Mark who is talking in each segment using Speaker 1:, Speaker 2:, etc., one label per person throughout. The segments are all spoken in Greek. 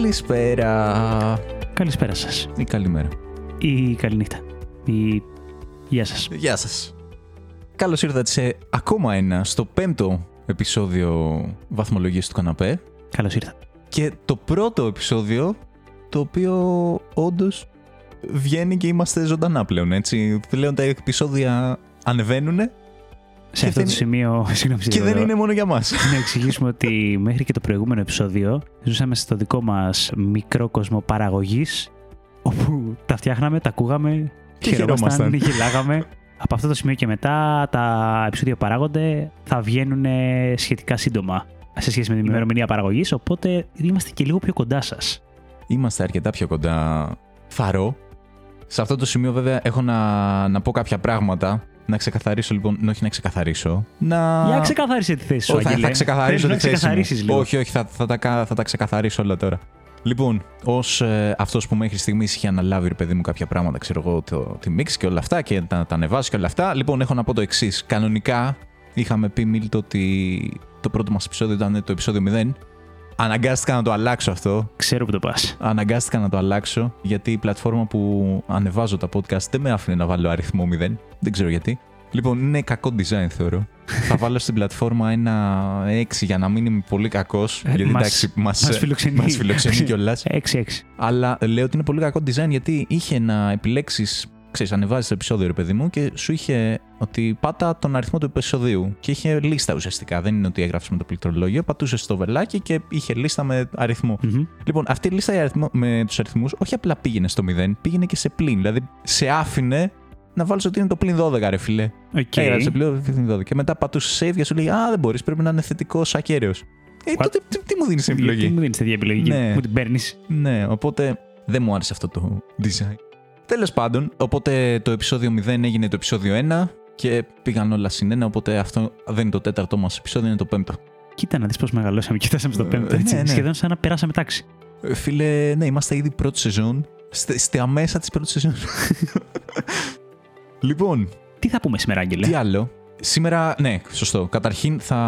Speaker 1: Καλησπέρα.
Speaker 2: Καλησπέρα σας.
Speaker 1: Ή καλημέρα.
Speaker 2: Ή καληνύχτα. Ή γεια σας.
Speaker 1: Γεια σας. Καλώς ήρθατε σε ακόμα ένα, στο πέμπτο επεισόδιο βαθμολογίας του καναπέ.
Speaker 2: Καλώς ήρθατε.
Speaker 1: Και το πρώτο επεισόδιο, το οποίο όντως βγαίνει και είμαστε ζωντανά πλέον, έτσι. Πλέον τα επεισόδια ανεβαίνουν
Speaker 2: Σε αυτό
Speaker 1: δεν-
Speaker 2: το σημείο, συγγνώμη.
Speaker 1: και δεν
Speaker 2: εδώ,
Speaker 1: είναι μόνο για μας.
Speaker 2: Να εξηγήσουμε ότι μέχρι και το προηγούμενο επεισόδιο ζούσαμε στο δικό μας μικρό κόσμο παραγωγής όπου τα φτιάχναμε, τα ακούγαμε,
Speaker 1: Και χαιρόμασταν.
Speaker 2: γελάγαμε. Από αυτό το σημείο και μετά τα επεισόδια που παράγονται θα βγαίνουν σχετικά σύντομα σε σχέση με
Speaker 1: Ναι.
Speaker 2: την ημερομηνία παραγωγής, οπότε είμαστε και λίγο πιο κοντά σας.
Speaker 1: Είμαστε αρκετά πιο κοντά. Φαρό. Σε αυτό το σημείο, βέβαια, έχω να, να πω κάποια πράγματα. Να ξεκαθαρίσω, λοιπόν. ναι, Όχι να ξεκαθαρίσω. Να.
Speaker 2: Για ξεκαθάρισε τη θέση σου,
Speaker 1: Όχι, θα,
Speaker 2: Αγγελέ.
Speaker 1: θα ξεκαθαρίσω
Speaker 2: Θέλεις
Speaker 1: τη θέση
Speaker 2: να
Speaker 1: μου.
Speaker 2: ξεκαθαρίσεις λίγο.
Speaker 1: Όχι, όχι, θα, θα, τα, κα- θα τα ξεκαθαρίσω όλα τώρα. Λοιπόν, ως ε, αυτός που μέχρι στιγμής είχε αναλάβει, ρε παιδί μου, κάποια πράγματα, ξέρω εγώ, το, τη μίξη και όλα αυτά και τα, τα ανεβάζω και όλα αυτά. Λοιπόν, έχω να πω το εξής. Κανονικά, είχαμε πει, Μίλτο, ότι το πρώτο μας επεισόδιο ήταν το επεισόδιο 0. Αναγκάστηκα να το αλλάξω αυτό
Speaker 2: Ξέρω που το πας.
Speaker 1: αναγκάστηκα να το αλλάξω γιατί η πλατφόρμα που ανεβάζω τα podcast δεν με άφηνε να βάλω αριθμό 0. Δεν ξέρω γιατί. Λοιπόν, είναι κακό design θεωρώ. Θα βάλω στην πλατφόρμα ένα 6 για να μην είμαι πολύ κακός.
Speaker 2: Ε,
Speaker 1: Γιατί
Speaker 2: μας-
Speaker 1: εντάξει, μας
Speaker 2: μας φιλοξενεί. Ε.
Speaker 1: φιλοξενεί κιόλας.
Speaker 2: 6-6.
Speaker 1: Αλλά λέω ότι είναι πολύ κακό design γιατί είχε να επιλέξεις. Ξέρεις, ανεβάζεις το επεισόδιο, ρε παιδί μου, και σου είχε ότι πάτα τον αριθμό του επεισοδίου. Και είχε λίστα ουσιαστικά. Δεν είναι ότι έγραψες με το πληκτρολόγιο. Πατούσες το βελάκι και είχε λίστα με αριθμό.
Speaker 2: Μμμ.
Speaker 1: Λοιπόν, αυτή η λίστα αριθμο- με τους αριθμούς όχι απλά πήγαινε στο 0, πήγαινε και σε πλήν. Δηλαδή, σε άφηνε να βάλεις ότι είναι το πλήν 12, ρε φιλέ.
Speaker 2: Οκ.
Speaker 1: Έγραψε πλήν 12. Και μετά πατούσες save και σου λέει Α, δεν μπορείς, πρέπει να είναι θετικό ακέραιο. Ε,
Speaker 2: What?
Speaker 1: τότε τι, τι μου δίνεις
Speaker 2: Γιατί
Speaker 1: επιλογή.
Speaker 2: μου δίνεις τέτοια επιλογή,
Speaker 1: Ναι.
Speaker 2: και μου την παίρνεις.
Speaker 1: ναι, οπότε δεν μου άρεσε αυτό το design. Τέλος πάντων, οπότε το επεισόδιο 0 έγινε το επεισόδιο 1 και πήγαν όλα συνένα. Οπότε αυτό δεν είναι το τέταρτο μας επεισόδιο, είναι το πέμπτο.
Speaker 2: Κοίτα να δεις πώς μεγαλώσαμε και φτάσαμε στο
Speaker 1: Ε,
Speaker 2: πέμπτο. Έτσι.
Speaker 1: ναι, ναι.
Speaker 2: Σχεδόν σαν να περάσαμε τάξη.
Speaker 1: Ε, Φίλε, ναι, είμαστε ήδη πρώτη σεζόν. Στε, στα μέσα της πρώτης σεζόν. λοιπόν,
Speaker 2: Τι θα πούμε σήμερα, Άγγελε.
Speaker 1: τι άλλο. Σήμερα, ναι, σωστό. Καταρχήν θα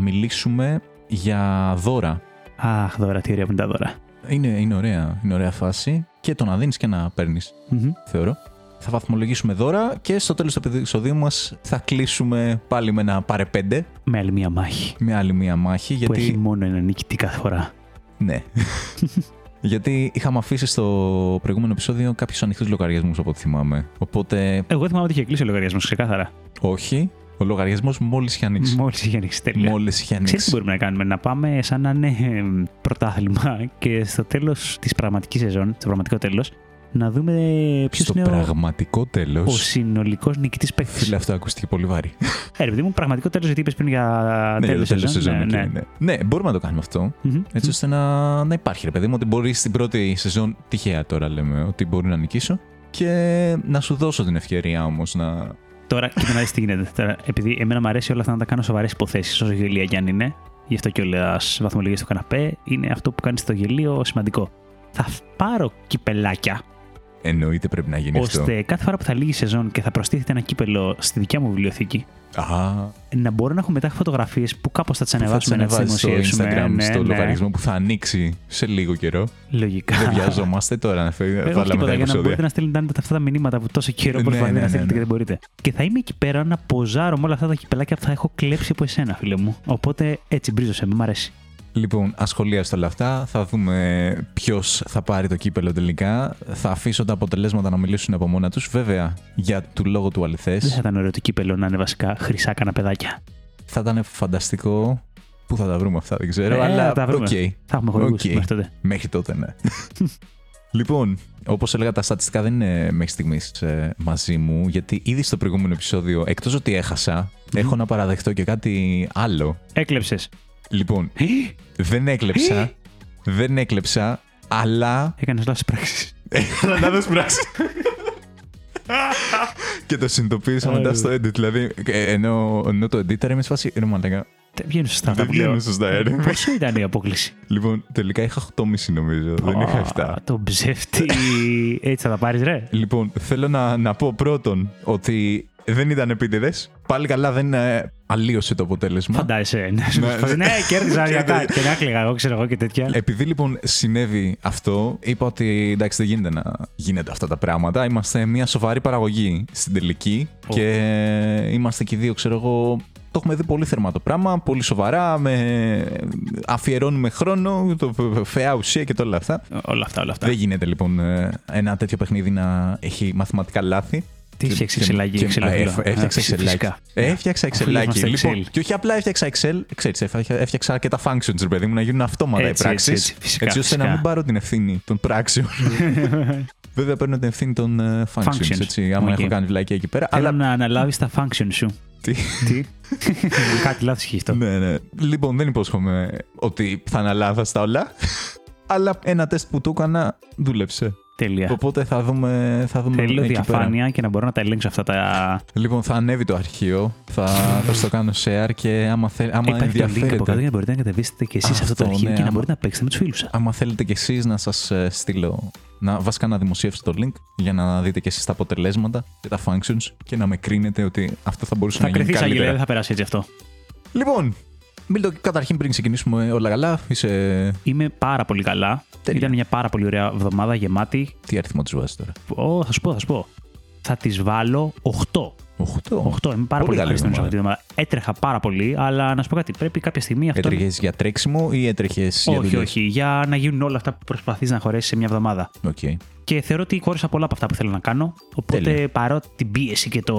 Speaker 1: μιλήσουμε για δώρα.
Speaker 2: Αχ, δώρα, τι ωραία που είναι τα δώρα.
Speaker 1: Είναι, είναι ωραία, είναι ωραία φάση. Και το να δίνεις και να παίρνεις,
Speaker 2: Μμμ.
Speaker 1: θεωρώ. Θα βαθμολογήσουμε δώρα και στο τέλος του επεισοδίου μας θα κλείσουμε πάλι με ένα παρεπέντε.
Speaker 2: Με άλλη μία μάχη.
Speaker 1: Με άλλη μία μάχη.
Speaker 2: Που
Speaker 1: Γιατί...
Speaker 2: έχει μόνο ένα νικητή κάθε φορά.
Speaker 1: Ναι. Γιατί είχαμε αφήσει στο προηγούμενο επεισόδιο κάποιους ανοιχτούς λογαριασμούς, από ό,τι θυμάμαι. Οπότε,
Speaker 2: Εγώ θυμάμαι ότι είχε κλείσει ο λογαριασμός ξεκάθαρα.
Speaker 1: όχι. Ο λογαριασμός μόλις είχε ανοίξει.
Speaker 2: Μόλις είχε ανοίξει τέλεια.
Speaker 1: Μόλις είχε
Speaker 2: ναι. Ξέρεις τι
Speaker 1: ανοίξει.
Speaker 2: μπορούμε να κάνουμε, να πάμε σαν να είναι εμ, πρωτάθλημα και στο τέλος της πραγματικής σεζόν, στο πραγματικό τέλος, να δούμε ποιος
Speaker 1: Στο
Speaker 2: είναι ο,
Speaker 1: πραγματικό τέλος.
Speaker 2: ο συνολικός νικητής παίκτης.
Speaker 1: Φίλε, αυτό ακούστηκε πολύ βαρύ.
Speaker 2: Ε, ρε παιδί μου, πραγματικό τέλος, γιατί είπες πριν για
Speaker 1: ναι, για
Speaker 2: τέλο
Speaker 1: το τέλος σεζόν.
Speaker 2: Ναι,
Speaker 1: εκεί,
Speaker 2: ναι.
Speaker 1: ναι. ναι, μπορούμε να το κάνουμε αυτό.
Speaker 2: Μμμ.
Speaker 1: Έτσι ώστε να, να υπάρχει, ρε παιδί μου, ότι μπορείς στην πρώτη σεζόν, τυχαία τώρα λέμε, ότι μπορεί να νικήσω και να σου δώσω την ευκαιρία όμως να.
Speaker 2: Τώρα, κοίτα να δει τι γίνεται. Τώρα, επειδή εμένα μου αρέσει όλα αυτά να τα κάνω σοβαρές υποθέσεις, όσο γελία κι αν είναι, γι' αυτό κιόλα βαθμολογία στο καναπέ, είναι αυτό που κάνει στο γελίο σημαντικό. Θα πάρω κυπελάκια,
Speaker 1: Εννοείται πρέπει να γίνει
Speaker 2: ώστε κάθε φορά που θα λύγει η σεζόν και θα προστίθεται ένα κύπελο στη δικιά μου βιβλιοθήκη,
Speaker 1: αυτό. Α,
Speaker 2: να μπορώ να έχω μετά φωτογραφίες που κάπως θα τις
Speaker 1: Θα τις
Speaker 2: ανεβάσουμε να τις
Speaker 1: ανεβάζεις στο
Speaker 2: δημοσιεύσουμε.
Speaker 1: Instagram,
Speaker 2: Ναι,
Speaker 1: στο
Speaker 2: ναι.
Speaker 1: λογαριασμό που θα ανοίξει σε λίγο καιρό.
Speaker 2: Λογικά.
Speaker 1: Δεν βιαζόμαστε τώρα να
Speaker 2: Δεν
Speaker 1: φε-
Speaker 2: έχω
Speaker 1: βάλαμε τα
Speaker 2: τίποτα για να μπορείτε
Speaker 1: επεισόδια.
Speaker 2: να στέλνετε άνετα αυτά τα μηνύματα που τόσο καιρό
Speaker 1: Ναι,
Speaker 2: προσπαθείτε
Speaker 1: ναι, ναι,
Speaker 2: να στέλνετε
Speaker 1: ναι.
Speaker 2: και δεν μπορείτε. Και θα είμαι εκεί πέρα να ποζάρω με όλα αυτά τα κυπελάκια που θα έχω κλέψει από εσένα, φίλε μου. Οπότε έτσι μπρίζωσε, μου αρέσει.
Speaker 1: Λοιπόν, ασχολίαστε όλα αυτά. Θα δούμε ποιος θα πάρει το κύπελο τελικά. Θα αφήσω τα αποτελέσματα να μιλήσουν από μόνα τους. Βέβαια, για του λόγου του αληθές.
Speaker 2: Δεν θα ήταν ωραίο το κύπελο να είναι βασικά χρυσά καναπεδάκια.
Speaker 1: θα ήταν φανταστικό. Πού θα τα βρούμε αυτά, δεν ξέρω.
Speaker 2: Ε,
Speaker 1: αλλά
Speaker 2: θα τα βρούμε.
Speaker 1: οκ.
Speaker 2: Θα έχουμε χορηγούς
Speaker 1: Οκ.
Speaker 2: μέχρι τότε.
Speaker 1: Μέχρι τότε, ναι. λοιπόν, όπως έλεγα, τα στατιστικά δεν είναι μέχρι στιγμής μαζί μου, γιατί ήδη στο προηγούμενο επεισόδιο, εκτός ότι έχασα, έχω να παραδεχτώ και κάτι άλλο.
Speaker 2: Έκλεψες.
Speaker 1: Λοιπόν, δεν έκλεψα. δεν έκλεψα, αλλά.
Speaker 2: Έκανες λάθος πράξεις.
Speaker 1: Έκανα λάθος πράξη. και το συνειδητοποίησα μετά στο edit. Δηλαδή, ε, ενώ, ενώ το editor είμαι σε φάση. Ρε μαλάκα,
Speaker 2: Δεν βγαίνουν σωστά αυτά
Speaker 1: Δεν
Speaker 2: που λέω.
Speaker 1: βγαίνουν σωστά, ε. ρε.
Speaker 2: Πόσο ήταν η απόκληση.
Speaker 1: Λοιπόν, τελικά είχα 8,5 νομίζω. δεν είχα Ναι. 7.
Speaker 2: Α, Το ψεύτη. Έτσι θα τα πάρεις, ρε.
Speaker 1: Λοιπόν, θέλω να, να πω πρώτον ότι δεν ήταν επίτηδες. Πάλι καλά δεν ε, αλλίωσε το αποτέλεσμα.
Speaker 2: Φαντάζεσαι. Ναι, σου
Speaker 1: Ναι,
Speaker 2: φας,
Speaker 1: ναι.
Speaker 2: ναι, κέρδισα
Speaker 1: Ξέρετε.
Speaker 2: αριακά. Και να κλαίγα εγώ, ξέρω εγώ και τέτοια.
Speaker 1: Επειδή λοιπόν συνέβη αυτό, είπα ότι εντάξει δεν γίνεται να γίνονται αυτά τα πράγματα. Είμαστε μια σοβαρή παραγωγή στην τελική
Speaker 2: Ω.
Speaker 1: και είμαστε και οι δύο, ξέρω εγώ, το έχουμε δει πολύ θερμά το πράγμα, πολύ σοβαρά, με... αφιερώνουμε χρόνο, το φαιά ουσία και τα όλα αυτά.
Speaker 2: Όλα αυτά, όλα αυτά.
Speaker 1: Δεν γίνεται λοιπόν ε, ένα τέτοιο παιχνίδι να έχει μαθηματικά λάθη.
Speaker 2: Τι
Speaker 1: Και-
Speaker 2: σε εξελάγει,
Speaker 1: και-
Speaker 2: εξελάγει.
Speaker 1: ε, Έφτιαξα εξελάκι. Έφτιαξα εξελάκι.
Speaker 2: είμαστε
Speaker 1: Ε, Λοιπόν,
Speaker 2: Excel.
Speaker 1: και όχι απλά έφτιαξα Excel, ξέρεις, έφτιαξα- έφτιαξα αρκετά functions, ρε παιδί μου, να γίνουν αυτόματα
Speaker 2: Έτσι,
Speaker 1: οι πράξεις.
Speaker 2: έτσι, έτσι, φυσικά,
Speaker 1: ώστε να
Speaker 2: φυσικά.
Speaker 1: μην πάρω την ευθύνη των πράξεων. Βέβαια παίρνω την ευθύνη των ε, functions,
Speaker 2: Functions.
Speaker 1: έτσι, άμα
Speaker 2: Οκ.
Speaker 1: έχω κάνει βλακία εκεί πέρα.
Speaker 2: Θέλω
Speaker 1: Αλλά
Speaker 2: να αναλάβεις τα function σου.
Speaker 1: Τι?
Speaker 2: Τι. Κάτι λάθος έχει αυτό.
Speaker 1: Ναι, ναι. Λοιπόν, δεν υπόσχομαι ότι θα αναλάβα στα όλα. Αλλά ένα τεστ που του έκανα δούλεψε.
Speaker 2: Τέλεια.
Speaker 1: Οπότε θα δούμε, θα δούμε
Speaker 2: Θέλω
Speaker 1: εκεί πέρα.
Speaker 2: διαφάνεια και να μπορώ να τα ελέγξω αυτά τα.
Speaker 1: Λοιπόν, θα ανέβει το αρχείο. Θα, θα στο κάνω share και άμα, θέλ, άμα
Speaker 2: Ε, Υπάρχει το link
Speaker 1: ενδιαφέρεται.
Speaker 2: από κάτω για να μπορείτε να κατεβήσετε και εσείς
Speaker 1: Αυτό,
Speaker 2: αυτό το αρχείο
Speaker 1: ναι,
Speaker 2: και να
Speaker 1: άμα-
Speaker 2: μπορείτε να παίξετε με τους φίλους σας.
Speaker 1: Άμα θέλετε κι εσείς να σας ε, στείλω, να βασικά να δημοσιεύσω το link για να δείτε κι εσείς τα αποτελέσματα και τα functions και να με κρίνετε ότι αυτό θα μπορούσε
Speaker 2: Θα
Speaker 1: να γίνει
Speaker 2: κρυθεί Αγγελέα,
Speaker 1: καλύτερα.
Speaker 2: δεν θα περάσει έτσι αυτό.
Speaker 1: Λοιπόν, Μίλτο, καταρχήν πριν ξεκινήσουμε όλα καλά, είσαι...
Speaker 2: Είμαι πάρα πολύ καλά.
Speaker 1: Τέλεια.
Speaker 2: Ήταν μια πάρα πολύ ωραία εβδομάδα γεμάτη.
Speaker 1: Τι αριθμό τους βάζεις τώρα.
Speaker 2: Ω, θα σου πω, θα σου πω. Θα τη βάλω 8.
Speaker 1: 8.
Speaker 2: 8. Είμαι
Speaker 1: Πολύ
Speaker 2: πάρα
Speaker 1: καλή
Speaker 2: πολύ ευχαριστημένος
Speaker 1: εβδομάδα.
Speaker 2: αυτή τη εβδομάδα. Έτρεχα πάρα πολύ, αλλά να σου πω κάτι. Πρέπει κάποια στιγμή αυτό. να-
Speaker 1: Έτρεχες για τρέξιμο ή έτρεχες για
Speaker 2: Όχι,
Speaker 1: δουλειές.
Speaker 2: όχι. Για να γίνουν όλα αυτά που προσπαθείς να χωρέσεις σε μια εβδομάδα.
Speaker 1: Οκ.
Speaker 2: Και θεωρώ ότι χώρισα πολλά από αυτά που θέλω να κάνω. Οπότε
Speaker 1: Τέλεια.
Speaker 2: παρά την πίεση και το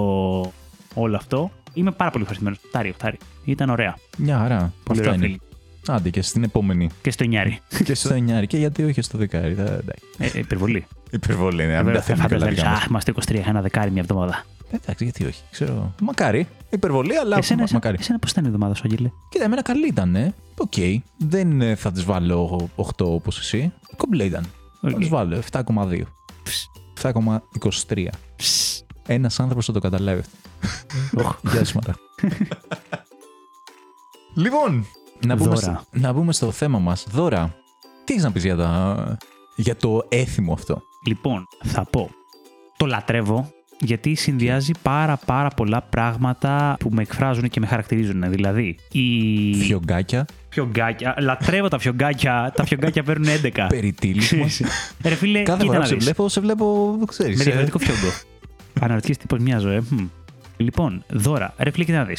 Speaker 2: όλο αυτό, είμαι πάρα πολύ ευχαριστημένος. Φτάρει, φτάρει. Ήταν ωραία.
Speaker 1: Μια χαρά.
Speaker 2: Πολύ
Speaker 1: Αυτά
Speaker 2: ωραία
Speaker 1: είναι.
Speaker 2: feeling.
Speaker 1: Άντε και στην επόμενη.
Speaker 2: Και στο νιάρι.
Speaker 1: και στο 9 και γιατί όχι στο 10. Εντάξει.
Speaker 2: Ε, ε, υπερβολή.
Speaker 1: Υπερβολή, ναι. να μην τα
Speaker 2: Βέβαια,
Speaker 1: θέλουμε
Speaker 2: θα
Speaker 1: καλά
Speaker 2: λες,
Speaker 1: δικά μας.
Speaker 2: Αχ, είμαστε 23, είχα ένα δεκάρι μια εβδομάδα.
Speaker 1: Ε, Εντάξει, γιατί όχι. Ξέρω. Μακάρι. Υπερβολή, αλλά
Speaker 2: Εσένα,
Speaker 1: μα-
Speaker 2: εσένα,
Speaker 1: μακάρι.
Speaker 2: εσένα πώς ήταν η εβδομάδα σου, Άγγελε.
Speaker 1: Κοίτα, εμένα καλή ήταν. ε. Οκ. Δεν ε, θα τις βάλω 8 όπως εσύ. Κομπλέ ήταν. Θα
Speaker 2: Οκ.
Speaker 1: τις βάλω 7,2. 7,23.
Speaker 2: Ψ,
Speaker 1: Ένας άνθρωπος θα το καταλάβει αυτό.
Speaker 2: οχ.
Speaker 1: Γεια σου, Μαρά. Λοιπόν, να μπούμε,
Speaker 2: Δώρα.
Speaker 1: στο, να μπούμε στο θέμα μας. Δώρα. Τι έχεις να πεις για, τα... για το έθιμο αυτό.
Speaker 2: Λοιπόν, θα πω. Το λατρεύω γιατί συνδυάζει πάρα πάρα πολλά πράγματα που με εκφράζουν και με χαρακτηρίζουν. Δηλαδή, η...
Speaker 1: Φιωγκάκια,
Speaker 2: Φιωγκάκια. Λατρεύω τα φιωγκάκια. τα φιωγκάκια παίρνουν 11.
Speaker 1: περιτύλι. μας.
Speaker 2: Ρε φίλε,
Speaker 1: Κάθε
Speaker 2: κοίτα
Speaker 1: φορά
Speaker 2: να
Speaker 1: που σε
Speaker 2: δεις.
Speaker 1: βλέπω, σε βλέπω, ξέρεις.
Speaker 2: Με διαφορετικό φιόγκο. Αναρωτιέσαι τι πώς μοιάζω, ε. Μμμ. Λοιπόν, δώρα. Ρε φίλε, κοίτα να δεις.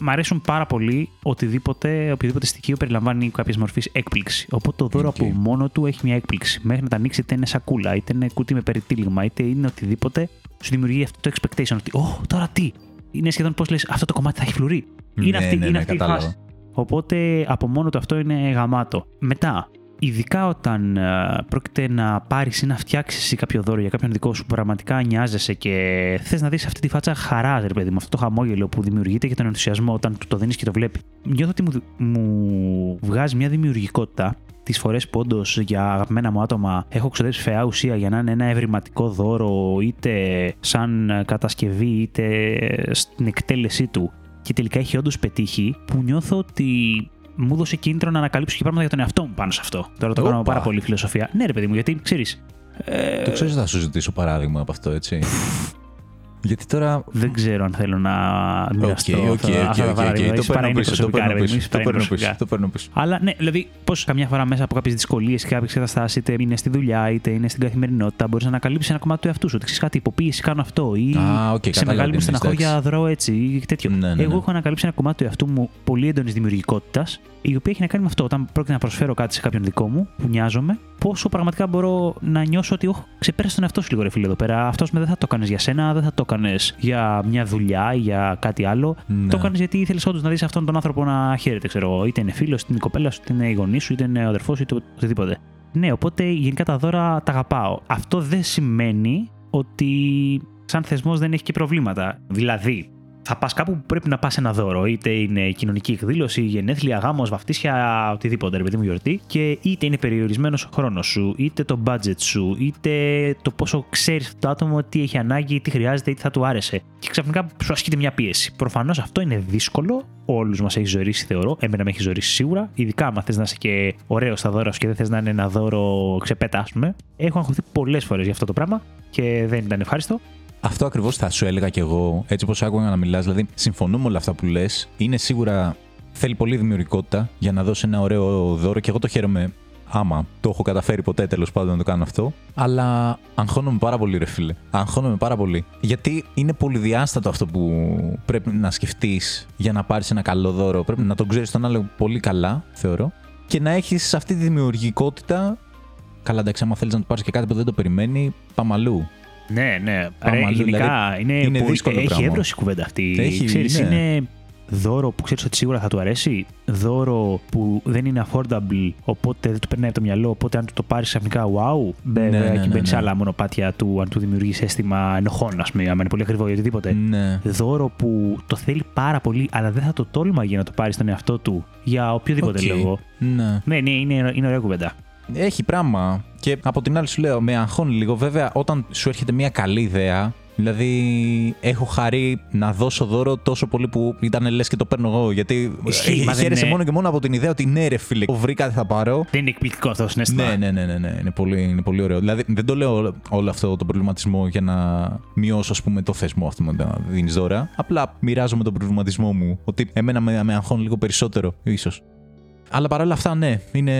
Speaker 2: Μ' αρέσουν πάρα πολύ οτιδήποτε, οποιοδήποτε στοιχείο περιλαμβάνει κάποια μορφή έκπληξη. Οπότε το δώρο
Speaker 1: Οκ.
Speaker 2: από μόνο του έχει μια έκπληξη. Μέχρι να τα ανοίξει, είτε είναι σακούλα, είτε είναι κουτί με περιτύλιγμα, είτε είναι οτιδήποτε, σου δημιουργεί αυτό το expectation ότι, Ωχ, τώρα τι. Είναι σχεδόν πώς λες, αυτό το κομμάτι θα έχει φλουρί. Είναι αυτή, είναι αυτή η φάση. Οπότε από μόνο του αυτό είναι γαμάτο. Μετά, ειδικά όταν ε, πρόκειται να πάρεις ή να φτιάξεις εσύ κάποιο δώρο για κάποιον δικό σου που πραγματικά νοιάζεσαι και θες να δεις αυτή τη φάτσα χαρά, ρε παιδί μου, αυτό το χαμόγελο που δημιουργείται και τον ενθουσιασμό όταν του το δίνεις και το βλέπεις. Νιώθω ότι μου, δι- μου βγάζει μια δημιουργικότητα τις φορές που όντως για αγαπημένα μου άτομα έχω ξοδέψει φαιά ουσία για να είναι ένα ευρηματικό δώρο, είτε σαν κατασκευή, είτε στην εκτέλεσή του και τελικά έχει όντως πετύχει, που νιώθω ότι μου έδωσε κίνητρο να ανακαλύψω και πράγματα για τον εαυτό μου πάνω σε αυτό. Τώρα το κάνω
Speaker 1: Όπα.
Speaker 2: πάρα πολύ φιλοσοφία. Ναι, ρε παιδί μου, γιατί ε, ξέρει.
Speaker 1: Το ξέρεις, θα σου ζητήσω παράδειγμα από αυτό, έτσι. Γιατί τώρα.
Speaker 2: Δεν ξέρω αν θέλω να μοιραστώ
Speaker 1: οκ,
Speaker 2: αυτά-
Speaker 1: οκ,
Speaker 2: αυτά τα
Speaker 1: οκ,
Speaker 2: παράδειγμα.
Speaker 1: οκ,
Speaker 2: Ίσως
Speaker 1: Το
Speaker 2: παρά
Speaker 1: παίρνω
Speaker 2: είναι
Speaker 1: πίσω. Το
Speaker 2: προσωπικά,
Speaker 1: παίρνω
Speaker 2: ρε παιδί
Speaker 1: πίσω.
Speaker 2: μου, ίσως
Speaker 1: Το
Speaker 2: παρά είναι
Speaker 1: παίρνω
Speaker 2: προσωπικά.
Speaker 1: πίσω. Το παίρνω πίσω.
Speaker 2: Αλλά ναι, δηλαδή, πώς καμιά φορά μέσα από κάποιες δυσκολίες και κάποιες καταστάσεις, είτε είναι στη δουλειά, είτε είναι στην καθημερινότητα, μπορείς να ανακαλύψεις ένα κομμάτι του εαυτού σου. Ότι ξέρεις κάτι, υποποίηση κάνω αυτό, ή
Speaker 1: Α, οκ,
Speaker 2: σε
Speaker 1: κατάλαβα τι
Speaker 2: μεγάλη μου
Speaker 1: εννοείς,
Speaker 2: στεναχώρια
Speaker 1: εντάξει.
Speaker 2: δρώ έτσι, ή τέτοιο.
Speaker 1: Ναι, ναι, ναι.
Speaker 2: Εγώ έχω ανακαλύψει ένα κομμάτι του εαυτού μου πολύ έντονης δημιουργικότητας, η οποία έχει να κάνει με αυτό. Όταν πρόκειται να προσφέρω κάτι σε κάποιον δικό μου, που νοιάζομαι, πόσο πραγματικά μπορώ να νιώσω ότι όχι, ξεπέρασε τον εαυτό σου λίγο, ρε φίλε εδώ πέρα. Αυτός δεν θα το έκανε για σένα, δεν θα το έκανες για μια δουλειά ή για κάτι άλλο.
Speaker 1: Ναι.
Speaker 2: Το έκανες γιατί ήθελες όντως να δεις αυτόν τον άνθρωπο να χαίρεται, ξέρω εγώ. Είτε είναι φίλος, είτε είναι η κοπέλα σου, είτε είναι η γονή σου, είτε είναι ο αδερφός σου, είτε οτιδήποτε. Ναι, οπότε γενικά τα δώρα τα αγαπάω. Αυτό δεν σημαίνει ότι σαν θεσμός δεν έχει και προβλήματα. Δηλαδή, θα πας κάπου που πρέπει να πας ένα δώρο, είτε είναι κοινωνική εκδήλωση, γενέθλια, γάμος, βαφτίσια, οτιδήποτε, ρε παιδί μου, γιορτή. Και είτε είναι περιορισμένος ο χρόνος σου, είτε το budget σου, είτε το πόσο ξέρεις το άτομο τι έχει ανάγκη, τι χρειάζεται, τι θα του άρεσε. Και ξαφνικά σου ασκείται μια πίεση. Προφανώς αυτό είναι δύσκολο. Όλους μας έχει ζωήσει, θεωρώ. Εμένα με έχει ζωήσει σίγουρα. Ειδικά άμα θες να είσαι και ωραίος στα δώρα σου και δεν θες να είναι ένα δώρο ξεπέτα, ας πούμε. Έχω αγχωθεί πολλές φορές για αυτό το πράγμα και δεν ήταν ευχάριστο.
Speaker 1: Αυτό ακριβώς θα σου έλεγα κι εγώ, έτσι όπω άκουγα να μιλάς. Δηλαδή, συμφωνώ με όλα αυτά που λες. Είναι σίγουρα. Θέλει πολύ δημιουργικότητα για να δώσει ένα ωραίο δώρο και εγώ το χαίρομαι άμα το έχω καταφέρει ποτέ τέλος πάντων να το κάνω αυτό. Αλλά αγχώνομαι πάρα πολύ, ρε φίλε. Αγχώνομαι πάρα πολύ. Γιατί είναι πολυδιάστατο αυτό που πρέπει να σκεφτείς για να πάρεις ένα καλό δώρο. Πρέπει να τον ξέρεις τον άλλο πολύ καλά, θεωρώ. Και να έχεις αυτή τη δημιουργικότητα. Καλά, εντάξει, άμα θέλεις να του πάρεις και κάτι που δεν το περιμένει, πάμε αλλού.
Speaker 2: Ναι, ναι.
Speaker 1: Πάμε
Speaker 2: Ρε,
Speaker 1: αλλού,
Speaker 2: γενικά
Speaker 1: δηλαδή,
Speaker 2: είναι,
Speaker 1: είναι
Speaker 2: πολύ-
Speaker 1: δύσκολο
Speaker 2: Έχει
Speaker 1: πράγμα.
Speaker 2: εύρο η κουβέντα αυτή.
Speaker 1: Έχει,
Speaker 2: ξέρεις,
Speaker 1: ναι.
Speaker 2: είναι δώρο που ξέρεις ότι σίγουρα θα του αρέσει. Δώρο που δεν είναι affordable, οπότε δεν του περνάει από το μυαλό. Οπότε αν του το πάρεις ξαφνικά, wow, μπε,
Speaker 1: Ναι,
Speaker 2: ναι,
Speaker 1: ναι,
Speaker 2: εκεί
Speaker 1: ναι,
Speaker 2: μπαίνεις σε
Speaker 1: ναι.
Speaker 2: άλλα μονοπάτια του, αν του δημιουργήσει αίσθημα ενοχών, ας πούμε, αν είναι πολύ ακριβό ή οτιδήποτε.
Speaker 1: Ναι.
Speaker 2: Δώρο που το θέλει πάρα πολύ, αλλά δεν θα το τόλμαγε να το πάρει στον εαυτό του για οποιοδήποτε
Speaker 1: Οκ.
Speaker 2: λόγο.
Speaker 1: Ναι.
Speaker 2: Ναι, ναι, είναι, είναι ωραία κουβέντα.
Speaker 1: Έχει πράγμα. Και από την άλλη σου λέω, με αγχώνει λίγο. Βέβαια, όταν σου έρχεται μια καλή ιδέα, δηλαδή έχω χαρεί να δώσω δώρο τόσο πολύ που ήταν λες και το παίρνω εγώ. Γιατί ε,
Speaker 2: Ισχύει, μα δεν
Speaker 1: χαίρεσαι
Speaker 2: είναι-
Speaker 1: μόνο και μόνο από την ιδέα ότι ναι, ρε φίλε, το βρήκα, θα πάρω.
Speaker 2: Δεν είναι εκπληκτικό αυτό το συνέστημα.
Speaker 1: Ναι, ναι, ναι, ναι, ναι. Είναι, πολύ, είναι πολύ ωραίο. Δηλαδή, δεν το λέω όλο- όλο αυτό τον προβληματισμό για να μειώσω ας πούμε, το θεσμό αυτό με τα δίνεις δώρα. Απλά μοιράζομαι τον προβληματισμό μου. Ότι εμένα με, με αγχώνει λίγο περισσότερο, ίσως. Αλλά παρόλα αυτά, ναι, είναι.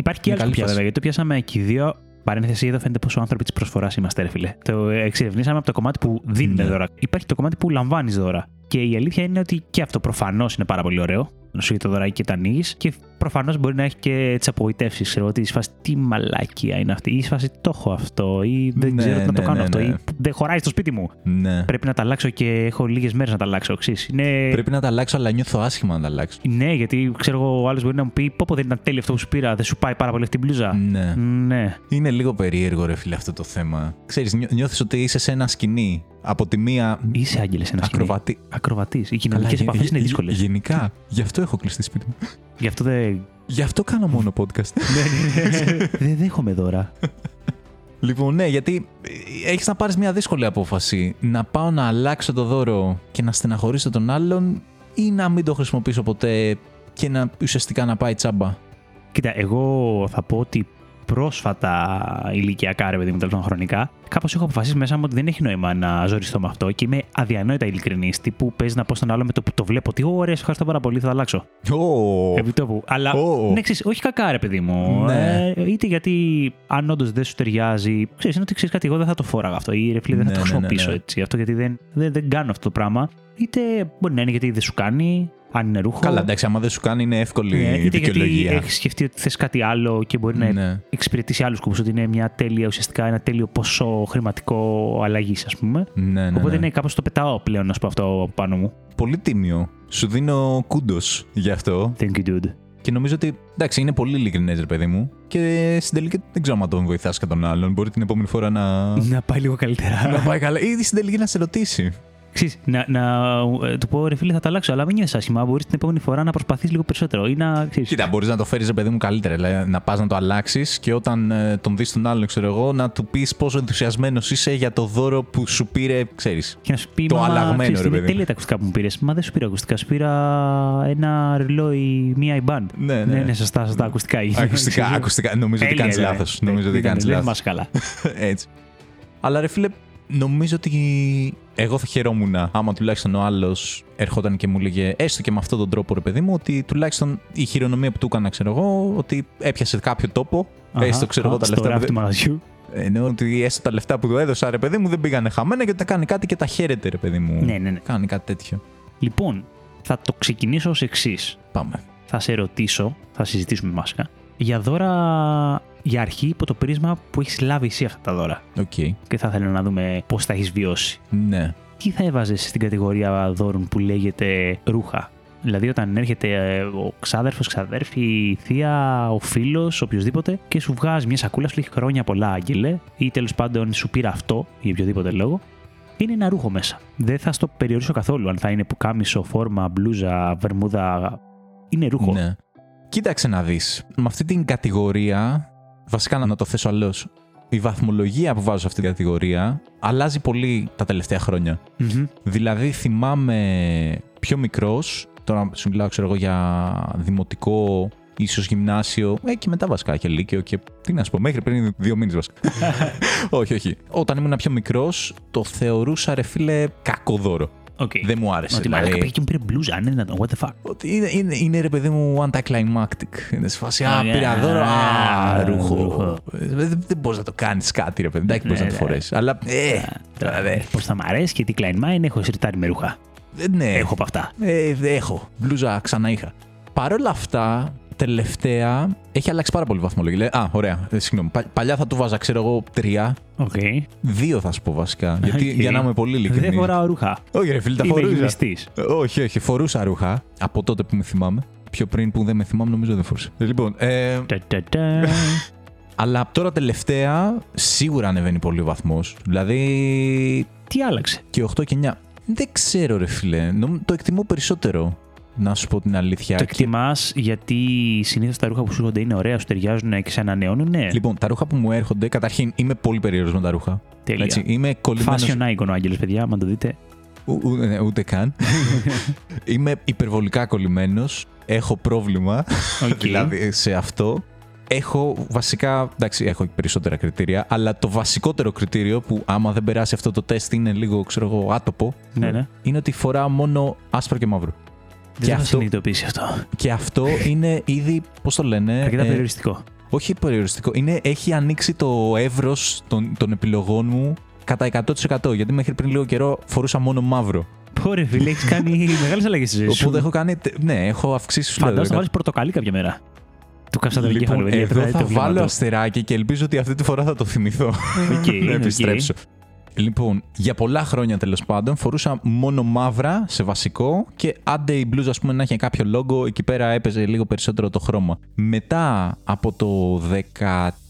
Speaker 2: Υπάρχει και
Speaker 1: Είναι
Speaker 2: άλλη
Speaker 1: καλή φάση.
Speaker 2: σκοπιά, βέβαια, γιατί το πιάσαμε και οι δύο. Παρένθεση, εδώ φαίνεται πόσο άνθρωποι της προσφοράς είμαστε, ρε φίλε. Το εξερευνήσαμε από το κομμάτι που δίνουμε
Speaker 1: Ναι.
Speaker 2: δώρα. Υπάρχει το κομμάτι που λαμβάνεις δώρα. Και η αλήθεια είναι ότι και αυτό προφανώς είναι πάρα πολύ ωραίο. Να σου δει το δωράκι και τα ανοίγεις. Και προφανώς μπορεί να έχει και τις απογοητεύσεις. Ξέρω ότι είσαι φάση τι μαλακία είναι αυτή. Ή φάση το έχω αυτό. Ή δεν
Speaker 1: Ναι,
Speaker 2: ξέρω τι να το
Speaker 1: ναι,
Speaker 2: κάνω
Speaker 1: ναι,
Speaker 2: αυτό.
Speaker 1: ναι.
Speaker 2: Ή δεν χωράει στο σπίτι μου.
Speaker 1: Ναι.
Speaker 2: Πρέπει να τα αλλάξω και έχω λίγες μέρες να τα αλλάξω. Ξέρεις, είναι...
Speaker 1: Πρέπει να τα αλλάξω, αλλά νιώθω άσχημα να τα αλλάξω.
Speaker 2: Ναι, γιατί ξέρω εγώ, ο άλλος μπορεί να μου πει: Πώ δεν ήταν τέλειο αυτό που σου πήρα, δεν σου πάει πάρα πολύ αυτή η μπλούζα.
Speaker 1: Ναι.
Speaker 2: Ναι.
Speaker 1: Είναι λίγο περίεργο, ρε φίλε, αυτό το θέμα. Ξέρεις, νιώ- νιώθεις ότι είσαι σε ένα σκηνή. Από τη μία
Speaker 2: Είσαι άγγελες ένα σκηνή.
Speaker 1: ακροβατή.
Speaker 2: Ακροβατής. Οι κοινωνικέ
Speaker 1: Καλά,
Speaker 2: επαφέ
Speaker 1: γε-
Speaker 2: είναι
Speaker 1: γε-
Speaker 2: δύσκολε.
Speaker 1: Γενικά, γι' αυτό έχω κλειστεί σπίτι μου.
Speaker 2: Γι' αυτό δεν.
Speaker 1: Γι' αυτό κάνω μόνο podcast.
Speaker 2: Ναι, δεν δέχομαι δώρα.
Speaker 1: Λοιπόν, ναι, γιατί έχεις να πάρεις μια δύσκολη απόφαση. Να πάω να αλλάξω το δώρο και να στεναχωρήσω τον άλλον ή να μην το χρησιμοποιήσω ποτέ και να ουσιαστικά να πάει τσάμπα.
Speaker 2: Κοίτα, εγώ θα πω ότι πρόσφατα ηλικιακά, ρε παιδί μου, τέλος πάντων χρονικά, κάπως έχω αποφασίσει μέσα μου ότι δεν έχει νόημα να ζοριστώ με αυτό και είμαι αδιανόητα ειλικρινής. Τύπου παίζει να πω στον άλλο με το που το βλέπω ότι ωραία, σε ευχαριστώ πάρα πολύ, θα αλλάξω.
Speaker 1: Ω,
Speaker 2: Επί τόπου. Αλλά
Speaker 1: Ω.
Speaker 2: ναι, ξέρεις, όχι κακά, ρε παιδί μου.
Speaker 1: Ναι.
Speaker 2: Ε, είτε γιατί αν όντως δεν σου ταιριάζει. Ξέρεις, είναι ότι ξέρεις κάτι, εγώ δεν θα το φόραγα αυτό. Ή ρε φίλε, δεν θα
Speaker 1: Ναι,
Speaker 2: το
Speaker 1: ναι, ναι,
Speaker 2: χρησιμοποιήσω
Speaker 1: ναι.
Speaker 2: έτσι. Αυτό γιατί δεν, δεν, δεν κάνω αυτό το πράγμα. Είτε μπορεί να είναι γιατί δεν σου κάνει, αν είναι ρούχο.
Speaker 1: Καλά, εντάξει, άμα δεν σου κάνει είναι εύκολη
Speaker 2: Ναι,
Speaker 1: η
Speaker 2: είτε γιατί
Speaker 1: δικαιολογία.
Speaker 2: έχεις σκεφτεί ότι θες κάτι άλλο και μπορεί να
Speaker 1: Ναι.
Speaker 2: εξυπηρετήσει άλλους σκοπούς. Ότι είναι μια τέλεια, ουσιαστικά ένα τέλειο ποσό χρηματικό αλλαγής, ας πούμε.
Speaker 1: Ναι, ναι,
Speaker 2: Οπότε
Speaker 1: ναι.
Speaker 2: ναι, κάπως το πετάω πλέον, να σου πω αυτό από πάνω μου.
Speaker 1: πολύ τίμιο. Σου δίνω κούντος γι' αυτό.
Speaker 2: Thank you, dude.
Speaker 1: Και νομίζω ότι εντάξει, είναι πολύ ειλικρινές, ρε παιδί μου. Και στην τελική δεν ξέρω αν τον βοηθάς κατά τον άλλον. Μπορεί την επόμενη φορά να.
Speaker 2: Να πάει λίγο καλύτερα.
Speaker 1: να πάει καλά. Ή στην τελική να σε ρωτήσει.
Speaker 2: Ξέρεις, να, να ε, του πω ρε φίλε θα τα αλλάξω, αλλά μην νιώθεις άσχημα. Μπορείς την επόμενη φορά να προσπαθείς λίγο περισσότερο ή να. Ξέρεις,
Speaker 1: Κοίτα, μπορείς να το φέρεις, ρε παιδί μου, καλύτερα. Δηλαδή, να πας να το αλλάξεις και όταν ε, τον δεις τον άλλον, ξέρω εγώ, να του πεις πόσο ενθουσιασμένος είσαι για το δώρο που σου πήρε, ξέρεις.
Speaker 2: Και να σου πει
Speaker 1: Το
Speaker 2: «Μα,
Speaker 1: αλλαγμένο,
Speaker 2: ξέρεις,
Speaker 1: ρε
Speaker 2: είναι
Speaker 1: παιδί.
Speaker 2: Τέλεια τα ακουστικά που μου πήρες. Μα δεν σου πήρα ακουστικά. Σου πήρα ένα ρελόι, μία IBAN.
Speaker 1: Ναι, ναι.
Speaker 2: ναι, ναι σωστά, σωστά ακουστικά. είναι.
Speaker 1: Ακουστικά,
Speaker 2: Ξέρεις,
Speaker 1: ακουστικά. Νομίζω ότι
Speaker 2: τέλεια,
Speaker 1: κάνεις
Speaker 2: ρε.
Speaker 1: λάθος.
Speaker 2: Ναι,
Speaker 1: Νομίζω ότι
Speaker 2: δεν
Speaker 1: κάνει λάθο.
Speaker 2: κάνεις, Δεν μα καλά.
Speaker 1: Έτσι. Αλλά ρε φίλε, νομίζω ότι εγώ θα χαιρόμουν άμα τουλάχιστον ο άλλος ερχόταν και μου λέγε, έστω και με αυτόν τον τρόπο, ρε παιδί μου, ότι τουλάχιστον η χειρονομία που του έκανα, ξέρω εγώ, ότι έπιασε κάποιο τόπο. Έστω, Ε, ξέρω εγώ, τα λεφτά.
Speaker 2: Στο
Speaker 1: που
Speaker 2: ράφι του
Speaker 1: δεν-
Speaker 2: μαγαζιού.
Speaker 1: Εννοώ ότι έστω τα λεφτά που του έδωσα, ρε παιδί μου, δεν πήγανε χαμένα και ότι τα κάνει κάτι και τα χαίρεται, ρε παιδί μου.
Speaker 2: Ναι, ναι, ναι.
Speaker 1: Κάνει κάτι τέτοιο.
Speaker 2: Λοιπόν, θα το ξεκινήσω ως εξής.
Speaker 1: Πάμε.
Speaker 2: Θα σε ρωτήσω, θα συζητήσουμε μάσκα, για δώρα για αρχή υπό το πρίσμα που έχεις λάβει εσύ αυτά τα δώρα.
Speaker 1: Οκ.
Speaker 2: και θα ήθελα να δούμε πώς τα έχεις βιώσει.
Speaker 1: Ναι.
Speaker 2: Τι θα έβαζες στην κατηγορία δώρων που λέγεται ρούχα. Δηλαδή, όταν έρχεται ε, ο ξάδερφος, ξαδέρφη, η θεία, ο φίλος, οποιοδήποτε και σου βγάζει μια σακούλα, σου λέει χρόνια πολλά, Άγγελε, ή τέλος πάντων σου πήρα αυτό για οποιοδήποτε λόγο. Είναι ένα ρούχο μέσα. Δεν θα στο περιορίσω καθόλου. Αν θα είναι πουκάμισο, φόρμα, μπλούζα, βερμούδα. Είναι ρούχο.
Speaker 1: Ναι. Κοίταξε να δεις. Με αυτή την κατηγορία, βασικά να- να το θέσω αλλιώς. Η βαθμολογία που βάζω σε αυτή την κατηγορία αλλάζει πολύ τα τελευταία χρόνια.
Speaker 2: Μμμ.
Speaker 1: Δηλαδή, θυμάμαι πιο μικρός, τώρα σου μιλάω, ξέρω εγώ, για δημοτικό ίσως γυμνάσιο. Ε, και μετά βασικά και λύκειο και. Τι να σου πω, μέχρι πριν δύο μήνες βασικά. όχι, όχι. Όταν ήμουν πιο μικρός, το θεωρούσα ρε φίλε κακό δώρο.
Speaker 2: Οκ.
Speaker 1: Δεν μου άρεσε. δηλαδή.
Speaker 2: Ότι μαλάκα πήγε και μου πήρε μπλούζα, αν είναι δυνατόν. What the fuck.
Speaker 1: Ότι είναι, είναι, είναι ρε παιδί μου anticlimactic. Είναι σε φάση. Α,
Speaker 2: Ωραία.
Speaker 1: πήρα δώρο. Α,
Speaker 2: Α,
Speaker 1: ρούχο.
Speaker 2: ναι, ρούχο.
Speaker 1: Ε, Δεν, δεν μπορείς να το κάνεις κάτι, ρε παιδί. Εντάξει, μπορεί
Speaker 2: Ναι,
Speaker 1: να το
Speaker 2: ναι.
Speaker 1: φορέσεις. Αλλά. Ε, τώρα δε.
Speaker 2: Πώς θα μ' αρέσει και τι Klein Mine έχω σιρτάρει με ρούχα.
Speaker 1: Ε, Ναι.
Speaker 2: Έχω από αυτά.
Speaker 1: Ε, δεν έχω. Μπλούζα ξανά είχα. Παρ' όλα αυτά, τελευταία έχει αλλάξει πάρα πολύ βαθμολογία. Λέει, Α, ωραία. Ε, συγγνώμη. Πα- παλιά θα του βάζα, ξέρω εγώ, τρία.
Speaker 2: Οκ.
Speaker 1: Δύο θα σου πω βασικά. Γιατί,
Speaker 2: Οκ.
Speaker 1: Για να είμαι πολύ ειλικρινής.
Speaker 2: Δεν φοράω ρούχα.
Speaker 1: Όχι, ρε φίλε, τα
Speaker 2: Είμαι
Speaker 1: φορούσα.
Speaker 2: γυμνιστή.
Speaker 1: Ε, Όχι, όχι, φορούσα ρούχα. Από τότε που με θυμάμαι. Πιο πριν που δεν με θυμάμαι, νομίζω δεν φορούσα. Ε, Λοιπόν, ε, αλλά τώρα τελευταία σίγουρα ανεβαίνει πολύ ο βαθμός. Δηλαδή
Speaker 2: Τι άλλαξε.
Speaker 1: και 8 και 9. Δεν ξέρω, ρε φίλε. Νομ- Το εκτιμώ περισσότερο. Να σου πω την αλήθεια.
Speaker 2: Το
Speaker 1: Και-
Speaker 2: εκτιμάς γιατί συνήθως τα ρούχα που σου έρχονται είναι ωραία, σου ταιριάζουν και σε ανανεώνουν. Ναι,
Speaker 1: Λοιπόν, τα ρούχα που μου έρχονται, καταρχήν είμαι πολύ περίεργο με τα ρούχα.
Speaker 2: τέλεια.
Speaker 1: Έτσι, είμαι κολλημένος,
Speaker 2: Fashion icon ο Άγγελος, παιδιά, άμα το δείτε.
Speaker 1: Ού- ού- ναι, ούτε καν. είμαι υπερβολικά κολλημένος. Έχω πρόβλημα
Speaker 2: Οκ.
Speaker 1: δηλαδή σε αυτό. Έχω βασικά, εντάξει, έχω και περισσότερα κριτήρια, αλλά το βασικότερο κριτήριο που άμα δεν περάσει αυτό το τεστ είναι λίγο, ξέρω εγώ, άτοπο,
Speaker 2: Ναι, ναι.
Speaker 1: είναι ότι φορά μόνο άσπρο και μαύρο.
Speaker 2: Δεν θα
Speaker 1: αυτό-
Speaker 2: συνειδητοποιήσει αυτό.
Speaker 1: Και αυτό είναι ήδη, πώς το λένε,
Speaker 2: Αρκετά
Speaker 1: ε,
Speaker 2: περιοριστικό.
Speaker 1: Όχι περιοριστικό. Είναι, έχει ανοίξει το εύρος των, των επιλογών μου κατά 100%. Γιατί μέχρι πριν λίγο καιρό φορούσα μόνο μαύρο.
Speaker 2: Πόρε, φίλε, έχεις κάνει μεγάλες αλλαγές στη ζωή σου.
Speaker 1: Οπότε έχω κάνει. τε- Ναι, έχω αυξήσει σου λέω,
Speaker 2: Φαντάζομαι να
Speaker 1: το
Speaker 2: βάλεις πορτοκαλί κάποια μέρα. Του κάψα το
Speaker 1: Λοιπόν,
Speaker 2: εγκέφαλο. παιδιά,
Speaker 1: εδώ
Speaker 2: το
Speaker 1: θα
Speaker 2: βλέμμα
Speaker 1: βάλω
Speaker 2: του.
Speaker 1: αστεράκι και ελπίζω ότι αυτή τη φορά θα το θυμηθώ.
Speaker 2: Οκ,
Speaker 1: να
Speaker 2: οκ.
Speaker 1: επιστρέψω. Λοιπόν, για πολλά χρόνια τέλος πάντων φορούσα μόνο μαύρα σε βασικό και άντε η μπλούζα, ας πούμε, να είχε κάποιο λόγο. Εκεί πέρα έπαιζε λίγο περισσότερο το χρώμα. Μετά από το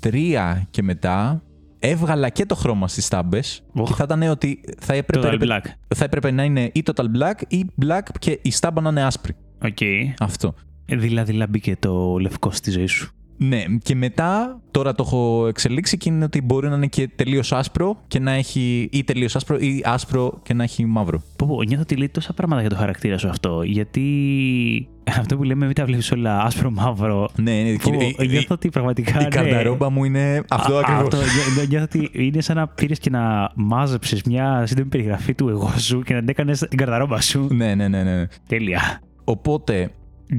Speaker 1: 13 και μετά έβγαλα και το χρώμα στις τάμπε.
Speaker 2: Οχ.
Speaker 1: Και θα ήταν ότι θα έπρεπε,
Speaker 2: Total black.
Speaker 1: θα έπρεπε να είναι ή total black ή black και η στάμπα να είναι άσπρη.
Speaker 2: Οκ.
Speaker 1: Αυτό.
Speaker 2: Δηλαδή, δηλαδή μπήκε το λευκό στη ζωή σου.
Speaker 1: Ναι, και μετά τώρα το έχω εξελίξει και είναι ότι μπορεί να είναι και τελείως άσπρο και να έχει ή τελείως άσπρο ή άσπρο και να έχει μαύρο.
Speaker 2: Πω, πω, νιώθω ότι λέει τόσα πράγματα για το χαρακτήρα σου αυτό. Γιατί αυτό που λέμε, μην τα βλέπεις όλα άσπρο-μαύρο.
Speaker 1: Ναι, ναι,
Speaker 2: Πω,
Speaker 1: κύριε, η, η,
Speaker 2: νιώθω ότι πραγματικά.
Speaker 1: η
Speaker 2: ναι.
Speaker 1: καρδαρόμπα μου είναι αυτό
Speaker 2: Α,
Speaker 1: ακριβώς.
Speaker 2: Αυτό, νιώ- νιώ- νιώθω ότι είναι σαν να πήρες και να μάζεψες μια σύντομη περιγραφή του εγώ σου και να την έκανες την καρδαρόμπα σου.
Speaker 1: Ναι, ναι, ναι, ναι.
Speaker 2: Τέλεια.
Speaker 1: Οπότε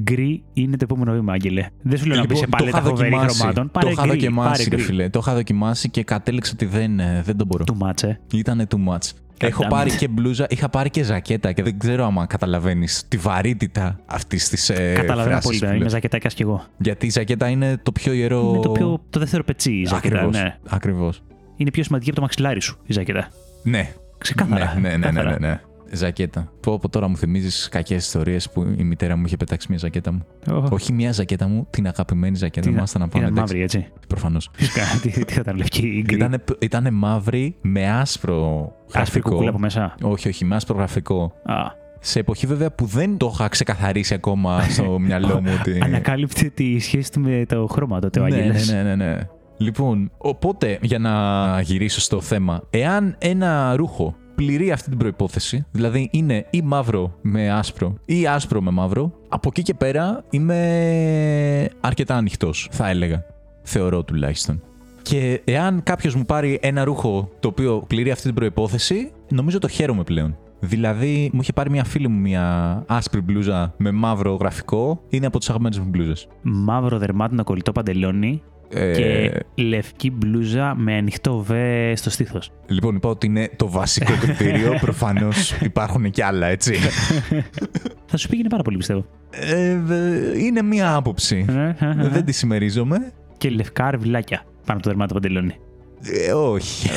Speaker 2: Γκρι είναι το επόμενο βήμα, Άγγελε. Δεν σου λέω να πει σε
Speaker 1: λοιπόν, το
Speaker 2: παλέτα
Speaker 1: είχα
Speaker 2: φοβερή
Speaker 1: δοκιμάσει.
Speaker 2: χρωμάτων.
Speaker 1: Το
Speaker 2: Πάρε
Speaker 1: είχα
Speaker 2: γκρι. Πάρε
Speaker 1: δοκιμάσει, ρε
Speaker 2: γκρι.
Speaker 1: φίλε. Το είχα δοκιμάσει και κατέληξα ότι δεν, ε, δεν το μπορώ.
Speaker 2: Του μάτσε.
Speaker 1: Ήτανε too much. Έχω
Speaker 2: damn
Speaker 1: πάρει
Speaker 2: it.
Speaker 1: και μπλούζα, είχα πάρει και ζακέτα και δεν ξέρω άμα καταλαβαίνεις τη βαρύτητα αυτής της ε,
Speaker 2: Καταλαβαίνω
Speaker 1: φράσης,
Speaker 2: απόλυτα.
Speaker 1: φίλε.
Speaker 2: Είμαι ζακετάκια κι εγώ.
Speaker 1: Γιατί η ζακέτα είναι το πιο ιερό.
Speaker 2: Είναι το, πιο, το δεύτερο πετσί η ζακέτα.
Speaker 1: Ακριβώς,
Speaker 2: Ναι.
Speaker 1: Ακριβώς.
Speaker 2: Είναι πιο σημαντική από το μαξιλάρι σου η ζακέτα.
Speaker 1: Ναι.
Speaker 2: Ξεκάθαρα.
Speaker 1: Ναι, ναι, ναι, ναι,
Speaker 2: Ξεκάθαρα.
Speaker 1: ναι, ναι. Ζακέτα. Πω από τώρα μου θυμίζεις κακές ιστορίες που η μητέρα μου είχε πετάξει μια ζακέτα μου.
Speaker 2: Ω,
Speaker 1: Όχι μια ζακέτα μου, την αγαπημένη ζακέτα
Speaker 2: τι
Speaker 1: μου.
Speaker 2: να-
Speaker 1: Άστα να
Speaker 2: τι
Speaker 1: πάμε.
Speaker 2: Ήταν μαύρη, έτσι.
Speaker 1: Προφανώς.
Speaker 2: Φυσικά. τι, τι θα ήταν λευκή ή γκρι.
Speaker 1: Ήτανε, ήτανε μαύρη με άσπρο
Speaker 2: άσπρη
Speaker 1: γραφικό.
Speaker 2: κουκούλα από μέσα.
Speaker 1: όχι, όχι, με άσπρο γραφικό.
Speaker 2: Α,
Speaker 1: Σε εποχή βέβαια που δεν το είχα ξεκαθαρίσει ακόμα στο μυαλό μου ότι.
Speaker 2: Ανακάλυψε τη σχέση του με το χρώμα τότε ο
Speaker 1: ναι,
Speaker 2: Άγγελος.
Speaker 1: ναι, ναι, ναι, ναι. Λοιπόν, οπότε για να γυρίσω στο θέμα, εάν ένα ρούχο πληρεί αυτή την προϋπόθεση, δηλαδή είναι ή μαύρο με άσπρο ή άσπρο με μαύρο, από εκεί και πέρα είμαι αρκετά ανοιχτός, θα έλεγα. Θεωρώ τουλάχιστον. Και εάν κάποιος μου πάρει ένα ρούχο το οποίο πληρεί αυτή την προπόθεση, νομίζω το χαίρομαι πλέον. Δηλαδή, μου είχε πάρει μια φίλη μου μια άσπρη μπλούζα με μαύρο γραφικό. Είναι από τις αγαπημένες μου μπλούζες.
Speaker 2: Μαύρο δερμάτινο κολλητό παντελόνι
Speaker 1: Ε.
Speaker 2: και λευκή μπλούζα με ανοιχτό βε στο στήθος.
Speaker 1: Λοιπόν, είπα ότι είναι το βασικό κριτήριο. Προφανώς υπάρχουν και άλλα, έτσι.
Speaker 2: Θα σου πήγαινε πάρα πολύ πιστεύω. Ε,
Speaker 1: Ε, δε- είναι μία άποψη. Δεν τη συμμερίζομαι.
Speaker 2: Και λευκά αρβιλάκια πάνω από το δερμάτινο παντελόνι.
Speaker 1: Ε, όχι.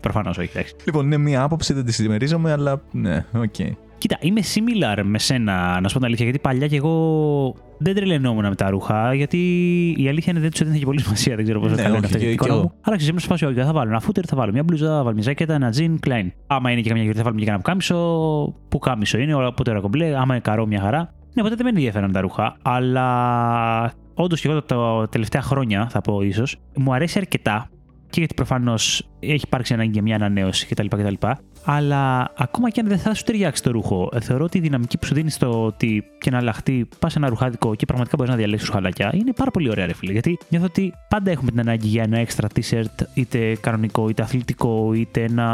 Speaker 2: Προφανώ όχι, εντάξει.
Speaker 1: λοιπόν, είναι μία άποψη, δεν τη συμμερίζομαι, αλλά ναι, οκ.
Speaker 2: Κοίτα, είμαι similar με σένα, να σου πω την αλήθεια, γιατί παλιά κι εγώ δεν τρελαινόμουν με τα ρούχα, γιατί η αλήθεια είναι δεν τους έδινε και πολύ σημασία. Δεν ξέρω πώς θα
Speaker 1: Ναι,
Speaker 2: τα λένε
Speaker 1: όχι,
Speaker 2: αυτά
Speaker 1: και-
Speaker 2: για την
Speaker 1: και
Speaker 2: εικόνα
Speaker 1: εγώ.
Speaker 2: μου. Αλλά ξέρει, είμαι σε φάση, όχι, θα βάλω ένα φούτερ, θα βάλω μια μπλουζά, θα βάλω μια ζάκετα, ένα τζιν, κλάιν. Άμα είναι και καμιά γιορτή, θα βάλουμε και κανένα κάμισο. Που κάμισο είναι, όλα ποτέ ώρα κομπλέ. Άμα είναι καρό, μια χαρά. Ναι, ποτέ δεν με ενδιαφέραν τα ρούχα, αλλά όντως και εγώ τα τελευταία χρόνια, θα πω ίσως, μου αρέσει αρκετά και γιατί προφανώς έχει υπάρξει ανάγκη για μια ανανέωση κτλ. κτλ. Αλλά ακόμα και αν δεν θα σου ταιριάξει το ρούχο, θεωρώ ότι η δυναμική που σου δίνει στο ότι και να αλλάχτεί, πας ένα ρουχάδικο και πραγματικά μπορείς να διαλέξεις ροχαλάκια είναι πάρα πολύ ωραία, ρε φίλε. Γιατί νιώθω ότι πάντα έχουμε την ανάγκη για ένα έξτρα t-shirt, είτε κανονικό, είτε αθλητικό, είτε ένα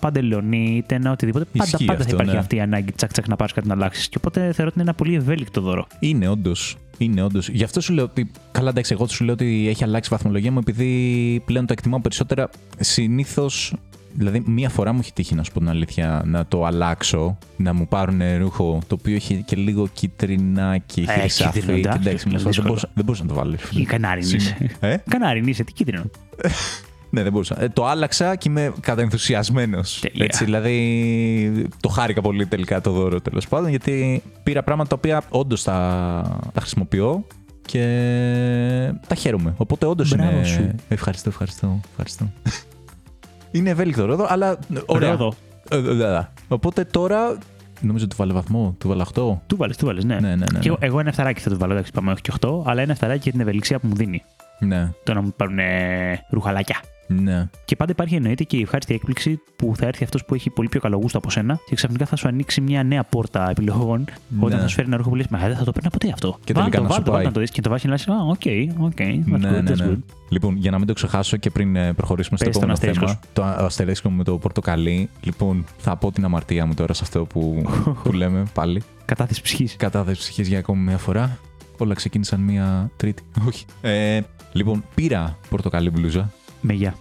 Speaker 2: παντελονί, είτε ένα οτιδήποτε.
Speaker 1: Ισχύει
Speaker 2: πάντα, πάντα
Speaker 1: αυτό,
Speaker 2: θα υπάρχει
Speaker 1: ναι.
Speaker 2: αυτή η ανάγκη τσακ τσακ να πάρει κάτι να αλλάξεις. Και οπότε θεωρώ ότι είναι ένα πολύ ευέλικτο δώρο.
Speaker 1: Είναι όντως. Είναι όντως. Γι' αυτό σου λέω ότι. Καλά, εντάξει, εγώ σου λέω ότι έχει αλλάξει η βαθμολογία μου επειδή πλέον το εκτιμάω περισσότερα. Συνήθως. Δηλαδή, μία φορά μου έχει τύχει, να σου πω την αλήθεια, να το αλλάξω, να μου πάρουν ρούχο το οποίο έχει και λίγο κυτρινάκι,
Speaker 2: Ε,
Speaker 1: έχει χρυσάφι.
Speaker 2: κίτρινο, εντάξει,
Speaker 1: Εντάξει, μιλάς, δεν
Speaker 2: δύσκολο.
Speaker 1: μπορούσα, δεν μπορούσα να το βάλω. φίλε.
Speaker 2: Ή ναι. κανάριν
Speaker 1: Σήμερα.
Speaker 2: είσαι.
Speaker 1: Ε?
Speaker 2: Κανάριν είσαι, τι κίτρινο.
Speaker 1: Ναι, δεν μπορούσα. Ε, το άλλαξα και είμαι καταενθουσιασμένο.
Speaker 2: Τέλεια.
Speaker 1: Έτσι, δηλαδή, το χάρηκα πολύ τελικά το δώρο τέλος πάντων, γιατί πήρα πράγματα τα οποία όντως τα, τα χρησιμοποιώ και τα χαίρομαι. Οπότε όντως
Speaker 2: Μπράβο
Speaker 1: είναι.
Speaker 2: σου.
Speaker 1: Ευχαριστώ, ευχαριστώ. ευχαριστώ. είναι ευέλικτο ρόδο, αλλά. ε, Ωραία.
Speaker 2: Ρόδο.
Speaker 1: Ε, ε, ε, ε. Οπότε τώρα. Νομίζω ότι του βάλε βαθμό, του βάλε 8.
Speaker 2: Του βάλες, του βάλες, ναι.
Speaker 1: Ναι, ναι, ναι,
Speaker 2: Και
Speaker 1: ναι.
Speaker 2: εγώ, εγώ ένα εφταράκι θα του βάλω, εντάξει, πάμε όχι και 8, αλλά ένα εφταράκι για την ευελιξία που μου δίνει.
Speaker 1: Ναι,
Speaker 2: Το να μου πάρουν ε, ρουχαλάκια.
Speaker 1: ναι.
Speaker 2: Και πάντα υπάρχει εννοείται και η ευχάριστη έκπληξη που θα έρθει αυτός που έχει πολύ πιο καλό γούστο από σένα και ξαφνικά θα σου ανοίξει μια νέα πόρτα επιλογών
Speaker 1: Ναι.
Speaker 2: όταν θα σου φέρει ένα ρούχο που λες: Μα δεν θα το παίρνα ποτέ αυτό.
Speaker 1: Και
Speaker 2: Βάλ'
Speaker 1: τελικά
Speaker 2: το,
Speaker 1: να σου
Speaker 2: βάλ' το, βάλ' το,
Speaker 1: πάει.
Speaker 2: να το δεις και το βάζεις και να λες: Α, οκ, οκ, that's
Speaker 1: Ναι,
Speaker 2: good,
Speaker 1: ναι,
Speaker 2: that's
Speaker 1: ναι.
Speaker 2: good.
Speaker 1: Λοιπόν, για να μην το ξεχάσω και πριν ε, προχωρήσουμε στο
Speaker 2: Πες τον
Speaker 1: επόμενο
Speaker 2: αστερίσκο
Speaker 1: θέμα, το α- αστερίσκο μου με το πορτοκαλί. Λοιπόν, θα πω την αμαρτία μου τώρα σε αυτό που, που λέμε πάλι.
Speaker 2: Κατάθεση ψυχής.
Speaker 1: Κατάθεση ψυχής για ακόμη μια φορά. Όλα ξεκίνησαν μία Τρίτη. Όχι. Ε, λοιπόν, πήρα πορτοκαλί μπλούζα.
Speaker 2: Με γεια.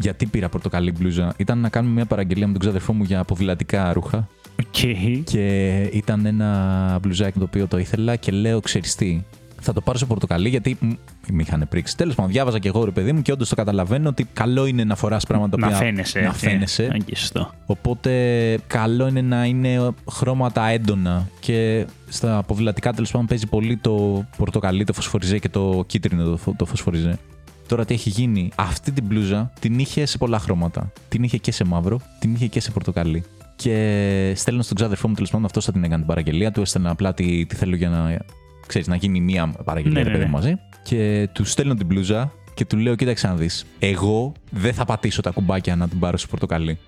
Speaker 1: Γιατί πήρα πορτοκαλί μπλούζα, ήταν να κάνουμε μια παραγγελία με τον ξαδερφό μου για ποδηλατικά ρούχα.
Speaker 2: Οκ.
Speaker 1: Και ήταν ένα μπλουζάκι το οποίο το ήθελα και λέω «Ξέρεις τι, θα το πάρω σε πορτοκαλί γιατί μ, με είχαν πρίξει. Τέλος πάντων, διάβαζα και εγώ ρε παιδί μου και όντως το καταλαβαίνω ότι καλό είναι να φοράς πράγματα
Speaker 2: Να
Speaker 1: που
Speaker 2: φαίνεσαι.
Speaker 1: Να
Speaker 2: ε,
Speaker 1: φαίνεσαι.
Speaker 2: ε, και σωστό.
Speaker 1: Οπότε καλό είναι να είναι χρώματα έντονα και στα ποδηλατικά τέλος πάντων παίζει πολύ το πορτοκαλί, το φωσφοριζέ και το κίτρινο το, φω- το φωσφοριζέ. Τώρα τι έχει γίνει, αυτή την μπλούζα την είχε σε πολλά χρώματα. Την είχε και σε μαύρο, την είχε και σε πορτοκαλί. Και στέλνω στον ξάδερφό μου τέλος πάντων, αυτό θα την έκανε την παραγγελία. Του έστελνα απλά τι, τι θέλω για να, ξέρεις, να γίνει μία παραγγελία
Speaker 2: Ναι,
Speaker 1: ρε
Speaker 2: ναι,
Speaker 1: παιδί
Speaker 2: ναι.
Speaker 1: μου, μαζί. Και του στέλνω την μπλούζα και του λέω: Κοίταξε να δεις. Εγώ δεν θα πατήσω τα κουμπάκια να την πάρω στο πορτοκαλί.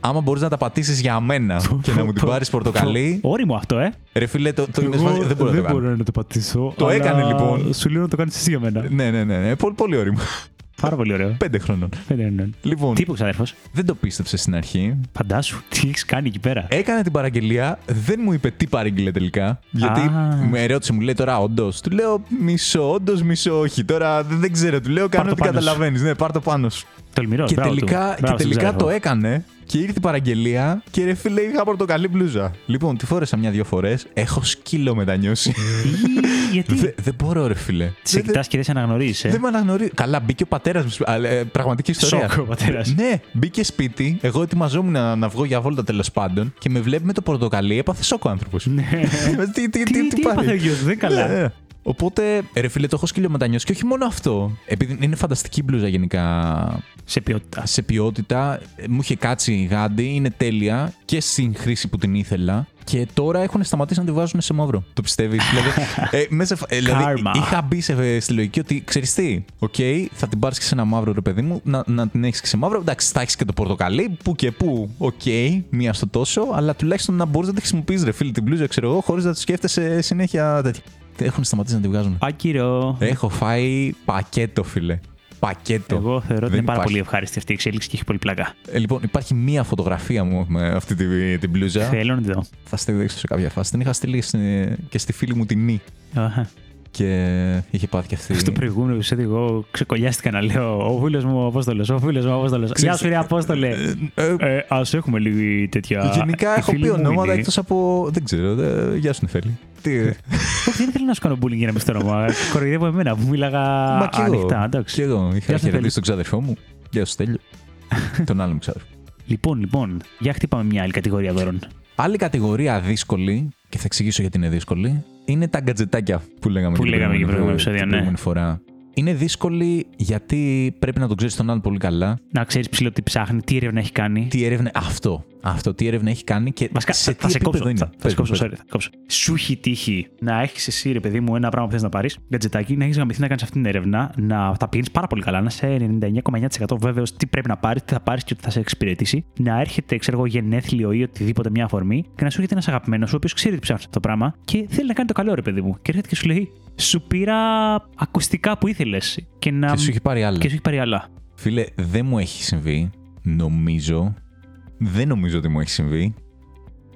Speaker 1: Άμα μπορείς να τα πατήσεις για μένα και να μου την πάρεις πορτοκαλί.
Speaker 2: Όριμο αυτό, ε.
Speaker 1: Ρε φίλε, το, το είναι σφα- δεν μπορώ να το κάνω.
Speaker 2: να το πατήσω.
Speaker 1: Το αλλά έκανε, λοιπόν.
Speaker 2: Σου λέω να το κάνεις εσύ για μένα.
Speaker 1: Ναι, ναι, ναι, ναι. Πολύ, πολύ όριμα.
Speaker 2: Πάρα πολύ ωραίο.
Speaker 1: Πέντε χρόνων.
Speaker 2: Ναι, ναι.
Speaker 1: Λοιπόν,
Speaker 2: Τι είπε ο ξαδέρφος,
Speaker 1: δεν το πίστεψες στην αρχή.
Speaker 2: φαντάσου, τι έχεις κάνει εκεί πέρα.
Speaker 1: Έκανε την παραγγελία, δεν μου είπε τι παρήγγειλε τελικά. Γιατί
Speaker 2: Α.
Speaker 1: με ερώτησε, μου λέει τώρα όντως. Του λέω μισό, όντως μισό, όχι. Τώρα δεν, δεν ξέρω, του λέω κάνω
Speaker 2: το
Speaker 1: τι
Speaker 2: πάνω σου.
Speaker 1: καταλαβαίνεις. Ναι, πάρ το πάνω σου.
Speaker 2: Τολμηρός,
Speaker 1: Και
Speaker 2: μπράβο του.
Speaker 1: τελικά, και
Speaker 2: Μπράβο στον
Speaker 1: τελικά
Speaker 2: ξάδερφο.
Speaker 1: το έκανε και ήρθε η παραγγελία και ρε φίλε είχα πορτοκαλί μπλούζα. Λοιπόν, τη φόρεσα μια-δυο φορές. Έχω σκύλο μετανιώσει.
Speaker 2: Τι, Γιατί.
Speaker 1: Δε- Δεν μπορώ, ρε φίλε.
Speaker 2: Σε ε?
Speaker 1: Δεν-
Speaker 2: κοιτάς και δεν σε αναγνωρίζει.
Speaker 1: δεν με αναγνωρίζει. Καλά, μπήκε ο πατέρας μου. σπι- αλλά, ε, πραγματική ιστορία.
Speaker 2: Σοκ ο πατέρας.
Speaker 1: Ναι, μπήκε σπίτι. Εγώ ετοιμαζόμουν να, να βγω για βόλτα τέλος πάντων και με βλέπει με το πορτοκαλί. Έπαθε σοκ ο άνθρωπος. τι, τι,
Speaker 2: Ναι. Τι, τι
Speaker 1: πάθει.
Speaker 2: έπαθε ο γιος, δεν καλά.
Speaker 1: Ναι, ναι. Οπότε, ε, ρε φίλε, το έχω σκύλο μετανιώσει και όχι μόνο αυτό. Επειδή είναι φανταστική μπλούζα γενικά
Speaker 2: Σε ποιότητα.
Speaker 1: σε ποιότητα. ε, Μου είχε κάτσει η γάντι, είναι τέλεια και στην χρήση που την ήθελα. Και τώρα έχουν σταματήσει να τη βάζουν σε μαύρο. Το πιστεύεις. δηλαδή, ε, μέσα, ε, δηλαδή
Speaker 2: Karma.
Speaker 1: είχα μπει σε, στη λογική ότι ξέρεις τι, οκ, θα την πάρεις και σε ένα μαύρο ρε παιδί μου, να, να την έχεις και σε μαύρο. Εντάξει, θα έχεις και το πορτοκαλί, που και που, οκ, μία στο τόσο, αλλά τουλάχιστον να μπορείς να τη χρησιμοποιείς ρε φίλε την μπλούζα, ξέρω εγώ, χωρίς να τη σκέφτεσαι συνέχεια τέτοια. Έχουν σταματήσει να τη βγάζουν.
Speaker 2: Άκυρο.
Speaker 1: Έχω φάει πακέτο, φίλε. Πακέτο.
Speaker 2: Εγώ θεωρώ
Speaker 1: Δεν
Speaker 2: ότι είναι πάρα
Speaker 1: υπάρχει.
Speaker 2: πολύ ευχάριστη αυτή η εξέλιξη και έχει πολύ πλάκα.
Speaker 1: Ε, λοιπόν, υπάρχει μία φωτογραφία μου με αυτή την, την μπλούζα.
Speaker 2: Θέλω να τη δω.
Speaker 1: Θα στη δείξω σε κάποια φάση. Την είχα στείλει στη- ε, και στη φίλη μου την Νη.
Speaker 2: Αχα.
Speaker 1: Και είχε πάθει και αυτή.
Speaker 2: Στο προηγούμενο επεισόδιο, εγώ ξεκολλιάστηκα να λέω Ο φίλο μου ο Απόστολος, ο φίλο μου ο Απόστολος. Γεια σου, ρε Απόστολε.
Speaker 1: Ε, ε,
Speaker 2: Ε, Ας έχουμε λίγη τέτοια.
Speaker 1: γενικά
Speaker 2: Η
Speaker 1: έχω
Speaker 2: φίλη
Speaker 1: πει
Speaker 2: μου
Speaker 1: ονόματα
Speaker 2: είναι-
Speaker 1: εκτός από. Δεν ξέρω. ε, γεια σου, Νεφέλη. Τι.
Speaker 2: Όχι, δεν ήθελα να σου κάνω bullying για να μπει στο όνομα. Κοροϊδεύω εμένα που μίλαγα
Speaker 1: Μα και εγώ.
Speaker 2: ανοιχτά.
Speaker 1: Και
Speaker 2: εντάξει.
Speaker 1: εγώ. Είχα
Speaker 2: Νεφέλη.
Speaker 1: χαιρετήσει τον ξάδερφό μου. Γεια σου, Τέλειο. τον άλλο μου ξάδερφο.
Speaker 2: Λοιπόν, λοιπόν, για χτύπαμε μια άλλη κατηγορία δώρων.
Speaker 1: Άλλη κατηγορία δύσκολη, και θα εξηγήσω γιατί είναι δύσκολη, είναι τα γκατζετάκια που λέγαμε
Speaker 2: Που
Speaker 1: και την
Speaker 2: λέγαμε
Speaker 1: προηγούμενη-
Speaker 2: και προηγούμενη επεισόδια,
Speaker 1: την
Speaker 2: ναι.
Speaker 1: προηγούμενη φορά. είναι δύσκολη γιατί πρέπει να τον ξέρεις τον άλλον πολύ καλά.
Speaker 2: Να ξέρεις ψηλό τι ψάχνει, τι έρευνα έχει κάνει.
Speaker 1: Τι έρευνα. Αυτό. Αυτό. Τι έρευνα έχει κάνει και
Speaker 2: Βασικά,
Speaker 1: σε
Speaker 2: θα,
Speaker 1: τι
Speaker 2: θα σε
Speaker 1: επίπεδο
Speaker 2: κόψω.
Speaker 1: είναι.
Speaker 2: Θα, θα
Speaker 1: Πες
Speaker 2: σε
Speaker 1: μου,
Speaker 2: κόψω,
Speaker 1: πες μου.
Speaker 2: sorry, θα σε κόψω. Σου έχει τύχει να έχεις εσύ, ρε παιδί μου, ένα πράγμα που θες να πάρεις, γκατζετάκι, να έχεις γαμηθεί να κάνεις αυτή την έρευνα, να τα πίνεις πάρα πολύ καλά, να είσαι 99,9% βέβαιος τι πρέπει να πάρεις, τι θα πάρεις και ότι θα σε εξυπηρετήσει, να έρχεται, ξέρω εγώ, γενέθλιο ή οτιδήποτε μια αφορμή και να σου έρχεται ένας αγαπημένος, ο οποίος ξέρει τι ψάχνεις αυτό το πράγμα και θέλει να κάνει το καλό, ρε παιδί μου. Και έρχεται και σου λέει, σου πήρα ακουστικά που ήθελες και να.
Speaker 1: Και σου έχει πάρει άλλα.
Speaker 2: και σου έχει πάρει άλλα.
Speaker 1: Φίλε, δεν μου έχει συμβεί. Νομίζω. Δεν νομίζω ότι μου έχει συμβεί.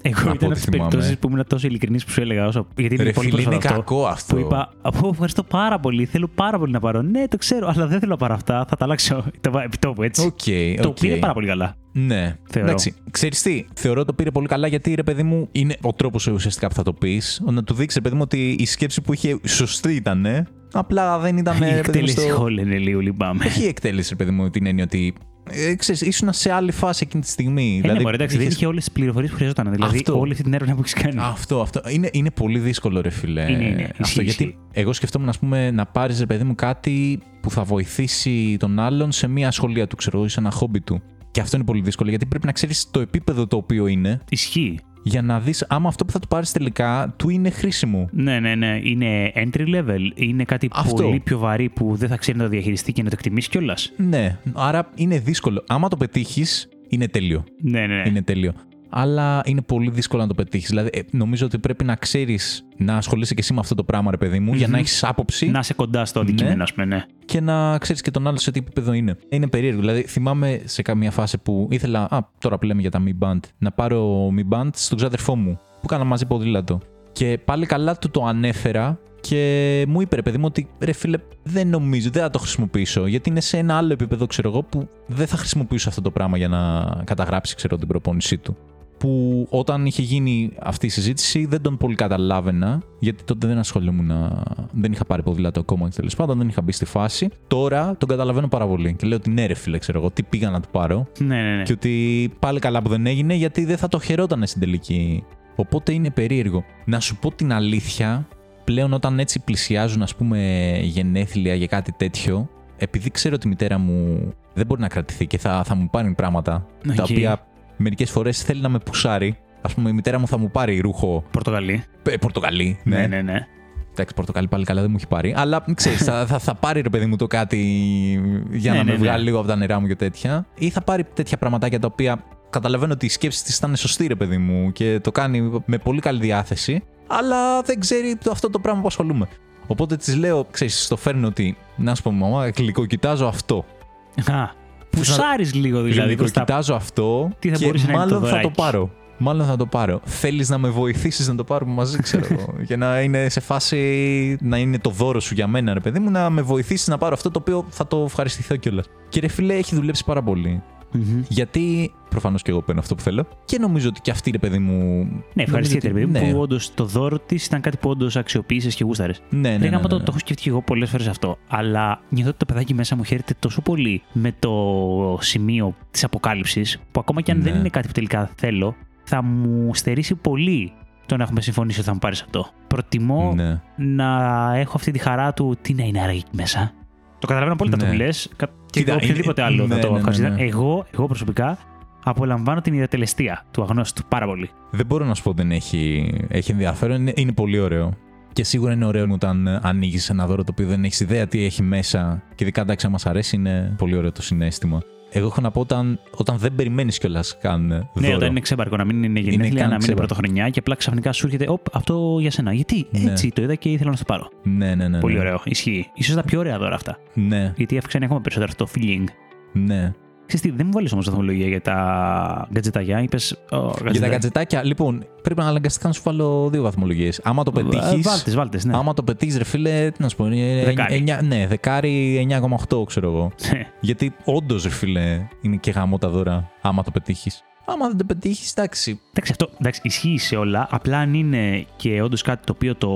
Speaker 2: Εγώ
Speaker 1: Από
Speaker 2: ήταν
Speaker 1: ό,τι
Speaker 2: από τις
Speaker 1: θυμάμαι.
Speaker 2: περιπτώσεις που ήμουν τόσο ειλικρινής που σου έλεγα. Όσο... Γιατί είναι
Speaker 1: Ρε
Speaker 2: πολύ
Speaker 1: φίλε,
Speaker 2: πρόσφατο
Speaker 1: είναι
Speaker 2: αυτό.
Speaker 1: κακό αυτό.
Speaker 2: Που είπα, «Ω, ευχαριστώ πάρα πολύ. Θέλω πάρα πολύ να πάρω. Ναι, το ξέρω, αλλά δεν θέλω να πάρω αυτά. Θα τα αλλάξω. Τα βα- επί τόπου έτσι.
Speaker 1: Οκ,
Speaker 2: Το
Speaker 1: οκ.
Speaker 2: πήρε πάρα πολύ καλά.
Speaker 1: Ναι.
Speaker 2: Θεωρώ.
Speaker 1: Εντάξει. Ξέρεις τι, θεωρώ το πήρε πολύ καλά γιατί ρε παιδί μου είναι ο τρόπος ουσιαστικά που θα το πεις. Να του δείξει ρε παιδί μου ότι η σκέψη που είχε σωστή ήταν. Απλά δεν ήταν.
Speaker 2: Η
Speaker 1: Ναι, ρε παιδί μου,
Speaker 2: εκτέλεση
Speaker 1: στο-
Speaker 2: χόλ είναι λίγο λυπάμαι.
Speaker 1: Όχι η εκτέλεση, ρε παιδί μου, την έννοια ότι. Ε, ξέρεις, ήσουν σε άλλη φάση εκείνη τη στιγμή. Δηλαδή,
Speaker 2: Ε, Ναι, μωρέ, εντάξει, δεν
Speaker 1: είχες-
Speaker 2: είχε όλες τις πληροφορίες που χρειαζόταν. Δηλαδή,
Speaker 1: Αυτό.
Speaker 2: όλη αυτή την έρευνα που έχεις κάνει.
Speaker 1: Αυτό, αυτό. Είναι, είναι πολύ δύσκολο, ρε φιλέ.
Speaker 2: Είναι, είναι.
Speaker 1: Αυτό,
Speaker 2: Ισχύει,
Speaker 1: γιατί
Speaker 2: ισχύει.
Speaker 1: εγώ σκεφτόμουν, ας πούμε, να πάρεις, ρε παιδί μου, κάτι που θα βοηθήσει τον άλλον σε μια ασχολία του, ξέρω εγώ, ή σε ένα χόμπι του. Και αυτό είναι πολύ δύσκολο, γιατί πρέπει να ξέρεις το επίπεδο το οποίο είναι,
Speaker 2: Ισχύει.
Speaker 1: για να δεις άμα αυτό που θα του πάρεις τελικά του είναι χρήσιμο.
Speaker 2: Ναι, ναι, ναι. Είναι entry level. Είναι κάτι
Speaker 1: Αυτό.
Speaker 2: πολύ πιο βαρύ που δεν θα ξέρει να το διαχειριστεί και να το εκτιμήσει κιόλας.
Speaker 1: Ναι, άρα είναι δύσκολο. Άμα το πετύχεις, είναι τέλειο.
Speaker 2: Ναι, ναι. ναι.
Speaker 1: είναι τέλειο. Αλλά είναι πολύ δύσκολο να το πετύχεις. Δηλαδή, ε, νομίζω ότι πρέπει να ξέρεις να ασχολείσαι και εσύ με αυτό το πράγμα, ρε παιδί μου, για να έχεις άποψη
Speaker 2: Να είσαι κοντά στο αντικείμενο, ας πούμε, ναι.
Speaker 1: και να ξέρεις και τον άλλο σε τι επίπεδο είναι. Είναι περίεργο. Δηλαδή, θυμάμαι σε καμία φάση που ήθελα, α, τώρα που λέμε για τα Mi Band, να πάρω Mi Band στον ξάδερφό μου που κάνα μαζί ποδήλατο. Και πάλι καλά του το ανέφερα και μου είπε, ρε παιδί μου, ότι ρε φίλε, δεν νομίζω, δεν θα το χρησιμοποιήσω. Γιατί είναι σε ένα άλλο επίπεδο, ξέρω εγώ, που δεν θα χρησιμοποιήσω αυτό το πράγμα για να καταγράψει, ξέρω, την προπόνησή του. Που όταν είχε γίνει αυτή η συζήτηση δεν τον πολύ καταλάβαινα, γιατί τότε δεν ασχολούμουν, δεν είχα πάρει ποδήλατο ακόμα και τέλος πάντων, δεν είχα μπει στη φάση. Τώρα τον καταλαβαίνω πάρα πολύ και λέω ότι ναι, ρε φίλε, ξέρω εγώ, τι πήγα να του πάρω.
Speaker 2: Ναι, ναι, ναι.
Speaker 1: Και ότι πάλι καλά που δεν έγινε γιατί δεν θα το χαιρότανε στην τελική. Οπότε είναι περίεργο. Να σου πω την αλήθεια, πλέον όταν έτσι πλησιάζουν ας πούμε γενέθλια για κάτι τέτοιο, επειδή ξέρω ότι η μητέρα μου δεν μπορεί να κρατηθεί και θα, θα μου πάρει πράγματα
Speaker 2: Οκ.
Speaker 1: τα οποία μερικές φορές θέλει να με πουσάρει. Ας πούμε η μητέρα μου θα μου πάρει ρούχο
Speaker 2: Πορτογαλί.
Speaker 1: ε, πορτοκαλί.
Speaker 2: Ναι, ναι, ναι.
Speaker 1: Εντάξει, πορτοκαλί πάλι καλά δεν μου έχει πάρει. Αλλά ξέρεις, θα, θα, θα πάρει ρε παιδί μου το κάτι για
Speaker 2: Ναι,
Speaker 1: να
Speaker 2: ναι,
Speaker 1: με
Speaker 2: ναι.
Speaker 1: βγάλει λίγο από τα νερά μου και τέτοια. Ή θα πάρει τέτοια πραγματάκια τα οποία καταλαβαίνω ότι η σκέψη τη ήταν σωστή, ρε παιδί μου, και το κάνει με πολύ καλή διάθεση. Αλλά δεν ξέρει το, αυτό το πράγμα που ασχολούμαι. Οπότε της λέω, ξέρεις, το φέρνω ότι να σου πω, μαμά, γλυκοκοιτάζω αυτό.
Speaker 2: Α, πουσάρει λίγο δηλαδή. προς τα-
Speaker 1: Γλυκοκοιτάζω Λοιπόν, αυτό
Speaker 2: Τι θα
Speaker 1: και
Speaker 2: μπορούσε να είναι το
Speaker 1: μάλλον θα το
Speaker 2: δωράκι.
Speaker 1: πάρω. Μάλλον θα το πάρω. Θέλεις να με βοηθήσεις να το πάρουμε μαζί, ξέρω εγώ. για να είναι σε φάση να είναι το δώρο σου για μένα, ρε παιδί μου, να με βοηθήσεις να πάρω αυτό το οποίο θα το ευχαριστηθώ κιόλας. Και ρε φίλε, έχει δουλέψει πάρα πολύ.
Speaker 2: Μμμ.
Speaker 1: Γιατί προφανώς και εγώ παίρνω αυτό που θέλω. Και νομίζω ότι και αυτή, ρε παιδί μου.
Speaker 2: Ναι, ευχαριστείτε, ρε παιδί
Speaker 1: νομίζω
Speaker 2: μου,
Speaker 1: ότι-
Speaker 2: που όντως το δώρο της ήταν κάτι που όντως αξιοποίησες και γούσταρες.
Speaker 1: Ναι, ναι, ναι.
Speaker 2: Πρέπει να
Speaker 1: ναι,
Speaker 2: πω το,
Speaker 1: ναι.
Speaker 2: το έχω σκεφτεί και εγώ πολλές φορές αυτό. Αλλά νιώθω ότι το παιδάκι μέσα μου χαίρεται τόσο πολύ με το σημείο της αποκάλυψης, που ακόμα και αν δεν
Speaker 1: Ναι.
Speaker 2: είναι κάτι που τελικά θέλω, θα μου στερήσει πολύ το να έχουμε συμφωνήσει ότι θα μου πάρεις αυτό. Προτιμώ
Speaker 1: Ναι.
Speaker 2: να έχω αυτή τη χαρά του τι να είναι άραγε εκεί μέσα. Το καταλαβαίνω πολύ αυτό
Speaker 1: Ναι.
Speaker 2: που λες. Και
Speaker 1: Κοίτα,
Speaker 2: εγώ οποιοδήποτε
Speaker 1: είναι-
Speaker 2: άλλο
Speaker 1: ναι,
Speaker 2: θα το
Speaker 1: ναι, ναι,
Speaker 2: ευχαριστήσω.
Speaker 1: ναι.
Speaker 2: Εγώ, εγώ προσωπικά απολαμβάνω την ιδιατελεστία του αγνώστου πάρα πολύ.
Speaker 1: Δεν μπορώ να σου πω δεν έχει, έχει ενδιαφέρον. Είναι, είναι πολύ ωραίο. Και σίγουρα είναι ωραίο όταν ανοίγεις ένα δώρο το οποίο δεν έχεις ιδέα τι έχει μέσα. Και ειδικά εντάξει, αν μα αρέσει, είναι πολύ ωραίο το συνέστημα. Εγώ έχω να πω όταν, όταν δεν περιμένεις κιόλας καν ε, δώρο.
Speaker 2: Ναι, όταν είναι ξέμπαρκο, να μην είναι γενέθλια,
Speaker 1: καν
Speaker 2: να μην είναι
Speaker 1: ξέμπαρκο.
Speaker 2: πρωτοχρονιά και απλά ξαφνικά σου έρχεται «Οπ, αυτό για σένα. Γιατί
Speaker 1: Ναι.
Speaker 2: έτσι το είδα και ήθελα να το πάρω.
Speaker 1: ναι, ναι, ναι,
Speaker 2: Πολύ
Speaker 1: ναι.
Speaker 2: ωραίο. Ισχύει. σω τα πιο ωραία δώρα αυτά.
Speaker 1: Ναι,
Speaker 2: Γιατί αυξάνει ακόμα περισσότερο αυτό το feeling.
Speaker 1: ναι.
Speaker 2: Ξέρεις τι, δεν μου βάλεις όμως βαθμολογία για τα γκατζετάκια. Είπε.
Speaker 1: Για τα κατζετάκια, λοιπόν, πρέπει να αναγκαστικά να σου βάλω δύο βαθμολογίες. Άμα το πετύχεις.
Speaker 2: Βάλτες, βάλτες. Ναι.
Speaker 1: Άμα το πετύχεις, ρε φίλε, τι να σου πω. είναι
Speaker 2: Δεκάρι.
Speaker 1: εννιά- ναι, δεκάρι 9,8 ξέρω εγώ.
Speaker 2: Ε,
Speaker 1: Γιατί όντως, ρε φίλε, είναι και γαμό τα δώρα, άμα το πετύχεις. Άμα δεν το πετύχεις, εντάξει.
Speaker 2: Εντάξει, αυτό εντάξει, ισχύει σε όλα. Απλά αν είναι και όντως κάτι το οποίο το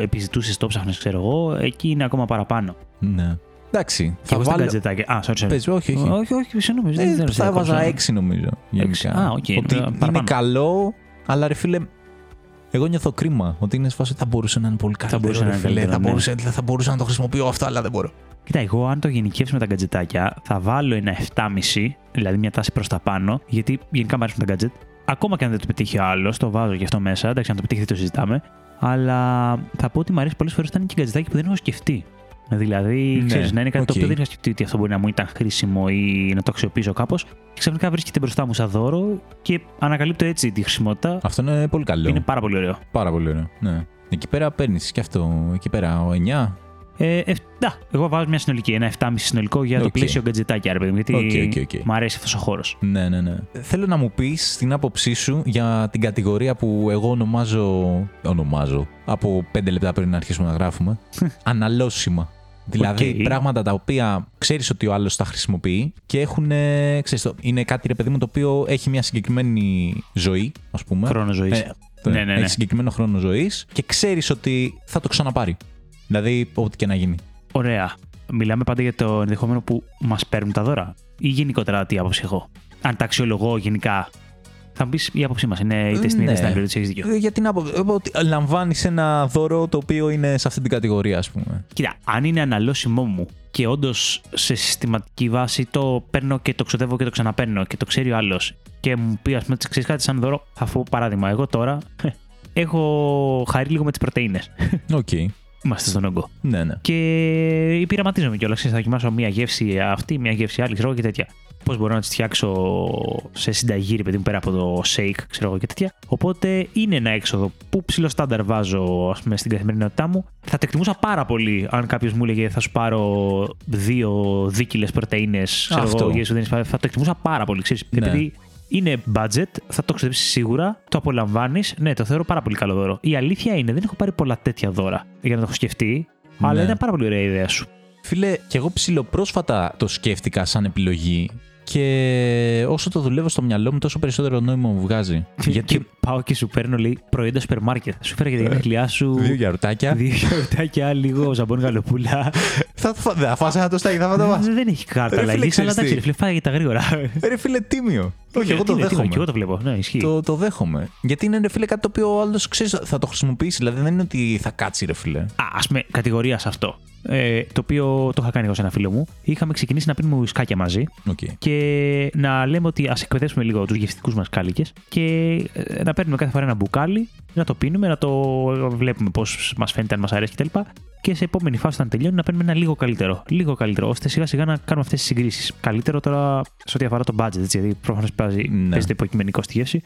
Speaker 2: επιζητούσες, το ψάχνες, ξέρω εγώ, εκεί είναι ακόμα παραπάνω.
Speaker 1: Ναι. Εντάξει.
Speaker 2: Και εγώ στα γκατζετάκια. Α, sorry, sorry.
Speaker 1: Πες, όχι, όχι.
Speaker 2: Όχι, όχι, συγγνώμη.
Speaker 1: Ε,
Speaker 2: δεν θέλω να σε
Speaker 1: θα έβαζα
Speaker 2: διακόψω.
Speaker 1: 6 νομίζω. Γενικά.
Speaker 2: Α, οκ,
Speaker 1: Ότι
Speaker 2: ε,
Speaker 1: είναι
Speaker 2: παραπάνω.
Speaker 1: καλό, αλλά ρε φίλε, Εγώ νιώθω κρίμα ότι είναι σφάση θα μπορούσε να είναι πολύ καλύτερο.
Speaker 2: μπορούσε να
Speaker 1: ρε
Speaker 2: είναι
Speaker 1: φίλε,
Speaker 2: καλύτερο,
Speaker 1: θα,
Speaker 2: ναι.
Speaker 1: μπορούσε, θα μπορούσα να το χρησιμοποιώ αυτό, αλλά δεν μπορώ.
Speaker 2: Κοίτα, εγώ αν το γενικεύσω με τα γκατζετάκια, θα βάλω ένα 7,5, δηλαδή μια τάση προς τα πάνω, γιατί γενικά μου αρέσουν τα γκατζετ. Ακόμα και αν δεν το πετύχει ο άλλος, το βάζω και αυτό μέσα. Εντάξει, αν το πετύχει δεν το συζητάμε. Αλλά θα πω ότι μου αρέσει πολλές φορές όταν είναι και γκατζετάκι που δεν έχω σκεφτεί. Δηλαδή,
Speaker 1: Ναι,
Speaker 2: ξέρεις, να είναι κάτι
Speaker 1: οκ.
Speaker 2: το οποίο δεν είχα σκεφτεί ότι αυτό μπορεί να μου ήταν χρήσιμο ή να το αξιοποιήσω κάπως. Και ξαφνικά βρίσκεται μπροστά μου σαν δώρο και ανακαλύπτω έτσι τη χρησιμότητα.
Speaker 1: Αυτό είναι πολύ καλό.
Speaker 2: Είναι πάρα πολύ ωραίο.
Speaker 1: Πάρα πολύ ωραίο. Ναι. Εκεί πέρα παίρνεις και αυτό. Εκεί πέρα ο 9.
Speaker 2: Ε, ε, να, εγώ βάζω μια συνολική, ένα 7,5 συνολικό για το
Speaker 1: Οκ.
Speaker 2: πλαίσιο γκατζετάκια, ρε παιδί μου. Γιατί
Speaker 1: Οκ, οκ, οκ.
Speaker 2: μου αρέσει αυτός ο χώρος.
Speaker 1: Ναι, ναι, ναι. Θέλω να μου πεις την άποψή σου για την κατηγορία που εγώ ονομάζω. Ονομάζω. Από 5 λεπτά πριν να αρχίσουμε να γράφουμε. αναλώσιμα. Δηλαδή
Speaker 2: Οκ.
Speaker 1: πράγματα τα οποία ξέρεις ότι ο άλλος τα χρησιμοποιεί και έχουν. ε, Ξέρεις, το, είναι κάτι ρε παιδί μου το οποίο έχει μια συγκεκριμένη ζωή, ας πούμε.
Speaker 2: Χρόνο ζωής.
Speaker 1: Ε, το-
Speaker 2: Ναι, ναι, ναι.
Speaker 1: Έχει συγκεκριμένο χρόνο ζωής και ξέρεις ότι θα το ξαναπάρει. Δηλαδή, ό,τι και να γίνει.
Speaker 2: Ωραία. Μιλάμε πάντα για το ενδεχόμενο που μας παίρνουν τα δώρα. Ή γενικότερα τι άποψη έχω. Αν τα αξιολογώ γενικά. Θα μου πεις η άποψή μας. Είναι είτε στην
Speaker 1: Ναι.
Speaker 2: είτε στην άλλη, έχεις δίκιο.
Speaker 1: Ε, Για την άποψη. ε, Ότι λαμβάνεις ένα δώρο το οποίο είναι σε αυτή την κατηγορία, ας πούμε.
Speaker 2: Κοίτα, αν είναι αναλώσιμό μου και όντως σε συστηματική βάση το παίρνω και το ξοδεύω και το ξαναπαίρνω και το ξέρει ο άλλος και μου πει, ας πούμε, ξέρεις κάτι σαν δώρο, θα φω παράδειγμα. Εγώ τώρα έχω χαρεί λίγο με τις πρωτενε.
Speaker 1: Οκ.
Speaker 2: Είμαστε στον όγκο.
Speaker 1: Ναι, ναι.
Speaker 2: Και πειραματίζομαι κιόλα. Θα δοκιμάσω μία γεύση αυτή, μία γεύση άλλη, ξέρω εγώ και τέτοια. Πώς μπορώ να τις φτιάξω σε συνταγή, ρε παιδί μου, πέρα από το shake, ξέρω εγώ και τέτοια. Οπότε είναι ένα έξοδο που ψηλό στάνταρ βάζω, ας πούμε, στην καθημερινότητά μου. Θα το εκτιμούσα πάρα πολύ αν κάποιος μου έλεγε θα σου πάρω δύο δίκυλες πρωτενε, ξέρω
Speaker 1: Αυτό.
Speaker 2: εγώ, γεύση που δεν έχεις πάρει». Θα το εκτιμούσα πάρα πολύ, ξέρεις.
Speaker 1: Ναι.
Speaker 2: Επειδή είναι budget, θα το ξοδέψεις σίγουρα, το απολαμβάνεις. Ναι, το θεωρώ πάρα πολύ καλό δώρο. Η αλήθεια είναι, δεν έχω πάρει πολλά τέτοια δώρα για να το έχω σκεφτεί. Αλλά
Speaker 1: Ναι.
Speaker 2: ήταν πάρα πολύ ωραία η ιδέα σου.
Speaker 1: Φίλε, κι εγώ ψηλοπρόσφατα το σκέφτηκα σαν επιλογή και όσο το δουλεύω στο μυαλό μου, τόσο περισσότερο νόημα μου βγάζει.
Speaker 2: Γιατί πάω και σου παίρνω λέει, προϊόντα σούπερ μάρκετ. Σου φέρα για την γενέθλιά σου.
Speaker 1: Ε, Δύο γιαουρτάκια.
Speaker 2: Δύο γιαουρτάκια, λίγο ζαμπόν γαλοπούλα.
Speaker 1: θα φά- θα φας ένα τοστάκι, θα φας το
Speaker 2: Δεν δεν έχει κάρτα
Speaker 1: Ρε φίλε,
Speaker 2: αλλαγή, αλλά
Speaker 1: ξέρεις τι.
Speaker 2: εντάξει, φίλε, φάγε τα γρήγορα.
Speaker 1: Ρε φίλε, τίμιο. Όχι,
Speaker 2: Τι
Speaker 1: εγώ το
Speaker 2: είναι, τι
Speaker 1: δέχομαι.
Speaker 2: είναι, Και εγώ το βλέπω. Ναι, ισχύει.
Speaker 1: Το, το δέχομαι. Γιατί είναι ρε φίλε κάτι το οποίο ο άλλος ξέρεις, θα το χρησιμοποιήσει. Δηλαδή δεν είναι ότι θα κάτσει ρε φίλε.
Speaker 2: Α ας πούμε, κατηγορία σε αυτό. Ε, το οποίο το είχα κάνει εγώ σε ένα φίλο μου. Είχαμε ξεκινήσει να πίνουμε ουσκάκια μαζί
Speaker 1: Οκ.
Speaker 2: και να λέμε ότι ας εκπαιδεύσουμε λίγο τους γευστικούς μας κάλικες και ε, να παίρνουμε κάθε φορά ένα μπουκάλι, να το πίνουμε, να το βλέπουμε πώς μας φαίνεται, αν μας αρέσει κτλ. Και σε επόμενη φάση, όταν τελειώνει, να παίρνουμε ένα λίγο καλύτερο. Λίγο καλύτερο, ώστε σιγά σιγά να κάνουμε αυτές τις συγκρίσεις. Καλύτερο τώρα σε ό,τι αφορά το budget, έτσι, γιατί προφανώς παίζει,
Speaker 1: Ναι.
Speaker 2: παίζει το υποκειμενικό στη γεύση.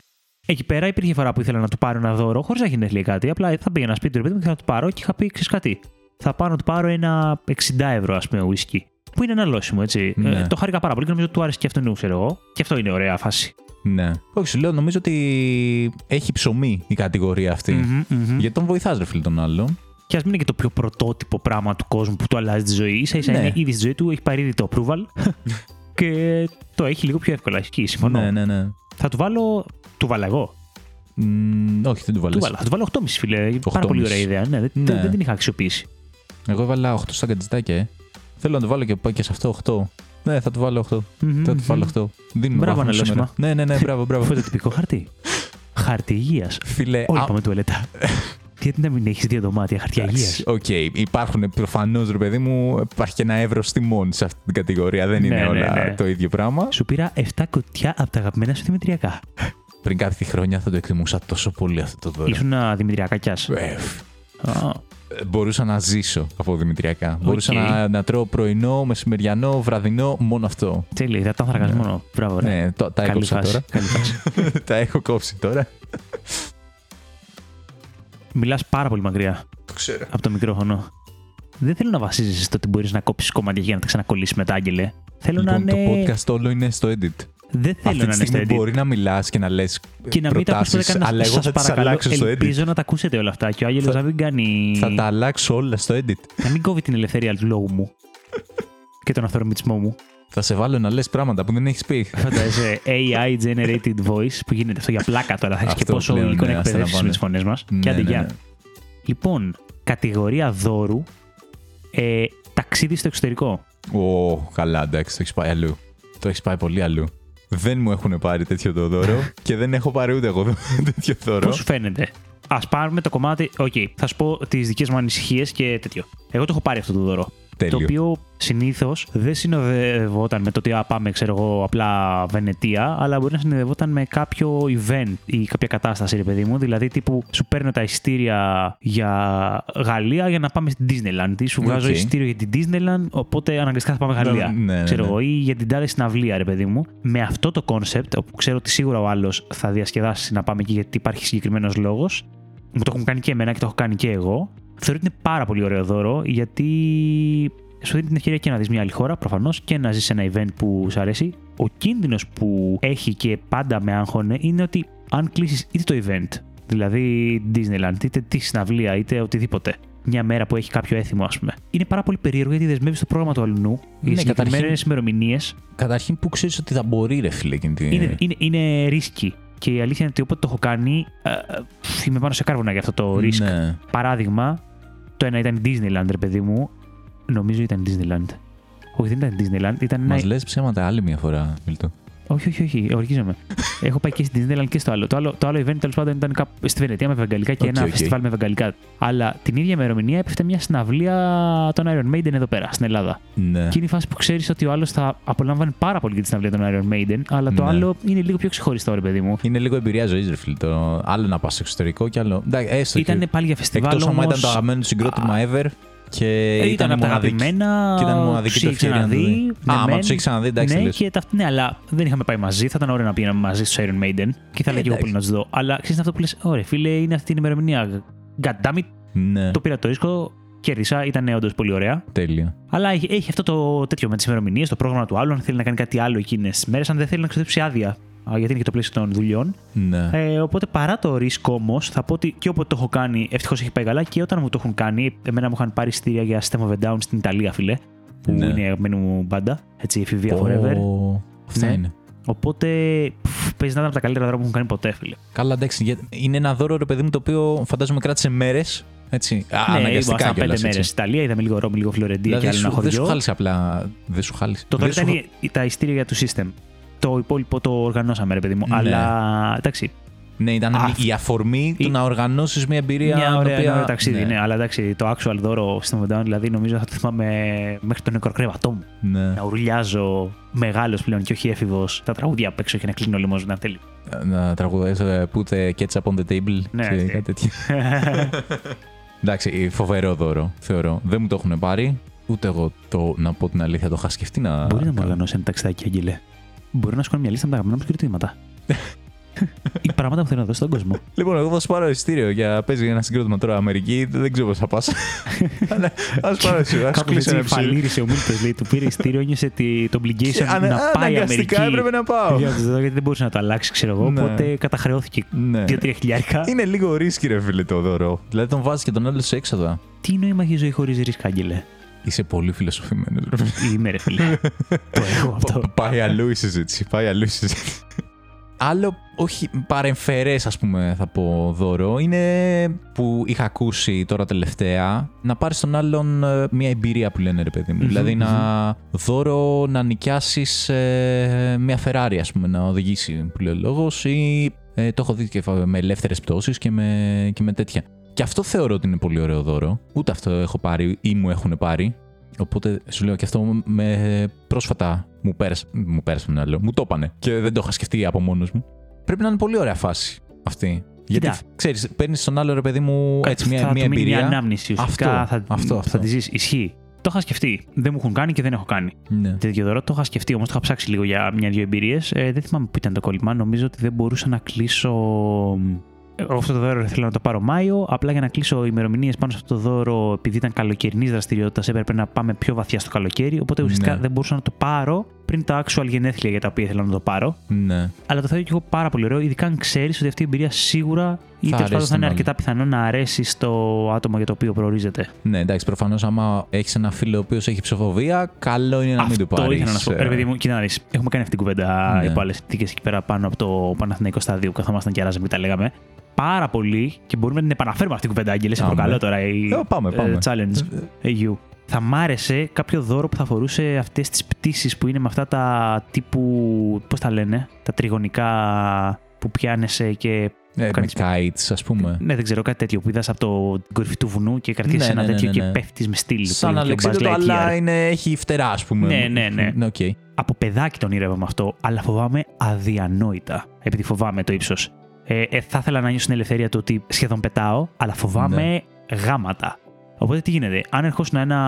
Speaker 2: Εκεί πέρα υπήρχε φορά που ήθελα να του πάρω ένα δώρο, χωρίς να έχει λέει κάτι. Απλά θα πήγαινα σπίτι του ρε παιδί μου και θα του πάρω και είχα πει ξέρεις κάτι. Θα πάω να του πάρω ένα 60 ευρώ, ας πούμε, whisky. Που είναι ένα λόσιμο, έτσι.
Speaker 1: Ναι.
Speaker 2: Ε, το χάρηκα πάρα πολύ και νομίζω ότι του άρεσε και αυτόν, ξέρω εγώ. Και αυτό είναι ωραία φάση.
Speaker 1: Ναι. Όχι, σου λέω, νομίζω ότι έχει ψωμί η κατηγορία αυτή.
Speaker 2: Μμμ, μμμ.
Speaker 1: Γιατί τον βοηθάς, ρε φίλε, τον άλλο.
Speaker 2: Και ας μην είναι και το πιο πρωτότυπο πράγμα του κόσμου που του αλλάζει τη ζωή. σα ίσα
Speaker 1: Ναι.
Speaker 2: είναι ήδη στη ζωή του, έχει πάρει ήδη το approval. και το έχει λίγο πιο εύκολα. Ισχύει, συμφωνώ.
Speaker 1: Ναι, ναι, ναι.
Speaker 2: Θα του βάλω. Του βάλα εγώ.
Speaker 1: Μμμ, όχι, δεν του
Speaker 2: Του
Speaker 1: βάλες.
Speaker 2: βάλα. Θα του βάλω 8,5 φίλε. Πάρα
Speaker 1: 8,5.
Speaker 2: πολύ ωραία ιδέα. Ναι, δεν,
Speaker 1: Ναι.
Speaker 2: δεν την είχα αξιοποιήσει.
Speaker 1: Εγώ έβαλα 8 στα γκατζιτάκια, ε. Θέλω να το βάλω και, και σε αυτό 8. Ναι, θα του βάλω 8.
Speaker 2: Μμμ,
Speaker 1: Θα του βάλω
Speaker 2: μμμ.
Speaker 1: 8. Δίνουμε
Speaker 2: Μπράβο,
Speaker 1: βάθμο
Speaker 2: αναλώσιμα.
Speaker 1: σήμερα. Ναι, ναι, ναι, μπράβο, μπράβο.
Speaker 2: Αυτό το τυπικό χαρτί. χαρτί υγείας.
Speaker 1: Φίλε,
Speaker 2: Όλοι
Speaker 1: α-
Speaker 2: πάμε τουαλέτα. Γιατί να μην έχεις δύο δωμάτια χαρτιά υγεία.
Speaker 1: εντάξει, Οκ, υπάρχουν προφανώς ρε παιδί μου, υπάρχει και ένα εύρο τιμών σε αυτή την κατηγορία. Δεν
Speaker 2: Ναι,
Speaker 1: είναι
Speaker 2: ναι,
Speaker 1: όλα
Speaker 2: ναι.
Speaker 1: το ίδιο πράγμα.
Speaker 2: Σου πήρα 7 κουτιά από τα αγαπημένα σου Δημητριακά.
Speaker 1: Πριν κάποια χρόνια θα το εκτιμούσα τόσο πολύ αυτό το δώρο.
Speaker 2: Ήσουν Δημητριακάκια.
Speaker 1: Ε, ε, μπορούσα να ζήσω από Δημητριακά. Μπορούσα
Speaker 2: Οκ.
Speaker 1: να, να τρώω πρωινό, μεσημεριανό, βραδινό, μόνο αυτό.
Speaker 2: Τέλει, ήταν το άνθρακα μόνο. Μπράβο, ρε.
Speaker 1: Ναι, το- τα
Speaker 2: Καλή
Speaker 1: έκοψα
Speaker 2: φάση.
Speaker 1: τώρα.
Speaker 2: καλή φάση.
Speaker 1: τα έχω κόψει τώρα.
Speaker 2: Μιλάς πάρα πολύ μακριά
Speaker 1: Το ξέρω.
Speaker 2: από το μικρόφωνο. Δεν θέλω να βασίζεσαι στο ότι μπορείς να κόψεις κομμάτια για να τα ξανακολλήσεις μετά, Άγγελε. Θέλω
Speaker 1: Λοιπόν,
Speaker 2: να
Speaker 1: το
Speaker 2: είναι.
Speaker 1: podcast όλο είναι στο edit.
Speaker 2: Δεν ναι. θέλω
Speaker 1: Αυτή
Speaker 2: να
Speaker 1: τη
Speaker 2: είναι στο
Speaker 1: στιγμή
Speaker 2: edit.
Speaker 1: μπορεί να μιλάς και να λες
Speaker 2: Και να μην τα ακούσετε
Speaker 1: προτάσει,
Speaker 2: κανένα.
Speaker 1: αλλά εγώ
Speaker 2: Σας
Speaker 1: θα τις
Speaker 2: παρακαλώ,
Speaker 1: αλλάξω στο edit.
Speaker 2: Ελπίζω να τα ακούσετε όλα αυτά και ο Άγγελος
Speaker 1: Θα-
Speaker 2: να μην κάνει.
Speaker 1: Θα τα αλλάξω όλα στο edit.
Speaker 2: Να μην κόβει την ελευθερία του λόγου μου και τον αυθορμητισμό μου.
Speaker 1: Θα σε βάλω να λες πράγματα που δεν έχεις πει.
Speaker 2: Φαντάζεσαι AI generated voice που γίνεται αυτό για πλάκα τώρα. Θα έχεις και
Speaker 1: Αυτό
Speaker 2: πόσο
Speaker 1: πλέον,
Speaker 2: υλικό
Speaker 1: ναι,
Speaker 2: να
Speaker 1: άστα να
Speaker 2: εκπαιδεύσει με
Speaker 1: πάνε.
Speaker 2: τις φωνές μας.
Speaker 1: Ναι,
Speaker 2: Και άντε
Speaker 1: ναι,
Speaker 2: γεια.
Speaker 1: ναι.
Speaker 2: Λοιπόν, κατηγορία δώρου. Ε, ταξίδι στο εξωτερικό.
Speaker 1: Ω, καλά, εντάξει, το έχεις πάει αλλού. Το έχεις πάει πολύ αλλού. Δεν μου έχουν πάρει τέτοιο το δώρο και δεν έχω πάρει ούτε εγώ τέτοιο
Speaker 2: Πώ
Speaker 1: δώρο.
Speaker 2: σου φαίνεται. ας πάρουμε το κομμάτι. Οκ, θα σου πω τις δικές μου ανησυχίες και τέτοιο. Εγώ το έχω πάρει αυτό το δώρο.
Speaker 1: Τέλειο.
Speaker 2: Το οποίο συνήθως δεν συνοδευόταν με το ότι α, πάμε, ξέρω εγώ, απλά Βενετία, αλλά μπορεί να συνοδευόταν με κάποιο event ή κάποια κατάσταση, ρε παιδί μου. Δηλαδή, τύπου σου παίρνω τα ειστήρια για Γαλλία για να πάμε στην Disneyland. Ή σου βγάζω
Speaker 1: Οκ.
Speaker 2: ειστήριο για την Disneyland, οπότε αναγκαστικά θα πάμε Γαλλία.
Speaker 1: Ναι, ναι,
Speaker 2: ξέρω
Speaker 1: ναι.
Speaker 2: εγώ, ή για την τάδε συναυλία, ρε παιδί μου. Με αυτό το κόνσεπτ, όπου ξέρω ότι σίγουρα ο άλλος θα διασκεδάσει να πάμε εκεί γιατί υπάρχει συγκεκριμένος λόγος. Μου το έχουν κάνει και εμένα και το έχω κάνει και εγώ. Θεωρώ ότι είναι πάρα πολύ ωραίο δώρο γιατί σου δίνει την ευκαιρία και να δεις μια άλλη χώρα προφανώς και να ζεις ένα event που σου αρέσει. Ο κίνδυνος που έχει και πάντα με άγχωνε είναι ότι αν κλείσεις είτε το event, δηλαδή Disneyland, είτε τη συναυλία, είτε οτιδήποτε, μια μέρα που έχει κάποιο έθιμο, ας πούμε. Είναι πάρα πολύ περίεργο γιατί δεσμεύεις το πρόγραμμα του αλλού για
Speaker 1: Ναι,
Speaker 2: συγκεκριμένες
Speaker 1: καταρχήν-
Speaker 2: ημερομηνίες.
Speaker 1: Καταρχήν που ξέρεις ότι θα μπορεί, ρε φίλε, εκείνη την.
Speaker 2: Είναι, είναι, είναι ρίσκι. Και η αλήθεια είναι ότι όποτε το έχω κάνει, ε, ε, είμαι πάνω σε κάρβουνα για αυτό το risk.
Speaker 1: Ναι.
Speaker 2: Παράδειγμα, το ένα ήταν Disneyland, ρε παιδί μου. Νομίζω ήταν Disneyland. Όχι, δεν ήταν Disneyland. Ήταν ένα...
Speaker 1: Μα λες ψέματα άλλη μια φορά, Μίλτο.
Speaker 2: Όχι, όχι, όχι. Οργίζομαι. Έχω πάει και στην Disneyland και στο άλλο. Το άλλο, το άλλο event τέλος πάντων ήταν κάπου στη Βενετία με βεγγαλικά και
Speaker 1: Οκ,
Speaker 2: ένα
Speaker 1: οκ.
Speaker 2: φεστιβάλ με βεγγαλικά. Αλλά την ίδια ημερομηνία έπεφτε μια συναυλία των Iron Maiden εδώ πέρα, στην Ελλάδα.
Speaker 1: Ναι.
Speaker 2: Και είναι η φάση που ξέρεις ότι ο άλλος θα απολάμβανε πάρα πολύ και τη συναυλία των Iron Maiden, αλλά το
Speaker 1: Ναι.
Speaker 2: άλλο είναι λίγο πιο ξεχωριστό, ρε παιδί μου.
Speaker 1: Είναι λίγο εμπειρία ζωής, ρε φίλε. Το άλλο να πας εξωτερικό και άλλο. Εντάξει, ε, Έστω και-
Speaker 2: Ήταν πάλι για φεστιβάλ.
Speaker 1: Εκτό άμα
Speaker 2: όμως,
Speaker 1: ήταν το αγαπημένο του συγκρότημα ever και
Speaker 2: Ε,
Speaker 1: ήταν,
Speaker 2: από τα
Speaker 1: μοναδική.
Speaker 2: αγαπημένα.
Speaker 1: Και ήταν μοναδική
Speaker 2: τους
Speaker 1: του
Speaker 2: είχε
Speaker 1: ευκαιρία να το
Speaker 2: ξαναδεί,
Speaker 1: δει.
Speaker 2: ναι,
Speaker 1: Α, άμα
Speaker 2: μεν.
Speaker 1: τους είχε ξαναδεί, εντάξει,
Speaker 2: Ναι,
Speaker 1: λες.
Speaker 2: και τα, ναι, αλλά δεν είχαμε πάει μαζί. Θα ήταν ωραίο να πήγαμε μαζί στου Iron Maiden και
Speaker 1: Ε,
Speaker 2: θα έλεγα και εγώ
Speaker 1: εντάξει.
Speaker 2: πολύ να τους δω. Αλλά ξέρεις αυτό που λες, ωραία, φίλε, είναι αυτή την ημερομηνία. God damn it,
Speaker 1: Ναι,
Speaker 2: το πήρα το ρίσκο, κέρδισα, ήταν όντως πολύ ωραία.
Speaker 1: τέλεια.
Speaker 2: Αλλά έχει, έχει αυτό το τέτοιο με τις ημερομηνίες, το πρόγραμμα του άλλου, αν θέλει να κάνει κάτι άλλο εκείνες τι μέρες, αν δεν θέλει να ξοδέψει άδεια. α, Γιατί είναι και το πλαίσιο των δουλειών.
Speaker 1: Ναι.
Speaker 2: Ε, οπότε παρά το ρίσκο όμως, θα πω ότι και όποτε το έχω κάνει, ευτυχώς έχει πάει καλά και όταν μου το έχουν κάνει, εμένα μου είχαν πάρει στήρια για System of a Down στην Ιταλία, φιλέ. Που
Speaker 1: Ναι.
Speaker 2: είναι η αγαπημένη μου μπάντα. Έτσι, η εφηβεία
Speaker 1: Πω,
Speaker 2: forever.
Speaker 1: Αυτά
Speaker 2: Ναι.
Speaker 1: είναι.
Speaker 2: Οπότε πφ, παίζει να ήταν από τα καλύτερα δώρα που μου κάνει ποτέ, φίλε.
Speaker 1: Καλά, εντάξει. γιατί Είναι ένα δώρο, ρε παιδί μου, το οποίο φαντάζομαι κράτησε μέρες. Έτσι. Α, αναγκαστικά
Speaker 2: ήμασταν
Speaker 1: κιόλας,
Speaker 2: Ναι, πέντε
Speaker 1: έτσι.
Speaker 2: μέρες Ιταλία, είδαμε λίγο Ρώμη, λίγο Φλωρεντία
Speaker 1: Δηλαδή
Speaker 2: και άλλο ένα
Speaker 1: σου, δεν σου
Speaker 2: χωριό.
Speaker 1: χάλισε απλά. Δεν σου χάλισε.
Speaker 2: Το
Speaker 1: δεν
Speaker 2: τώρα
Speaker 1: σου
Speaker 2: ήταν
Speaker 1: χα-
Speaker 2: η- τα ειστήρια για το system. Το υπόλοιπο το οργανώσαμε, ρε παιδί μου.
Speaker 1: Ναι.
Speaker 2: Αλλά εντάξει,
Speaker 1: Ναι, ήταν
Speaker 2: Α,
Speaker 1: η αφορμή
Speaker 2: η-
Speaker 1: του να οργανώσεις μια εμπειρία.
Speaker 2: Μια
Speaker 1: την
Speaker 2: ωραία,
Speaker 1: οποία-
Speaker 2: ένα ωραίο ταξίδι, ναι. Αλλά εντάξει, το actual δώρο στο Down, δηλαδή νομίζω θα το θυμάμαι μέχρι το νεκροκρέβατό μου.
Speaker 1: ναι.
Speaker 2: Να ουρλιάζω μεγάλος πλέον και όχι έφηβος τα τραγούδια απ' έξω και να κλείνω λαιμό να τέλει.
Speaker 1: Να τραγουδάει. Put the ketchup on the table.
Speaker 2: Ναι,
Speaker 1: και
Speaker 2: ναι.
Speaker 1: κάτι τέτοιο. Εντάξει, ε, φοβερό δώρο, θεωρώ. Δεν μου το έχουν πάρει. Ούτε εγώ το, να πω την αλήθεια, το είχα σκεφτεί να.
Speaker 2: Μπορεί να μου
Speaker 1: κάνω.
Speaker 2: οργανώσει ένα ταξιδάκι, Αγγελέ. Μπορεί να σου κάνω μια λίστα με τα αγαπημένα μου συγκριτήματα. Οι πράγματα που θέλω να δώσω στον κόσμο.
Speaker 1: Λοιπόν, εγώ θα σου πάρω εισιτήριο για παίζει ένα συγκρότημα τώρα Αμερική. Δεν ξέρω πώς θα πας. Αλλά ας ναι, πάρω εσύ. Ας
Speaker 2: Κάπω
Speaker 1: κλείσει
Speaker 2: έτσι
Speaker 1: ένα ψήλο.
Speaker 2: φαλήρισε ο Μίλτος, λέει, του πήρε ειστήριο, ένιωσε τη- το
Speaker 1: Και
Speaker 2: obligation
Speaker 1: ανα-
Speaker 2: να
Speaker 1: ναι,
Speaker 2: πάει Αμερική.
Speaker 1: Αναγκαστικά έπρεπε να πάω.
Speaker 2: Για να το δω, Γιατί δεν μπορούσε να το αλλάξει, ξέρω εγώ.
Speaker 1: Ναι.
Speaker 2: Οπότε καταχρεώθηκε
Speaker 1: Ναι.
Speaker 2: 2-3 χιλιάρικα.
Speaker 1: Είναι λίγο ρίσκι, ρε φίλε, το δώρο. Δηλαδή τον βάζεις και τον άλλο σε έξοδα.
Speaker 2: Τι νόημα έχει η ζωή χωρίς ρίσκα, Άγγελε.
Speaker 1: Είσαι πολύ φιλοσοφημένος.
Speaker 2: Είμαι ρε φίλε. το έχω αυτό.
Speaker 1: Πάει αλλού η συζήτηση. Πάει αλλού η συζήτηση. Άλλο, όχι παρεμφερές, ας πούμε, θα πω δώρο, είναι που είχα ακούσει τώρα τελευταία να πάρεις τον άλλον ε, μια εμπειρία που λένε ρε παιδί μου.
Speaker 2: Μμμ,
Speaker 1: Δηλαδή να δώρο να νοικιάσεις μια Ferrari, ας πούμε, να οδηγήσει που λέει ο λόγος ή ε, το έχω δει και φα- με ελεύθερες πτώσεις και με, και με τέτοια. Και αυτό θεωρώ ότι είναι πολύ ωραίο δώρο. Ούτε αυτό έχω πάρει ή μου έχουν πάρει. Οπότε σου λέω και αυτό με πρόσφατα μου πέρασε. Μου πέρασε με άλλο. Μου το είπανε. Και δεν το είχα σκεφτεί από μόνος μου. Πρέπει να είναι πολύ ωραία φάση αυτή. Γιατί
Speaker 2: Κοίτα.
Speaker 1: ξέρεις, παίρνεις στον άλλο ρε παιδί μου έτσι μια,
Speaker 2: θα
Speaker 1: μια
Speaker 2: του μείνει
Speaker 1: εμπειρία.
Speaker 2: Μια ανάμνηση ουσιαστικά.
Speaker 1: Αυτό,
Speaker 2: θα,
Speaker 1: αυτό, αυτό.
Speaker 2: θα τη ζεις. Ισχύει. Το είχα σκεφτεί. Δεν μου έχουν κάνει και δεν έχω κάνει.
Speaker 1: Ναι.
Speaker 2: Τέτοιο δώρο το είχα σκεφτεί, όμως το είχα ψάξει λίγο για μια-δύο εμπειρίες. Ε, δεν θυμάμαι που ήταν το κόλλημα. Νομίζω ότι δεν μπορούσα να κλείσω. Εγώ αυτό το δώρο θέλω να το πάρω Μάιο. Απλά για να κλείσω ημερομηνίες πάνω σε αυτό το δώρο, επειδή ήταν καλοκαιρινής δραστηριότητας, έπρεπε να πάμε πιο βαθιά στο καλοκαίρι. Οπότε ουσιαστικά
Speaker 1: Ναι.
Speaker 2: δεν μπορούσα να το πάρω πριν τα actual γενέθλια για τα οποία ήθελα να το πάρω.
Speaker 1: ναι.
Speaker 2: Αλλά το θεωρώ και εγώ πάρα πολύ ωραίο, ειδικά αν ξέρεις ότι αυτή η εμπειρία σίγουρα ή
Speaker 1: Θα
Speaker 2: τέλος πάντων
Speaker 1: αρέσει
Speaker 2: θα είναι
Speaker 1: τον
Speaker 2: αρκετά πιθανό να αρέσει στο άτομο για το οποίο προορίζεται.
Speaker 1: Ναι, εντάξει, προφανώς άμα έχεις ένα φίλο ο οποίος έχει ψηφοβία, καλό είναι να μην του ε, πάρει.
Speaker 2: Αυτό ήθελα να σου πω. Ρε παιδί μου, κοίτα να δεις. Έχουμε κάνει αυτή την κουβέντα
Speaker 1: Ναι.
Speaker 2: υπό άλλες συνθήκε εκεί πέρα πάνω από το Παναθηναϊκό στάδιο που καθόμασταν και αράζαμε και τα λέγαμε. Πάρα πολύ και μπορούμε να την επαναφέρουμε αυτή την κουβέντα, Άγγελε. Σε
Speaker 1: Πάμε.
Speaker 2: προκαλώ τώρα. Η,
Speaker 1: Ε, πάμε,
Speaker 2: ε,
Speaker 1: πάμε.
Speaker 2: challenge you. Θα μ' άρεσε κάποιο δώρο που θα αφορούσε αυτές τις πτήσεις που είναι με αυτά τα τύπου. Πώς τα λένε, τα τριγωνικά που πιάνεσαι και
Speaker 1: Ε, με
Speaker 2: κάνεις-
Speaker 1: kites, ας πούμε.
Speaker 2: Ναι, δεν ξέρω, κάτι τέτοιο που είδας από το την κορυφή του βουνού και κρατήσει
Speaker 1: Ναι,
Speaker 2: ένα
Speaker 1: ναι, ναι,
Speaker 2: τέτοιο
Speaker 1: ναι, ναι.
Speaker 2: και πέφτεις με στυλ. που
Speaker 1: Σαν
Speaker 2: είναι και ο Buzz
Speaker 1: Αλεξίδωτο,
Speaker 2: Lightyear.
Speaker 1: αλλά είναι, έχει φτερά, ας πούμε.
Speaker 2: Ναι, ναι, ναι.
Speaker 1: οκ.
Speaker 2: Από παιδάκι τον ήρευα αυτό, αλλά φοβάμαι αδιανόητα, επειδή φοβάμαι το ύψος. Ε, ε, θα ήθελα να νιώσω την ελευθερία του ότι σχεδόν πετάω, αλλά φοβάμαι
Speaker 1: Ναι.
Speaker 2: γάματα. Οπότε τι γίνεται, αν ερχόσουν ένα.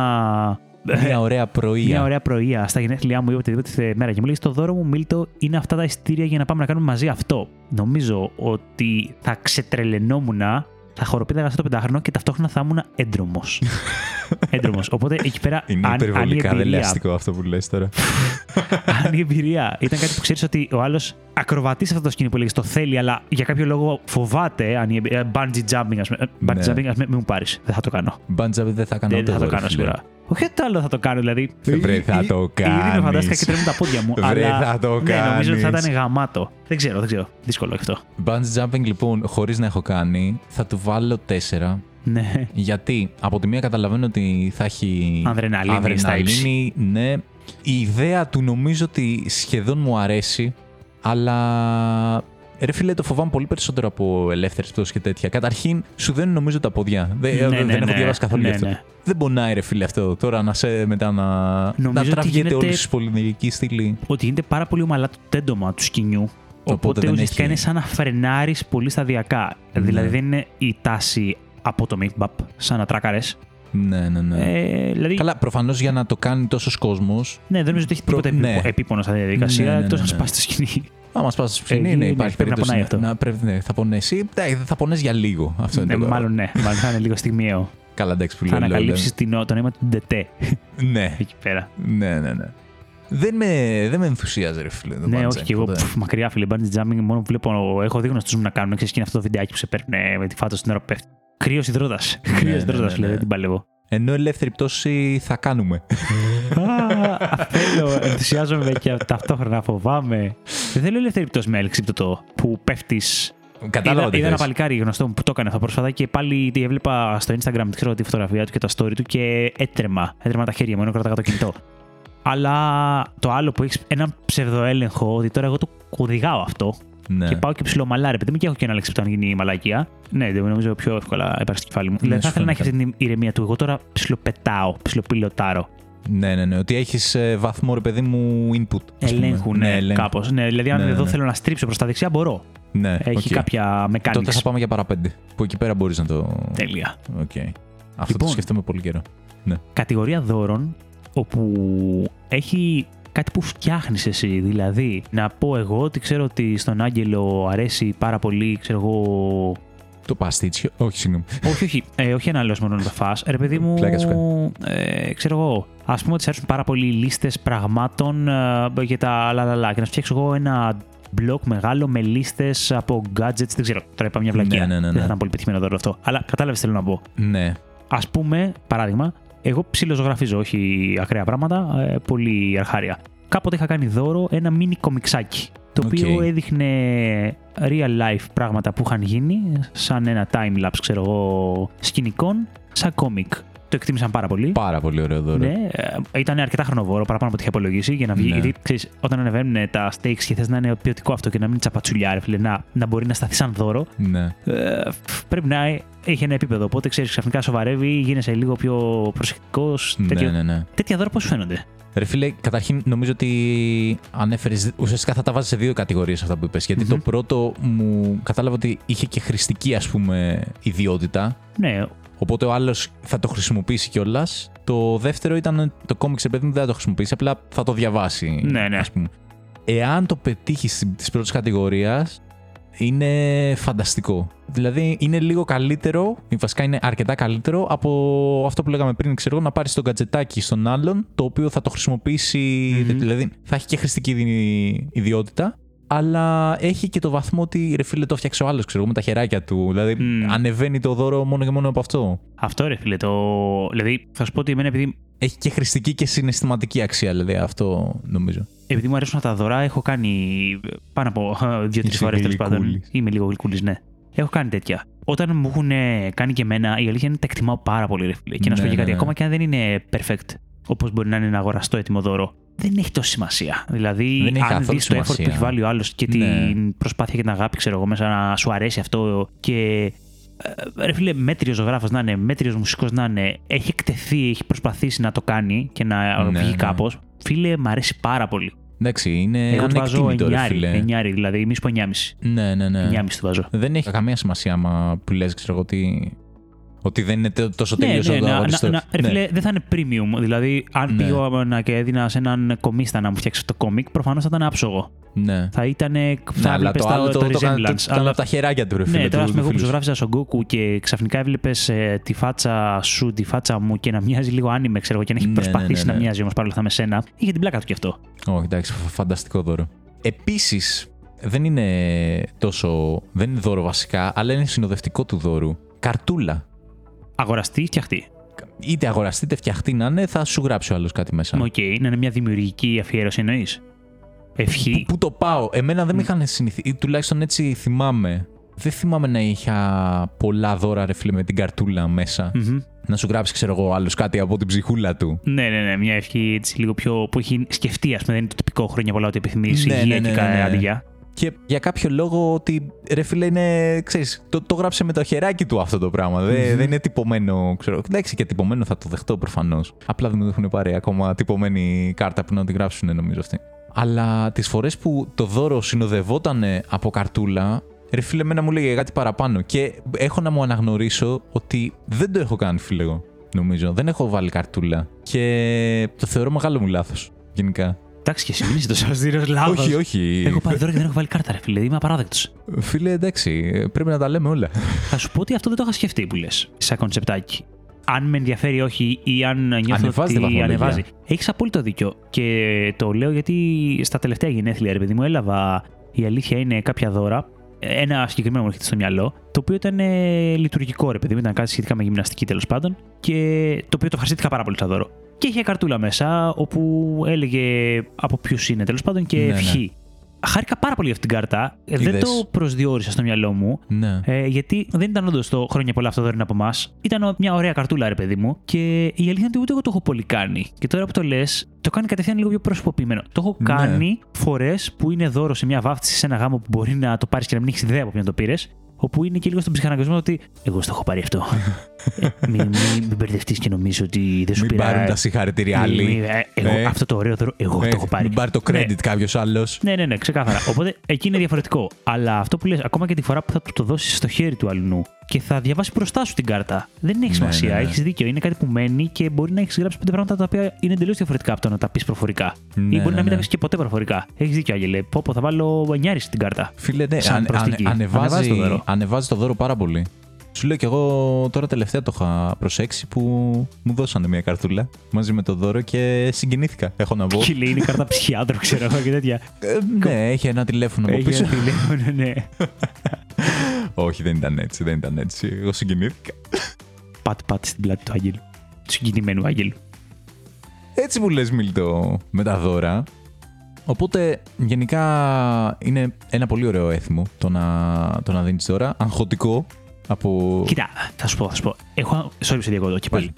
Speaker 1: Μια ωραία πρωία.
Speaker 2: Μια ωραία πρωία στα γενέθλιά μου ή οτιδήποτε μέρα και μου λέει στο δώρο μου, Μίλτο, είναι αυτά τα εισιτήρια για να πάμε να κάνουμε μαζί αυτό. Νομίζω ότι θα ξετρελαινόμουν, θα χοροπήδαγα αυτό το πεντάχρονο και ταυτόχρονα θα ήμουν έντρομος. έντρομος. Οπότε εκεί πέρα.
Speaker 1: Είναι
Speaker 2: αν- αν, η
Speaker 1: υπερβολικά
Speaker 2: εμπειρία,
Speaker 1: δελεαστικό αυτό που λες τώρα.
Speaker 2: αν η εμπειρία ήταν κάτι που ξέρεις ότι ο άλλος ακροβατεί σε αυτό το σκηνή που λέγεις το θέλει, αλλά για κάποιο λόγο φοβάται. Αν η εμπειρία, bungee jumping, ας πούμε. ε, Bungee
Speaker 1: Ναι.
Speaker 2: jumping, ας πούμε, μην μου πάρεις. Δεν θα το κάνω.
Speaker 1: Μπάντζα δεν θα κάνω
Speaker 2: Δεν θα
Speaker 1: ούτε εγώ,
Speaker 2: το
Speaker 1: ρε
Speaker 2: κάνω
Speaker 1: φίλε.
Speaker 2: σίγουρα. Όχι ότι το άλλο θα το κάνω, δηλαδή.
Speaker 1: Βρε, ναι. θα
Speaker 2: Ή-
Speaker 1: το
Speaker 2: ή- Ήδη με φαντάστηκα
Speaker 1: κάνεις.
Speaker 2: και τρέμουν τα πόδια μου.
Speaker 1: Βρε,
Speaker 2: αλλά,
Speaker 1: θα το
Speaker 2: Ναι, νομίζω ότι θα
Speaker 1: κάνεις.
Speaker 2: ήταν γαμάτο. Δεν ξέρω, δεν ξέρω. Δύσκολο αυτό.
Speaker 1: Bungee jumping λοιπόν, χωρίς να έχω κάνει, θα του βάλω 4.
Speaker 2: Ναι.
Speaker 1: Γιατί από τη μία καταλαβαίνω ότι θα έχει.
Speaker 2: Ανδρεναλίνη στα ύψη.
Speaker 1: ναι. Η ιδέα του νομίζω ότι σχεδόν μου αρέσει, αλλά. Ρε φίλε, το φοβάμαι πολύ περισσότερο από ελεύθερες πτώσεις και τέτοια. Καταρχήν, σου δεν νομίζω τα πόδια. Δεν,
Speaker 2: Ναι,
Speaker 1: δεν
Speaker 2: ναι,
Speaker 1: έχω
Speaker 2: ναι.
Speaker 1: διαβάσει καθόλου
Speaker 2: Ναι,
Speaker 1: γι' αυτό.
Speaker 2: ναι.
Speaker 1: Δεν πονάει, ρε φίλε, αυτό τώρα να σε μετά να, να
Speaker 2: Νομίζω ότι
Speaker 1: τραβιέται
Speaker 2: γίνεται-
Speaker 1: όλη τη πολυδελική στήλη.
Speaker 2: Ότι γίνεται πάρα πολύ ομαλά το τέντομα του σκηνιού. Οπότε,
Speaker 1: δεν
Speaker 2: ουσιαστικά
Speaker 1: έχει- Ναι.
Speaker 2: είναι σαν να φρενάρεις πολύ σταδιακά. Δηλαδή δεν είναι η τάση από το make σαν να τράκαρες.
Speaker 1: Ναι, ναι, ναι.
Speaker 2: Ε, δηλαδή,
Speaker 1: Καλά, προφανώς για να το κάνει τόσος κόσμος.
Speaker 2: ναι, δεν νομίζω ότι έχει
Speaker 1: Προ-
Speaker 2: τίποτα
Speaker 1: ναι.
Speaker 2: επίπονο- επίπονο στα διαδικασία,
Speaker 1: Ναι, ναι, ναι,
Speaker 2: τόσο να
Speaker 1: ναι.
Speaker 2: σπάσει το σκηνή.
Speaker 1: Άμα σπάσει τη ψυχή,
Speaker 2: Ε,
Speaker 1: ναι,
Speaker 2: ναι,
Speaker 1: υπάρχει
Speaker 2: πρέπει να
Speaker 1: περίπτωση.
Speaker 2: πονάει αυτό.
Speaker 1: να- πρέπει- ναι, θα πονέσει. Εντάξει, θα πονέσει για λίγο. Αυτό είναι
Speaker 2: Ναι,
Speaker 1: το καλό.
Speaker 2: μάλλον ναι, μάλλον θα είναι λίγο στιγμιαίο.
Speaker 1: Καλά, εντάξει, που
Speaker 2: θα
Speaker 1: λέω. λέω,
Speaker 2: ανακαλύψει το νόημα του ντετέ
Speaker 1: λέω. Ναι,
Speaker 2: εκεί πέρα.
Speaker 1: ναι, ναι. ναι. Δεν με, δεν με ενθουσίαζε, ρε φίλε. το
Speaker 2: Ναι,
Speaker 1: bungee
Speaker 2: όχι και εγώ.
Speaker 1: ποτέ.
Speaker 2: Πφ, μακριά, φίλε. Bungee jumping, μόνο που βλέπω. Έχω δει γνωστούς μου να κάνουν. Ξέρεις, και είναι αυτό το βιντεάκι που σε παίρνουν ε, με τη φάτο στην ώρα που πέφτει. Κρύος υδρότας. Κρύος
Speaker 1: ναι, ναι,
Speaker 2: υδρότα,
Speaker 1: ναι.
Speaker 2: φίλε. Δεν την παλεύω.
Speaker 1: Ενώ ελεύθερη πτώση θα κάνουμε.
Speaker 2: Α, Θέλω, ενθουσιάζομαι και ταυτόχρονα φοβάμαι. Δεν θέλω ελεύθερη πτώση με αλεξίπτωτο που πέφτεις.
Speaker 1: Κατάλαβα
Speaker 2: Είδα,
Speaker 1: τι
Speaker 2: είδα ένα
Speaker 1: θες.
Speaker 2: παλικάρι γνωστό μου που το έκανε αυτό πρόσφατα και πάλι τι έβλεπα στο Instagram ξέρω, τη φωτογραφία του και τα story του και έτρεμα. Έτρεμα τα χέρια μου ενώ κράταγα το κινητό. Αλλά το άλλο που έχεις έναν ψευδοέλεγχο ότι τώρα εγώ το οδηγάω αυτό
Speaker 1: Ναι.
Speaker 2: και πάω και ψηλό μαλάρι. Παιδί μου και έχω και ένα λέξη που αν γίνει η μαλακία. Ναι, δεν νομίζω πιο εύκολα έπαιρνε στο κεφάλι μου.
Speaker 1: Ναι,
Speaker 2: δηλαδή θα ήθελα να έχει αυτή την ηρεμία του. Εγώ τώρα ψιλοπετάω, ψιλοπιλωτάρω.
Speaker 1: ναι, ναι, ναι. Ότι έχεις βαθμό, ρε παιδί μου, input. ας πούμε.
Speaker 2: Ελέγχουν
Speaker 1: Ναι,
Speaker 2: ναι,
Speaker 1: ελέγχουν.
Speaker 2: κάπως. Ναι, δηλαδή αν
Speaker 1: Ναι, ναι,
Speaker 2: εδώ
Speaker 1: ναι.
Speaker 2: θέλω να στρίψω προς τα δεξιά μπορώ.
Speaker 1: Ναι,
Speaker 2: Έχει
Speaker 1: οκ.
Speaker 2: κάποια
Speaker 1: Τότε
Speaker 2: mechanics.
Speaker 1: θα πάμε για παραπέντε. Που εκεί πέρα μπορείς να το.
Speaker 2: Τέλεια.
Speaker 1: Οκ. Αυτό το
Speaker 2: Λοιπόν.
Speaker 1: σκεφτόμαι πολύ καιρό.
Speaker 2: Κατηγορία δώρων όπου έχει κάτι που φτιάχνεις εσύ. Δηλαδή, να πω εγώ ότι ξέρω ότι στον Άγγελο αρέσει πάρα πολύ, ξέρω εγώ,
Speaker 1: Το παστίτσιο. Όχι, συγγνώμη.
Speaker 2: όχι, όχι. Ε, όχι ένα άλλο μόνο να τα φά. Ρε παιδί μου.
Speaker 1: Πλάκα σου
Speaker 2: ε, ξέρω εγώ. Ας πούμε ότι σ' αρέσουν πάρα πολύ λίστες πραγμάτων ε, για τα λαλαλά. Και να φτιάξω εγώ ένα blog μεγάλο με λίστες από gadgets. Δεν ξέρω. Τώρα είπα μια βλακία.
Speaker 1: Ναι, ναι, ναι, ναι.
Speaker 2: Δεν θα ήταν πολύ πετυχημένο δώρο αυτό. Αλλά κατάλαβες τι θέλω να πω.
Speaker 1: Ναι.
Speaker 2: Ας πούμε, παράδειγμα, εγώ ψιλοζωγραφίζω, όχι ακραία πράγματα, ε, πολύ αρχάρια. Κάποτε είχα κάνει δώρο ένα μίνι κομιξάκι. Το
Speaker 1: Οκ.
Speaker 2: οποίο έδειχνε real life πράγματα που είχαν γίνει, σαν ένα time lapse, ξέρω εγώ, σκηνικών, σαν κόμικ. Το εκτίμησαν πάρα πολύ.
Speaker 1: Πάρα πολύ ωραίο δώρο.
Speaker 2: Ναι, ήταν αρκετά χρονοβόρο, παραπάνω από ό,τι είχα υπολογίσει, για να βγει.
Speaker 1: Ναι.
Speaker 2: Γιατί ξέρεις, όταν ανεβαίνουν τα stakes και θες να είναι ποιοτικό αυτό και να μην είναι τσαπατσουλιά, ρε φίλε, να, να μπορεί να σταθεί σαν δώρο,
Speaker 1: Ναι.
Speaker 2: ε, φ, πρέπει να έχει ένα επίπεδο. Οπότε ξέρεις, ξαφνικά σοβαρεύει, γίνεσαι λίγο πιο προσεκτικός.
Speaker 1: Ναι, ναι, ναι.
Speaker 2: Τέτοια δώρα πώς φαίνονται.
Speaker 1: Ρε φίλε, καταρχήν νομίζω ότι ανέφερε. Ουσιαστικά θα τα βάζεις σε δύο κατηγορίες αυτά που είπες.
Speaker 2: Μμμ.
Speaker 1: το πρώτο μου κατάλαβα ότι είχε και χρηστική ας πούμε ιδιότητα.
Speaker 2: Ναι,
Speaker 1: Οπότε ο άλλος θα το χρησιμοποιήσει κιόλας. Το δεύτερο ήταν το κόμιξ, ρε παιδί μου δεν θα το χρησιμοποιήσει, απλά θα το διαβάσει.
Speaker 2: Ναι, ναι.
Speaker 1: Ας πούμε. Εάν το πετύχεις της πρώτης κατηγορίας, είναι φανταστικό. Δηλαδή είναι λίγο καλύτερο, ή βασικά είναι αρκετά καλύτερο από αυτό που λέγαμε πριν, ξέρω εγώ, να πάρεις τον κατζετάκι στον άλλον, το οποίο θα το χρησιμοποιήσει.
Speaker 2: Μμμ.
Speaker 1: Δηλαδή θα έχει και χρηστική δι- ιδιότητα, αλλά έχει και το βαθμό ότι ρε φίλε το φτιάξε ο άλλος, ξέρω εγώ, με τα χεράκια του. Δηλαδή
Speaker 2: Μμ.
Speaker 1: ανεβαίνει το δώρο μόνο και μόνο από αυτό.
Speaker 2: αυτό ρε φίλε. Το... Δηλαδή, θα σου πω ότι εμένα επειδή,
Speaker 1: Έχει και χρηστική και συναισθηματική αξία, δηλαδή αυτό νομίζω.
Speaker 2: επειδή μου αρέσουν τα δώρα, έχω κάνει πάνω από ε, δύο-τρει
Speaker 1: Είσαι
Speaker 2: φορές τέλος πάντων.
Speaker 1: γλυκούλης.
Speaker 2: Είμαι λίγο γλυκούλης, ναι. Έχω κάνει τέτοια. Όταν μου έχουν ε, κάνει και εμένα, η αλήθεια είναι ότι τα εκτιμάω πάρα πολύ, ρε φίλε. Και να σου
Speaker 1: Ναι,
Speaker 2: πω
Speaker 1: ναι,
Speaker 2: και κάτι,
Speaker 1: ναι.
Speaker 2: ακόμα και αν δεν είναι perfect. όπως μπορεί να είναι ένα αγοραστό έτοιμο δώρο, δεν έχει τόση σημασία. Δηλαδή,
Speaker 1: Δεν έχει
Speaker 2: αν
Speaker 1: καθόλου
Speaker 2: δεις το effort που
Speaker 1: σημασία.
Speaker 2: έχει βάλει ο άλλος και
Speaker 1: Ναι.
Speaker 2: την προσπάθεια και την αγάπη, ξέρω εγώ, μέσα να σου αρέσει αυτό και. ε, Ρε φίλε, μέτριος ζωγράφος να είναι, μέτριος μουσικός να είναι, έχει εκτεθεί, έχει προσπαθήσει να το κάνει και να
Speaker 1: Ναι,
Speaker 2: βγει
Speaker 1: ναι.
Speaker 2: κάπως. Φίλε, μ' αρέσει πάρα πολύ.
Speaker 1: Εντάξει, είναι
Speaker 2: Εγώ του βάζω
Speaker 1: ανεκτήμητο, ρε φίλε.
Speaker 2: 9, δηλαδή, μη σου πω 9,5.
Speaker 1: Ναι, ναι, ναι.
Speaker 2: 9,5 του βάζω.
Speaker 1: Δεν έχει καμία σημασία άμα που λες, ξέρω εγώ, ότι, ότι δεν είναι τέ- τόσο τελείως
Speaker 2: ναι, ναι,
Speaker 1: ο
Speaker 2: να-
Speaker 1: αγοριστός.
Speaker 2: να- να- ρε
Speaker 1: Ναι.
Speaker 2: φίλε, δεν θα είναι premium. Δηλαδή, αν
Speaker 1: Ναι.
Speaker 2: πήγαινα και έδινα σε έναν κομίστα να μου φτιάξει αυτό το κόμικ, προφανώς θα ήταν άψογο.
Speaker 1: ναι.
Speaker 2: Θα ήταν.
Speaker 1: Ναι,
Speaker 2: Θα
Speaker 1: αλλά
Speaker 2: έβλεπες
Speaker 1: το
Speaker 2: τα-
Speaker 1: άλλο το, το, το,
Speaker 2: resemblance.
Speaker 1: το,
Speaker 2: Αλλά-
Speaker 1: από τα χεράκια του ρε φίλε.
Speaker 2: ναι, τώρα
Speaker 1: του-
Speaker 2: ας πούμε,
Speaker 1: του
Speaker 2: εγώ που
Speaker 1: φίλου.
Speaker 2: ζωγράφιζα στον Goku και ξαφνικά έβλεπες τη φάτσα σου, τη φάτσα μου και να μοιάζει λίγο άνιμε, ξέρω εγώ, και να έχει
Speaker 1: Ναι, ναι,
Speaker 2: προσπαθήσει
Speaker 1: ναι,
Speaker 2: να
Speaker 1: ναι.
Speaker 2: μοιάζει όμως παρόλα αυτά με σένα. Είχε την πλάκα του κι αυτό.
Speaker 1: Όχι, εντάξει, φα- φανταστικό δώρο. Επίσης, δεν είναι τόσο. Δεν είναι δώρο βασικά, αλλά είναι συνοδευτικό του δώρου. Καρτούλα.
Speaker 2: Αγοραστή, φτιαχτεί.
Speaker 1: Είτε αγοραστεί, είτε φτιαχτεί να είναι, θα σου γράψει ο άλλος κάτι μέσα.
Speaker 2: Οκ, να είναι μια δημιουργική αφιέρωση εννοείς. Ευχή.
Speaker 1: Πού το πάω. Εμένα δεν με είχαν συνηθίσει. ή Τουλάχιστον έτσι θυμάμαι. Δεν θυμάμαι να είχα πολλά δώρα ρε φίλε με την καρτούλα μέσα.
Speaker 2: Μμμ.
Speaker 1: Να σου γράψει, ξέρω εγώ, άλλος κάτι από την ψυχούλα του.
Speaker 2: Ναι, ναι, ναι. Μια ευχή έτσι λίγο πιο. που έχει σκεφτεί, ας πούμε. Δεν είναι το τυπικό χρόνια πολλά ότι επιθυμείς
Speaker 1: Ναι,
Speaker 2: υγεία
Speaker 1: ναι, ναι,
Speaker 2: και
Speaker 1: ναι, ναι.
Speaker 2: κα- άδεια.
Speaker 1: Και για κάποιο λόγο ότι ρε φίλε είναι, ξέρεις, το, το γράψε με το χεράκι του αυτό το πραγμα Δεν, δεν είναι τυπωμένο, ξέρω. Εντάξει και τυπωμένο θα το δεχτώ προφανώς. Απλά δεν μου έχουν πάρει ακόμα τυπωμένη κάρτα που να τη γράψουν νομίζω αυτή. Αλλά τις φορές που το δώρο συνοδευόταν από καρτούλα, ρε φίλε εμένα μου λέγε κάτι παραπάνω. Και έχω να μου αναγνωρίσω ότι δεν το έχω κάνει φίλε εγώ. Νομίζω. Δεν έχω βάλει καρτούλα. Και το θεωρώ μεγάλο μου λάθος γενικά.
Speaker 2: Εντάξει, και εσύ μην είσαι τόσο αυστηρός λάθος.
Speaker 1: Όχι, όχι.
Speaker 2: Έχω πάρει δώρο και δεν έχω βάλει κάρτα, ρε φίλε. Είμαι απαράδεκτος.
Speaker 1: Φίλε, εντάξει, πρέπει να τα λέμε όλα.
Speaker 2: Θα σου πω ότι αυτό δεν το είχα σκεφτεί που λες. Σαν κονσεπτάκι. Αν με ενδιαφέρει ή όχι, ή αν νιώθω
Speaker 1: Ανεβάζετε
Speaker 2: ότι
Speaker 1: βαθμολογία.
Speaker 2: ανεβάζει. Έχεις απόλυτο δίκιο. Και το λέω γιατί στα τελευταία γενέθλια, ρε παιδί μου, έλαβα. Η αλήθεια είναι κάποια δώρα. Ένα συγκεκριμένο μου έρχεται στο μυαλό, το οποίο ήταν ε, λειτουργικό, ρε παιδί μου, ήταν κάτι σχετικά με γυμναστική τέλος πάντων. Και το οποίο το ευχαριστήθηκα πάρα πολύ σαν δώρο. Και είχε καρτούλα μέσα, όπου έλεγε από ποιους είναι τέλος πάντων και
Speaker 1: Ναι, ναι.
Speaker 2: ευχή. Χάρηκα πάρα πολύ για αυτή την κάρτα. Ε, Δεν
Speaker 1: Είδες.
Speaker 2: το προσδιορίσα στο μυαλό μου.
Speaker 1: Ναι.
Speaker 2: Ε, γιατί δεν ήταν όντως το χρόνια πολλά αυτό δώρο είναι από εμάς. Ήταν μια ωραία καρτούλα, ρε παιδί μου. Και η αλήθεια είναι ότι ούτε εγώ το έχω πολύ κάνει. Και τώρα που το λες, το κάνει κατευθείαν λίγο πιο προσωποποιημένο. Το έχω
Speaker 1: Ναι.
Speaker 2: κάνει φορές που είναι δώρο σε μια βάφτιση, σε ένα γάμο που μπορεί να το πάρεις και να μην έχεις ιδέα από ποιον το πήρες. Όπου είναι και λίγο στον ψυχαναγκασμό ότι εγώ στο έχω πάρει αυτό. ε, μην μη, μη μπερδευτείς και νομίζω ότι δεν σου
Speaker 1: Μην
Speaker 2: πήρα.
Speaker 1: πάρουν τα συγχαρητήρια
Speaker 2: Μη-
Speaker 1: άλλοι.
Speaker 2: μη- ε, εγώ-
Speaker 1: Ε.
Speaker 2: Αυτό το ωραίο δώρο, εγώ το
Speaker 1: Ε,
Speaker 2: έχω πάρει.
Speaker 1: Μην πάρει το credit
Speaker 2: Ναι.
Speaker 1: κάποιος άλλος.
Speaker 2: Ναι, ναι, ναι, ξεκάθαρα. Οπότε εκεί είναι διαφορετικό. Αλλά αυτό που λες, ακόμα και τη φορά που θα του το δώσεις στο χέρι του αλλού και θα διαβάσει μπροστά σου την κάρτα. Δεν έχει
Speaker 1: Ναι,
Speaker 2: σημασία.
Speaker 1: ναι, ναι.
Speaker 2: Έχεις δίκιο. Είναι κάτι που μένει και μπορεί να έχεις γράψει πέντε πράγματα τα οποία είναι εντελώς διαφορετικά από το να τα πεις προφορικά. ή
Speaker 1: Ναι,
Speaker 2: μπορεί να
Speaker 1: ναι,
Speaker 2: μην τα
Speaker 1: ναι.
Speaker 2: πεις και ποτέ προφορικά. Έχεις δίκιο, Άγγελε. Πω, πω, θα βάλω εννιάρις στην κάρτα.
Speaker 1: Φίλε, ναι,
Speaker 2: Σαν
Speaker 1: αν- αν-
Speaker 2: προσθήκη.
Speaker 1: ανεβάζει,
Speaker 2: Ανεβάζει το δώρο.
Speaker 1: ανεβάζει το δώρο πάρα πολύ. Σου λέω κι εγώ τώρα τελευταία το είχα προσέξει που μου δώσανε μια καρτούλα μαζί με το δώρο και συγκινήθηκα. Έχω να πω.
Speaker 2: Και λέει είναι κάρτα ψυχιάτρου, ξέρω εγώ και τέτοια.
Speaker 1: Ε, ναι, έχει ένα τηλέφωνο από
Speaker 2: Έχει
Speaker 1: πίσω.
Speaker 2: ένα τηλέφωνο, ναι.
Speaker 1: Όχι, δεν ήταν έτσι, δεν ήταν έτσι. Εγώ συγκινήθηκα.
Speaker 2: Πάτη, πάτη στην πλάτη του Άγγελου. Του συγκινημένου Άγγελου.
Speaker 1: Έτσι μου λες Μίλτο με τα δώρα. Οπότε γενικά είναι ένα πολύ ωραίο έθιμο το να, το να δίνεις δώρα. Αγχωτικό από...
Speaker 2: Κοίτα, θα σου πω, θα σου πω. Έχω, sorry, σε διακόπτω και πάλι.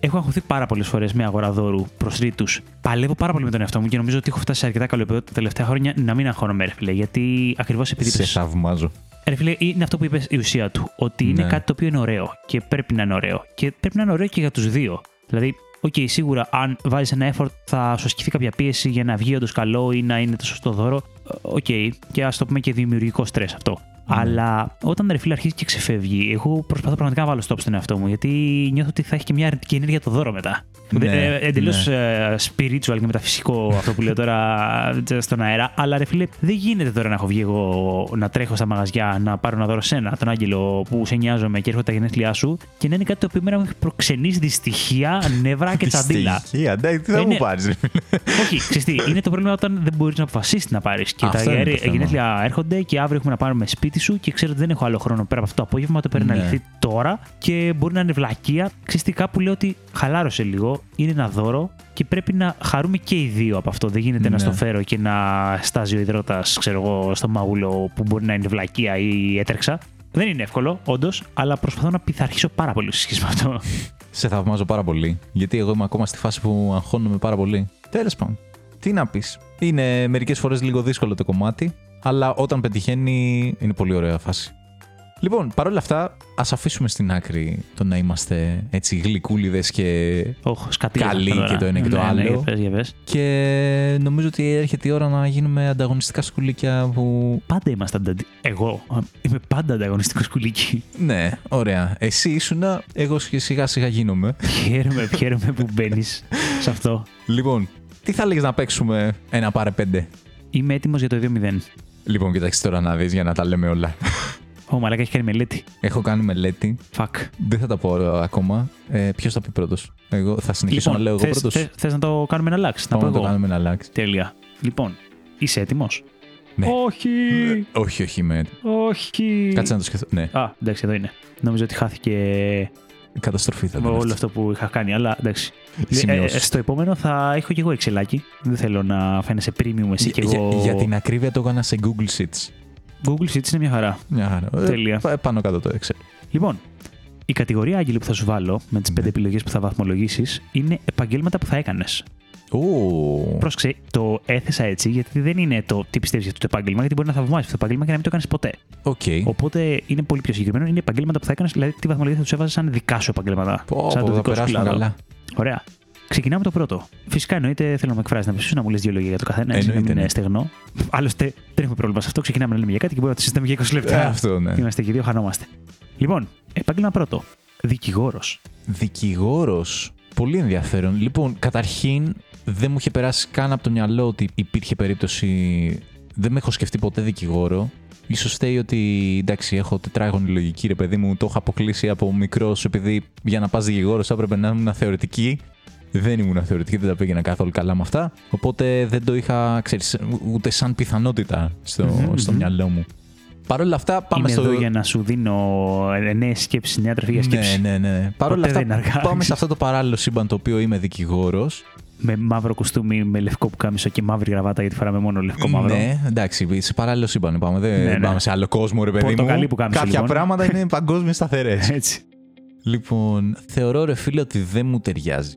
Speaker 2: Έχω αγχωθεί πάρα πολλές φορές με αγορά δώρου προς τρίτου. Παλεύω πάρα πολύ με τον εαυτό μου και νομίζω ότι έχω φτάσει σε αρκετά καλό επίπεδο τα τελευταία χρόνια να μην αγχώνομαι, ρε φίλε. Γιατί ακριβώς επειδή.
Speaker 1: Σε
Speaker 2: είπες-
Speaker 1: θαυμάζω.
Speaker 2: Ρε φίλε, είναι αυτό που είπες η ουσία του. Ότι είναι
Speaker 1: Ναι.
Speaker 2: κάτι το οποίο είναι ωραίο και πρέπει να είναι ωραίο. Και πρέπει να είναι ωραίο και για τους δύο. Δηλαδή, οκ, σίγουρα αν βάζεις ένα effort θα σου ασκηθεί κάποια πίεση για να βγει όντως καλό ή να είναι το σωστό δώρο. Ε, Οκ, και ας το πούμε και δημιουργικό στρε αυτό.
Speaker 1: Ναι.
Speaker 2: Αλλά όταν ρε φίλε αρχίζει και ξεφεύγει, εγώ προσπαθώ πραγματικά να βάλω stop στον εαυτό μου γιατί νιώθω ότι θα έχει και μια αρνητική ενέργεια το δώρο μετά.
Speaker 1: Ναι,
Speaker 2: Ναι, Εντελώς
Speaker 1: ναι.
Speaker 2: ε, spiritual και μεταφυσικό αυτό που λέω τώρα ε, στον αέρα. Αλλά ρε φίλε, δεν γίνεται τώρα να έχω βγει εγώ να τρέχω στα μαγαζιά να πάρω να δώρο σένα, τον Άγγελο που σε νοιάζομαι και έρχονται τα γενέθλιά σου και να είναι κάτι το οποίο εμένα μου έχει προξενήσει δυστυχία, νεύρα και τσαντίλα.
Speaker 1: Δυστυχία, εντάξει, τι θα
Speaker 2: Είναι-
Speaker 1: μου πάρεις. ρε φίλε.
Speaker 2: Όχι, ξέρεις τι, είναι το πρόβλημα όταν δεν μπορείς να αποφασίσεις να πάρεις. Και
Speaker 1: Αυτό
Speaker 2: τα
Speaker 1: είναι το
Speaker 2: γερε-
Speaker 1: θέμα.
Speaker 2: γενέθλια έρχονται και αύριο έχουμε να πάρουμε σπίτι σου και ξέρω ότι δεν έχω άλλο χρόνο πέρα από αυτό το απόγευμα. Το πρέπει να
Speaker 1: Ναι.
Speaker 2: λυθεί τώρα και μπορεί να είναι βλακεία. Ξέρεις τι, κάπου λέω ότι χαλάρωσε λίγο. Είναι ένα δώρο και πρέπει να χαρούμε και οι δύο από αυτό. Δεν γίνεται να
Speaker 1: Ναι.
Speaker 2: στο φέρω και να στάζει ο υδρότας, ξέρω εγώ, στο μαγούλο που μπορεί να είναι βλακεία ή έτρεξα. Δεν είναι εύκολο, όντως, αλλά προσπαθώ να πειθαρχήσω πάρα πολύ στο σχέση με αυτό.
Speaker 1: Σε θαυμάζω πάρα πολύ. Γιατί εγώ είμαι ακόμα στη φάση που αγχώνομαι πάρα πολύ. Τέλος πάντων. Τι να πεις. Είναι μερικές φορές λίγο δύσκολο το κομμάτι, αλλά όταν πετυχαίνει είναι πολύ ωραία φάση. Λοιπόν, παρόλα αυτά, ας αφήσουμε στην άκρη το να είμαστε έτσι γλυκούλιδες και.
Speaker 2: Όχι, σκατήλα.
Speaker 1: Καλή
Speaker 2: τώρα.
Speaker 1: και το ένα και το
Speaker 2: Ναι, Ναι,
Speaker 1: άλλο.
Speaker 2: για πες, για πες.
Speaker 1: Και νομίζω ότι έρχεται η ώρα να γίνουμε ανταγωνιστικά σκουλίκια που.
Speaker 2: Πάντα είμαστε αντα... Εγώ α, είμαι πάντα ανταγωνιστικός κουλίκι.
Speaker 1: Ναι, ωραία. Εσύ ήσουνα, εγώ σιγά σιγά γίνομαι.
Speaker 2: χαίρομαι, χαίρομαι που μπαίνεις σε αυτό.
Speaker 1: Λοιπόν, τι θα λέγεις να παίξουμε ένα πάρε πέντε.
Speaker 2: Είμαι έτοιμος για το 2-0.
Speaker 1: Λοιπόν, κοιτάξτε τώρα να δεις για να τα λέμε όλα.
Speaker 2: Ω, μαλάκα έχει κάνει μελέτη.
Speaker 1: Έχω κάνει μελέτη.
Speaker 2: Fuck.
Speaker 1: Δεν θα τα πω ακόμα. Ε, Ποιος θα πει πρώτος. Εγώ θα συνεχίσω να λέω εγώ
Speaker 2: Λοιπόν, θες-
Speaker 1: πρώτος.
Speaker 2: θες- θες να το κάνουμε να αλλάξει. Να
Speaker 1: Πάμε
Speaker 2: πω
Speaker 1: να το
Speaker 2: εγώ.
Speaker 1: κάνουμε να αλλάξει.
Speaker 2: Τέλεια. Λοιπόν, είσαι έτοιμος.
Speaker 1: Ναι.
Speaker 2: Όχι!
Speaker 1: Όχι, όχι, με.
Speaker 2: όχι!
Speaker 1: Κάτσε να το σκεφτώ. Ναι,
Speaker 2: Α, εντάξει, εδώ είναι. Νόμιζα ότι χάθηκε
Speaker 1: καταστροφή θα
Speaker 2: με
Speaker 1: ήταν.
Speaker 2: όλο
Speaker 1: αυτή.
Speaker 2: αυτό που είχα κάνει, αλλά εντάξει. Ε, ε,
Speaker 1: Σημειώσεις.
Speaker 2: στο επόμενο θα έχω και εγώ εξελάκι. Δεν θέλω να φαίνεσαι premium εσύ και
Speaker 1: Για-
Speaker 2: εγώ.
Speaker 1: για- Για την ακρίβεια το έκανα σε Google Sheets.
Speaker 2: Google Sheets είναι μια χαρά.
Speaker 1: Μια χαρά. Ε,
Speaker 2: Τέλεια.
Speaker 1: πα- Πάνω κάτω το Excel.
Speaker 2: Λοιπόν, η κατηγορία Άγγελη που θα σου βάλω με τις
Speaker 1: Ναι.
Speaker 2: πέντε επιλογές που θα βαθμολογήσεις είναι επαγγέλματα που θα έκανες.
Speaker 1: Ου.
Speaker 2: Πρόσεξε, το έθεσα έτσι γιατί δεν είναι το τι πιστεύεις για αυτό το επάγγελμα, γιατί μπορεί να θαυμάσεις αυτό το επάγγελμα και να μην το κάνεις ποτέ.
Speaker 1: Οκ.
Speaker 2: Οπότε είναι πολύ πιο συγκεκριμένο. Είναι επαγγέλματα που θα έκανες, δηλαδή τι βαθμολογία θα τους έβαζες σαν δικά σου επαγγέλματα.
Speaker 1: Πω,
Speaker 2: σαν
Speaker 1: πω,
Speaker 2: το
Speaker 1: θα
Speaker 2: δικό σου
Speaker 1: περάσουμε
Speaker 2: κλάδο.
Speaker 1: καλά.
Speaker 2: Ωραία. Ξεκινάμε το πρώτο. Φυσικά εννοείται θέλω να με εκφράσει να πεις να μου λες δύο λόγια για το καθένα. έτσι, να
Speaker 1: Εννοείται,
Speaker 2: μην
Speaker 1: ναι.
Speaker 2: είναι στεγνό. Άλλωστε δεν έχουμε πρόβλημα σε αυτό. Ξεκινάμε να λέμε για κάτι και μπορούμε να το συζητάμε για 20
Speaker 1: Ε,
Speaker 2: λεπτά.
Speaker 1: Αυτό, ναι.
Speaker 2: Είμαστε και οι δύο, χανόμαστε. Λοιπόν, επάγγελμα πρώτο. Δικηγόρος.
Speaker 1: Δικηγόρος. Πολύ ενδιαφέρον. Λοιπόν, καταρχήν δεν μου είχε περάσει καν από το μυαλό ότι υπήρχε περίπτωση. Δεν με έχω σκεφτεί ποτέ δικηγόρο. Ίσως φταίει ότι εντάξει, έχω τετράγωνη λογική, ρε παιδί μου. Το έχω αποκλείσει από μικρός επειδή για να πας δικηγόρος θα έπρεπε να ήμουν θεωρητική. Δεν ήμουν θεωρητική, δεν τα πήγαινα καθόλου καλά με αυτά. Οπότε δεν το είχα, ξέρεις, ούτε σαν πιθανότητα στο,
Speaker 2: Μμμ,
Speaker 1: στο
Speaker 2: μμμ.
Speaker 1: μυαλό μου. Παρ' όλα αυτά, πάμε
Speaker 2: Είμαι
Speaker 1: στο.
Speaker 2: εδώ για να σου δίνω ε, νέες σκέψεις, νέα τροφή για σκέψη.
Speaker 1: Ναι, ναι, ναι. Παρ' όλα αυτά,
Speaker 2: Ποτέ δεν είναι αργά,
Speaker 1: πάμε
Speaker 2: ξέρεις.
Speaker 1: σε αυτό το παράλληλο σύμπαν το οποίο είμαι δικηγόρος.
Speaker 2: Με μαύρο κουστούμι, με λευκό πουκάμισο και μαύρη γραβάτα γιατί φοράμε μόνο λευκό μαύρο.
Speaker 1: Ναι, εντάξει, σε παράλληλο σύμπαν πάμε. Δεν
Speaker 2: Ναι, ναι.
Speaker 1: πάμε σε άλλο κόσμο, ρε παιδί
Speaker 2: Πορτοκαλί
Speaker 1: μου.
Speaker 2: που κάμισε,
Speaker 1: Κάποια
Speaker 2: λοιπόν.
Speaker 1: πράγματα είναι παγκόσμια σταθερές.
Speaker 2: Έτσι.
Speaker 1: λοιπόν, θεωρώ, ρε φίλε, ότι δεν μου ταιριάζει.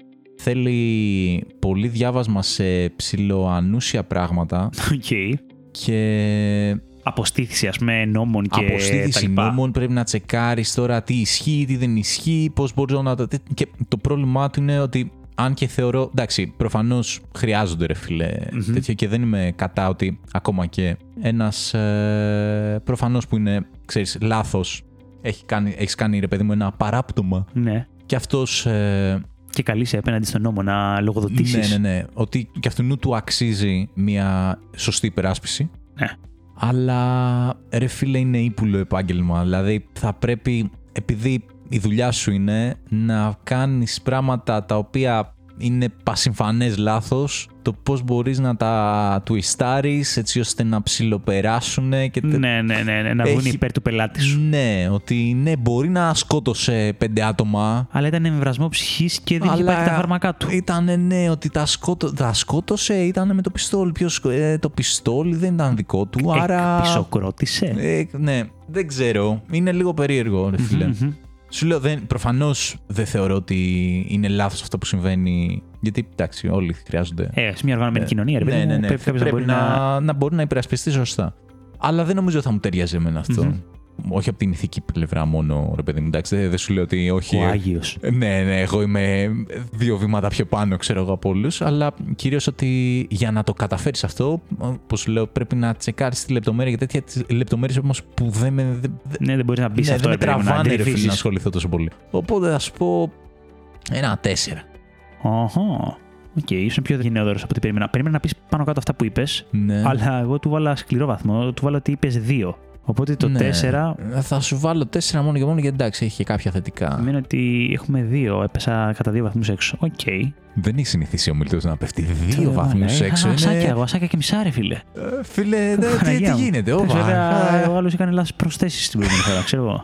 Speaker 1: Θέλει πολύ διάβασμα σε ψηλοανούσια πράγματα
Speaker 2: Okay.
Speaker 1: και
Speaker 2: Αποστήθηση, ας πούμε, νόμων και τα
Speaker 1: αποστήθηση
Speaker 2: λοιπά.
Speaker 1: νόμων. Πρέπει να τσεκάρεις τώρα τι ισχύει, τι δεν ισχύει, πώς μπορείς να τα. τε- Και το πρόβλημά του είναι ότι αν και θεωρώ. Εντάξει, προφανώς χρειάζονται ρε φιλε
Speaker 2: Μμμ.
Speaker 1: τέτοιο και δεν είμαι κατά ότι ακόμα και ένας ε, προφανώς που είναι, ξέρεις, λάθος. Έχει κάνει, έχεις κάνει ρε παιδί μου ένα παράπτωμα
Speaker 2: Ναι.
Speaker 1: και αυτός ε,
Speaker 2: Και καλείσαι απέναντι στον νόμο να λογοδοτήσεις.
Speaker 1: ναι, ναι, ναι. Ότι και αυτού του αξίζει μια σωστή υπεράσπιση.
Speaker 2: Ναι.
Speaker 1: Αλλά ρε φίλε είναι ύπουλο επάγγελμα. Δηλαδή θα πρέπει, επειδή η δουλειά σου είναι, να κάνεις πράγματα τα οποία είναι πασυμφανές λάθος, το πώς μπορείς να τα τουιστάρεις έτσι ώστε να ψιλοπεράσουν και τε-
Speaker 2: ναι, ναι, ναι, ναι, να
Speaker 1: Έχει-
Speaker 2: βγουν υπέρ του πελάτη σου.
Speaker 1: Ναι, ότι ναι, μπορεί να σκότωσε πέντε άτομα,
Speaker 2: Αλλά ήταν με βρασμό ψυχής και Ε, δεν είχε
Speaker 1: Αλλά
Speaker 2: πάρει τα φάρμακά του. Ε,
Speaker 1: Ήταν ναι, ότι τα, σκότω, τα σκότωσε, ήταν με το πιστόλι. Ποιος, ε, το πιστόλι δεν ήταν δικό του,
Speaker 2: Ε,
Speaker 1: άρα.
Speaker 2: Εκπισοκρότησε.
Speaker 1: Ε, ναι, δεν ξέρω. Είναι λίγο περίεργο, ρε φιλε
Speaker 2: Μμμ.
Speaker 1: Σου λέω, δεν, προφανώς δεν θεωρώ ότι είναι λάθος αυτό που συμβαίνει. Γιατί, εντάξει, όλοι χρειάζονται.
Speaker 2: Ε, σε μια οργανωμένη κοινωνία, ρε παιδί
Speaker 1: ναι,
Speaker 2: μου,
Speaker 1: ναι, ναι.
Speaker 2: πρέπει κάποιο να μπορεί να.
Speaker 1: να... μπορεί να υπερασπιστεί σωστά. Αλλά δεν νομίζω ότι θα μου ταιριάζει εμένα αυτό. Όχι από την ηθική πλευρά μόνο, ρε παιδί μου. Εντάξει, δεν- δεν σου λέω ότι όχι.
Speaker 2: Ο Άγιος.
Speaker 1: Ναι, ναι, εγώ είμαι δύο βήματα πιο πάνω, ξέρω εγώ από όλους. Αλλά κυρίως ότι για να το καταφέρεις αυτό, όπως λέω, πρέπει να τσεκάρεις τη λεπτομέρεια και τέτοια τις λεπτομέρειες όμως που δεν με. Δεν,
Speaker 2: Ναι, δεν μπορείς να μπεις
Speaker 1: ναι,
Speaker 2: σε αυτό,
Speaker 1: δεν με
Speaker 2: ρε παιδί μου, να
Speaker 1: τραβάνε ρε φίλε να
Speaker 2: αντιληφθείς.
Speaker 1: ασχοληθώ τόσο πολύ. Οπότε θα σου πω ένα τέσσερα.
Speaker 2: Οχο. Οκ, ήσουν πιο γενναιόδωρος από ό,τι περίμενα. Περίμενα να πεις πάνω κάτω αυτά που είπες,
Speaker 1: Ναι.
Speaker 2: αλλά εγώ του βάλα σκληρό βαθμό. Του βάλα ότι είπες 2. Οπότε το
Speaker 1: Ναι.
Speaker 2: 4
Speaker 1: Θα σου βάλω τέσσερα μόνο και μόνο γιατί εντάξει, έχει και κάποια θετικά.
Speaker 2: σημαίνει ότι έχουμε 2. Έπεσα κατά 2 βαθμούς έξω. Οκ.
Speaker 1: Δεν έχει συνηθίσει ο μιλητή να πέφτει
Speaker 2: Τώρα, ε,
Speaker 1: δύο βαθμού
Speaker 2: μάνα,
Speaker 1: έξω.
Speaker 2: είχα Ασάκια,
Speaker 1: Είναι...
Speaker 2: εγώ ασάκια και μισά, ρε φίλε.
Speaker 1: Ε, Φίλε, δε- τι, τι
Speaker 2: Παναγία μου.
Speaker 1: γίνεται,
Speaker 2: Εντάξει,
Speaker 1: όπα.
Speaker 2: Βέβαια,
Speaker 1: Ε,
Speaker 2: ο άλλος έκανε λάθος προσθέσεις την προηγούμενη φορά, ξέρω εγώ.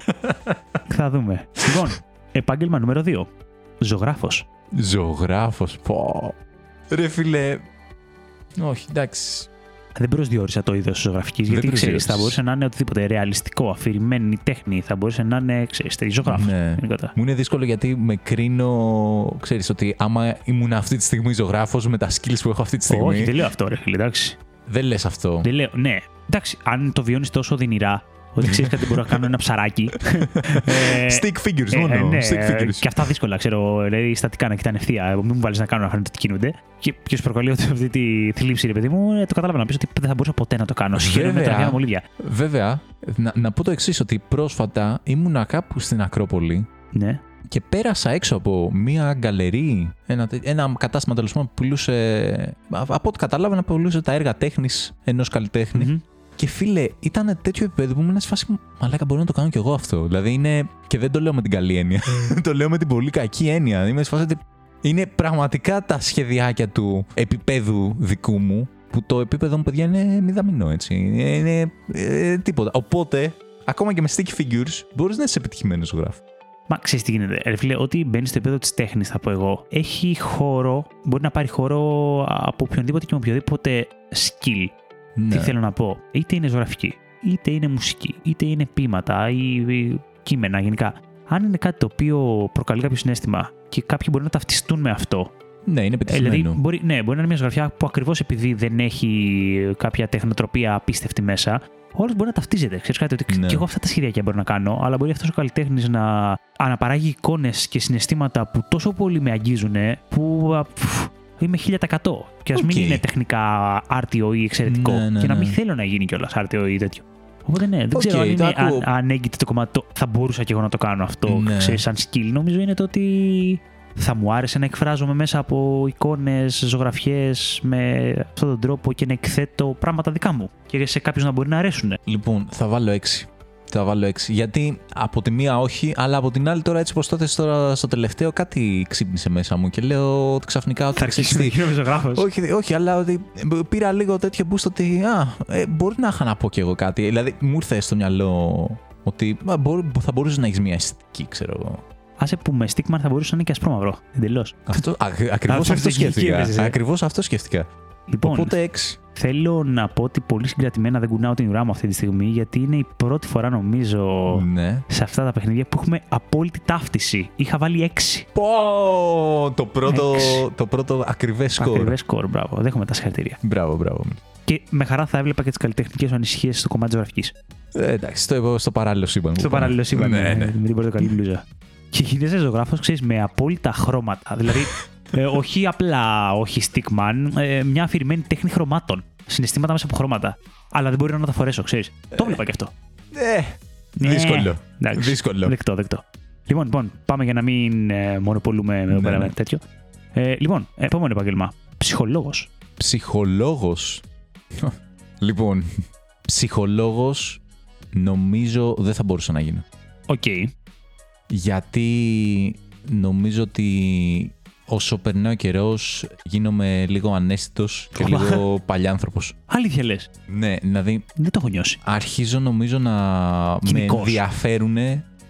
Speaker 2: Θα δούμε. Λοιπόν, επάγγελμα νούμερο 2. Ζωγράφος.
Speaker 1: Ζωγράφος, πω. Ρε φίλε. Όχι, εντάξει.
Speaker 2: δεν προσδιορίσα το είδος της ζωγραφικής.
Speaker 1: Δεν
Speaker 2: Γιατί ξέρεις, θα
Speaker 1: προσδιορίζεις.
Speaker 2: μπορούσε να είναι οτιδήποτε ρεαλιστικό, αφηρημένη τέχνη, θα μπορούσε να είναι ξέρεις, ζωγράφο.
Speaker 1: Ναι.
Speaker 2: Γενικότερα.
Speaker 1: Μου είναι δύσκολο γιατί με κρίνω. Ξέρεις ότι άμα ήμουν αυτή τη στιγμή ζωγράφος με τα skills που έχω αυτή τη στιγμή.
Speaker 2: Όχι, δεν λέω αυτό, ρε φίλε, εντάξει.
Speaker 1: δεν λες αυτό.
Speaker 2: Δεν λέω, ναι. Εντάξει, αν το βιώνεις τόσο δυνηρά, ότι ξέρεις κάτι μπορώ να κάνω ένα ψαράκι. ε,
Speaker 1: Stick figures
Speaker 2: ε,
Speaker 1: μόνο.
Speaker 2: ε, ναι,
Speaker 1: Stick
Speaker 2: ε,
Speaker 1: figures.
Speaker 2: και αυτά δύσκολα, ξέρω. Δηλαδή, στατικά να κοιτάνε ευθεία. Μην μου βάλεις να κάνω να φαίνεται ότι κινούνται. Και ποιος προκαλεί ότι αυτή τη θλίψη, ρε παιδί μου, ε, το κατάλαβα να πεις ότι δεν θα μπορούσα ποτέ να το κάνω. Σχεδόν
Speaker 1: Βέβαια.
Speaker 2: τα μου μολύβια.
Speaker 1: Βέβαια, να, να πω το εξής: Ότι πρόσφατα ήμουνα κάπου στην Ακρόπολη
Speaker 2: Ναι.
Speaker 1: και πέρασα έξω από μία γκαλερί, ένα, τέ- ένα κατάστημα τέλος πάντων που πουλούσε. α- Από ό,τι κατάλαβα, πουλούσε τα έργα τέχνης ενός Ναι.
Speaker 2: Μμμ.
Speaker 1: Και φίλε, ήταν τέτοιο επίπεδο που ήμουν σε φάση. Μαλάκα, μπορώ να το κάνω κι εγώ αυτό. Δηλαδή είναι. Και δεν το λέω με την καλή έννοια. το λέω με την πολύ κακή έννοια. Είμαι σε φάση ότι. Είναι πραγματικά τα σχεδιάκια του επίπεδου δικού μου. Που το επίπεδο μου, παιδιά, είναι μηδαμινό, έτσι. Είναι. ε, τίποτα. Οπότε, ακόμα και με stick figures, μπορείς να είσαι επιτυχημένος γράφο.
Speaker 2: Μα ξέρεις τι γίνεται. Ρε φίλε, ό,τι μπαίνει στο επίπεδο της τέχνης, θα πω εγώ, έχει χώρο, μπορεί να πάρει χώρο από οποιονδήποτε και με οποιοδήποτε skill.
Speaker 1: Ναι.
Speaker 2: Τι θέλω να πω. Είτε είναι ζωγραφική, είτε είναι μουσική, είτε είναι ποίηματα ή ή κείμενα γενικά. Αν είναι κάτι το οποίο προκαλεί κάποιο συνέστημα και κάποιοι μπορεί να ταυτιστούν με αυτό.
Speaker 1: ναι, είναι
Speaker 2: Ε, δηλαδή,
Speaker 1: επιτυχημένο.
Speaker 2: μπορεί, ναι, μπορεί να είναι μια ζωγραφιά που ακριβώς επειδή δεν έχει κάποια τεχνοτροπία απίστευτη μέσα, όλο μπορεί να ταυτίζεται. Ξέρεις κάτι, ότι
Speaker 1: Ναι.
Speaker 2: και εγώ αυτά τα σχεδιάκια μπορώ να κάνω, αλλά μπορεί αυτός ο καλλιτέχνης να αναπαράγει εικόνες και συναισθήματα που τόσο πολύ με αγγίζουν ε, που. α, φου, Είμαι 1000%. Και ας
Speaker 1: Οκ.
Speaker 2: μην είναι τεχνικά άρτιο ή εξαιρετικό.
Speaker 1: Ναι, ναι,
Speaker 2: και να μην
Speaker 1: ναι.
Speaker 2: θέλω να γίνει κιόλας άρτιο ή τέτοιο. Οπότε ναι, δεν
Speaker 1: Οκ,
Speaker 2: ξέρω αν,
Speaker 1: το
Speaker 2: είναι,
Speaker 1: ακούω.
Speaker 2: αν, αν έγκυται το κομμάτι. Το, θα μπορούσα κι εγώ να το κάνω αυτό.
Speaker 1: Ναι.
Speaker 2: Ξέρεις, σαν skill, νομίζω είναι το ότι θα μου άρεσε να εκφράζομαι μέσα από εικόνες, ζωγραφιές με αυτόν τον τρόπο και να εκθέτω πράγματα δικά μου. Και σε κάποιους να μπορεί να αρέσουν.
Speaker 1: Λοιπόν, θα βάλω 6. Θα βάλω 6. Γιατί από τη μία όχι, αλλά από την άλλη τώρα έτσι πως τότε τώρα στο τελευταίο κάτι ξύπνησε μέσα μου και λέω ότι ξαφνικά ότι ξέρεις τι.
Speaker 2: γίνομαι ζωγράφος.
Speaker 1: Όχι, όχι, αλλά ότι ε, πήρα λίγο τέτοιο boost ότι α, ε, μπορεί να είχα να πω κι εγώ κάτι. Δηλαδή μου ήρθε στο μυαλό ότι α, μπορεί- θα μπορούσες να έχεις μια αισθητική, ξέρω εγώ.
Speaker 2: Άσε που με στίγμα θα μπορούσε να είναι και ασπρόμαυρο. Εντελώς.
Speaker 1: Αυτό, α, ακριβώς αυτό
Speaker 2: Αυτό είναι και
Speaker 1: σκέφτηκα.
Speaker 2: έπαιζες, ε.
Speaker 1: Ακριβώς αυτό σκέφτηκα.
Speaker 2: Λοιπόν,
Speaker 1: Οπότε 6.
Speaker 2: θέλω να πω ότι πολύ συγκρατημένα δεν κουνάω την ουρά μου αυτή τη στιγμή, γιατί είναι η πρώτη φορά νομίζω
Speaker 1: Ναι.
Speaker 2: σε αυτά τα παιχνίδια που έχουμε απόλυτη ταύτιση. Είχα βάλει 6.
Speaker 1: Πω, το πρώτο,
Speaker 2: Έξι.
Speaker 1: το πρώτο ακριβές σκορ.
Speaker 2: Ακριβές σκορ, μπράβο. Δέχομαι τα συγχαρητήρια.
Speaker 1: Μπράβο, μπράβο.
Speaker 2: Και με χαρά θα έβλεπα και τις καλλιτεχνικές σου ανησυχίες στο κομμάτι της ζωγραφικής.
Speaker 1: Ε, εντάξει, στο, στο παράλληλο σύμπαν.
Speaker 2: Στο
Speaker 1: που πάμε.
Speaker 2: παράλληλο σύμπαν. ε,
Speaker 1: Ναι, ναι.
Speaker 2: Με την πορτοκαλί μπλούζα. Και γίνεσαι ζωγράφος, ξέρεις, με απόλυτα χρώματα. Δηλαδή, ε, όχι απλά, όχι stickman, ε, μια αφηρημένη τέχνη χρωμάτων. Συναισθήματα μέσα από χρώματα. Αλλά δεν μπορεί να τα φορέσω, ξέρεις. Το βλέπα και αυτό.
Speaker 1: Ε,
Speaker 2: Ναι.
Speaker 1: δύσκολο.
Speaker 2: Εντάξει. Ναι.
Speaker 1: Δύσκολο.
Speaker 2: Δεκτό, δεκτό. Λοιπόν, λοιπόν, πάμε για να μην ε, μονοπολούμε εδώ
Speaker 1: Ναι,
Speaker 2: πέρα
Speaker 1: ναι.
Speaker 2: με τέτοιο. Ε, λοιπόν, επόμενο επάγγελμα. Ψυχολόγος.
Speaker 1: Ψυχολόγος. λοιπόν, ψυχολόγος νομίζω δεν θα μπορούσα να γίνω.
Speaker 2: Οκ.
Speaker 1: Γιατί νομίζω ότι όσο περνάει ο καιρός γίνομαι λίγο ανέστητος και
Speaker 2: Ωπα.
Speaker 1: λίγο παλιάνθρωπος.
Speaker 2: Αλήθεια λες.
Speaker 1: Ναι, δηλαδή
Speaker 2: Δεν το έχω νιώσει.
Speaker 1: αρχίζω νομίζω να
Speaker 2: Κοινικός.
Speaker 1: με ενδιαφέρουν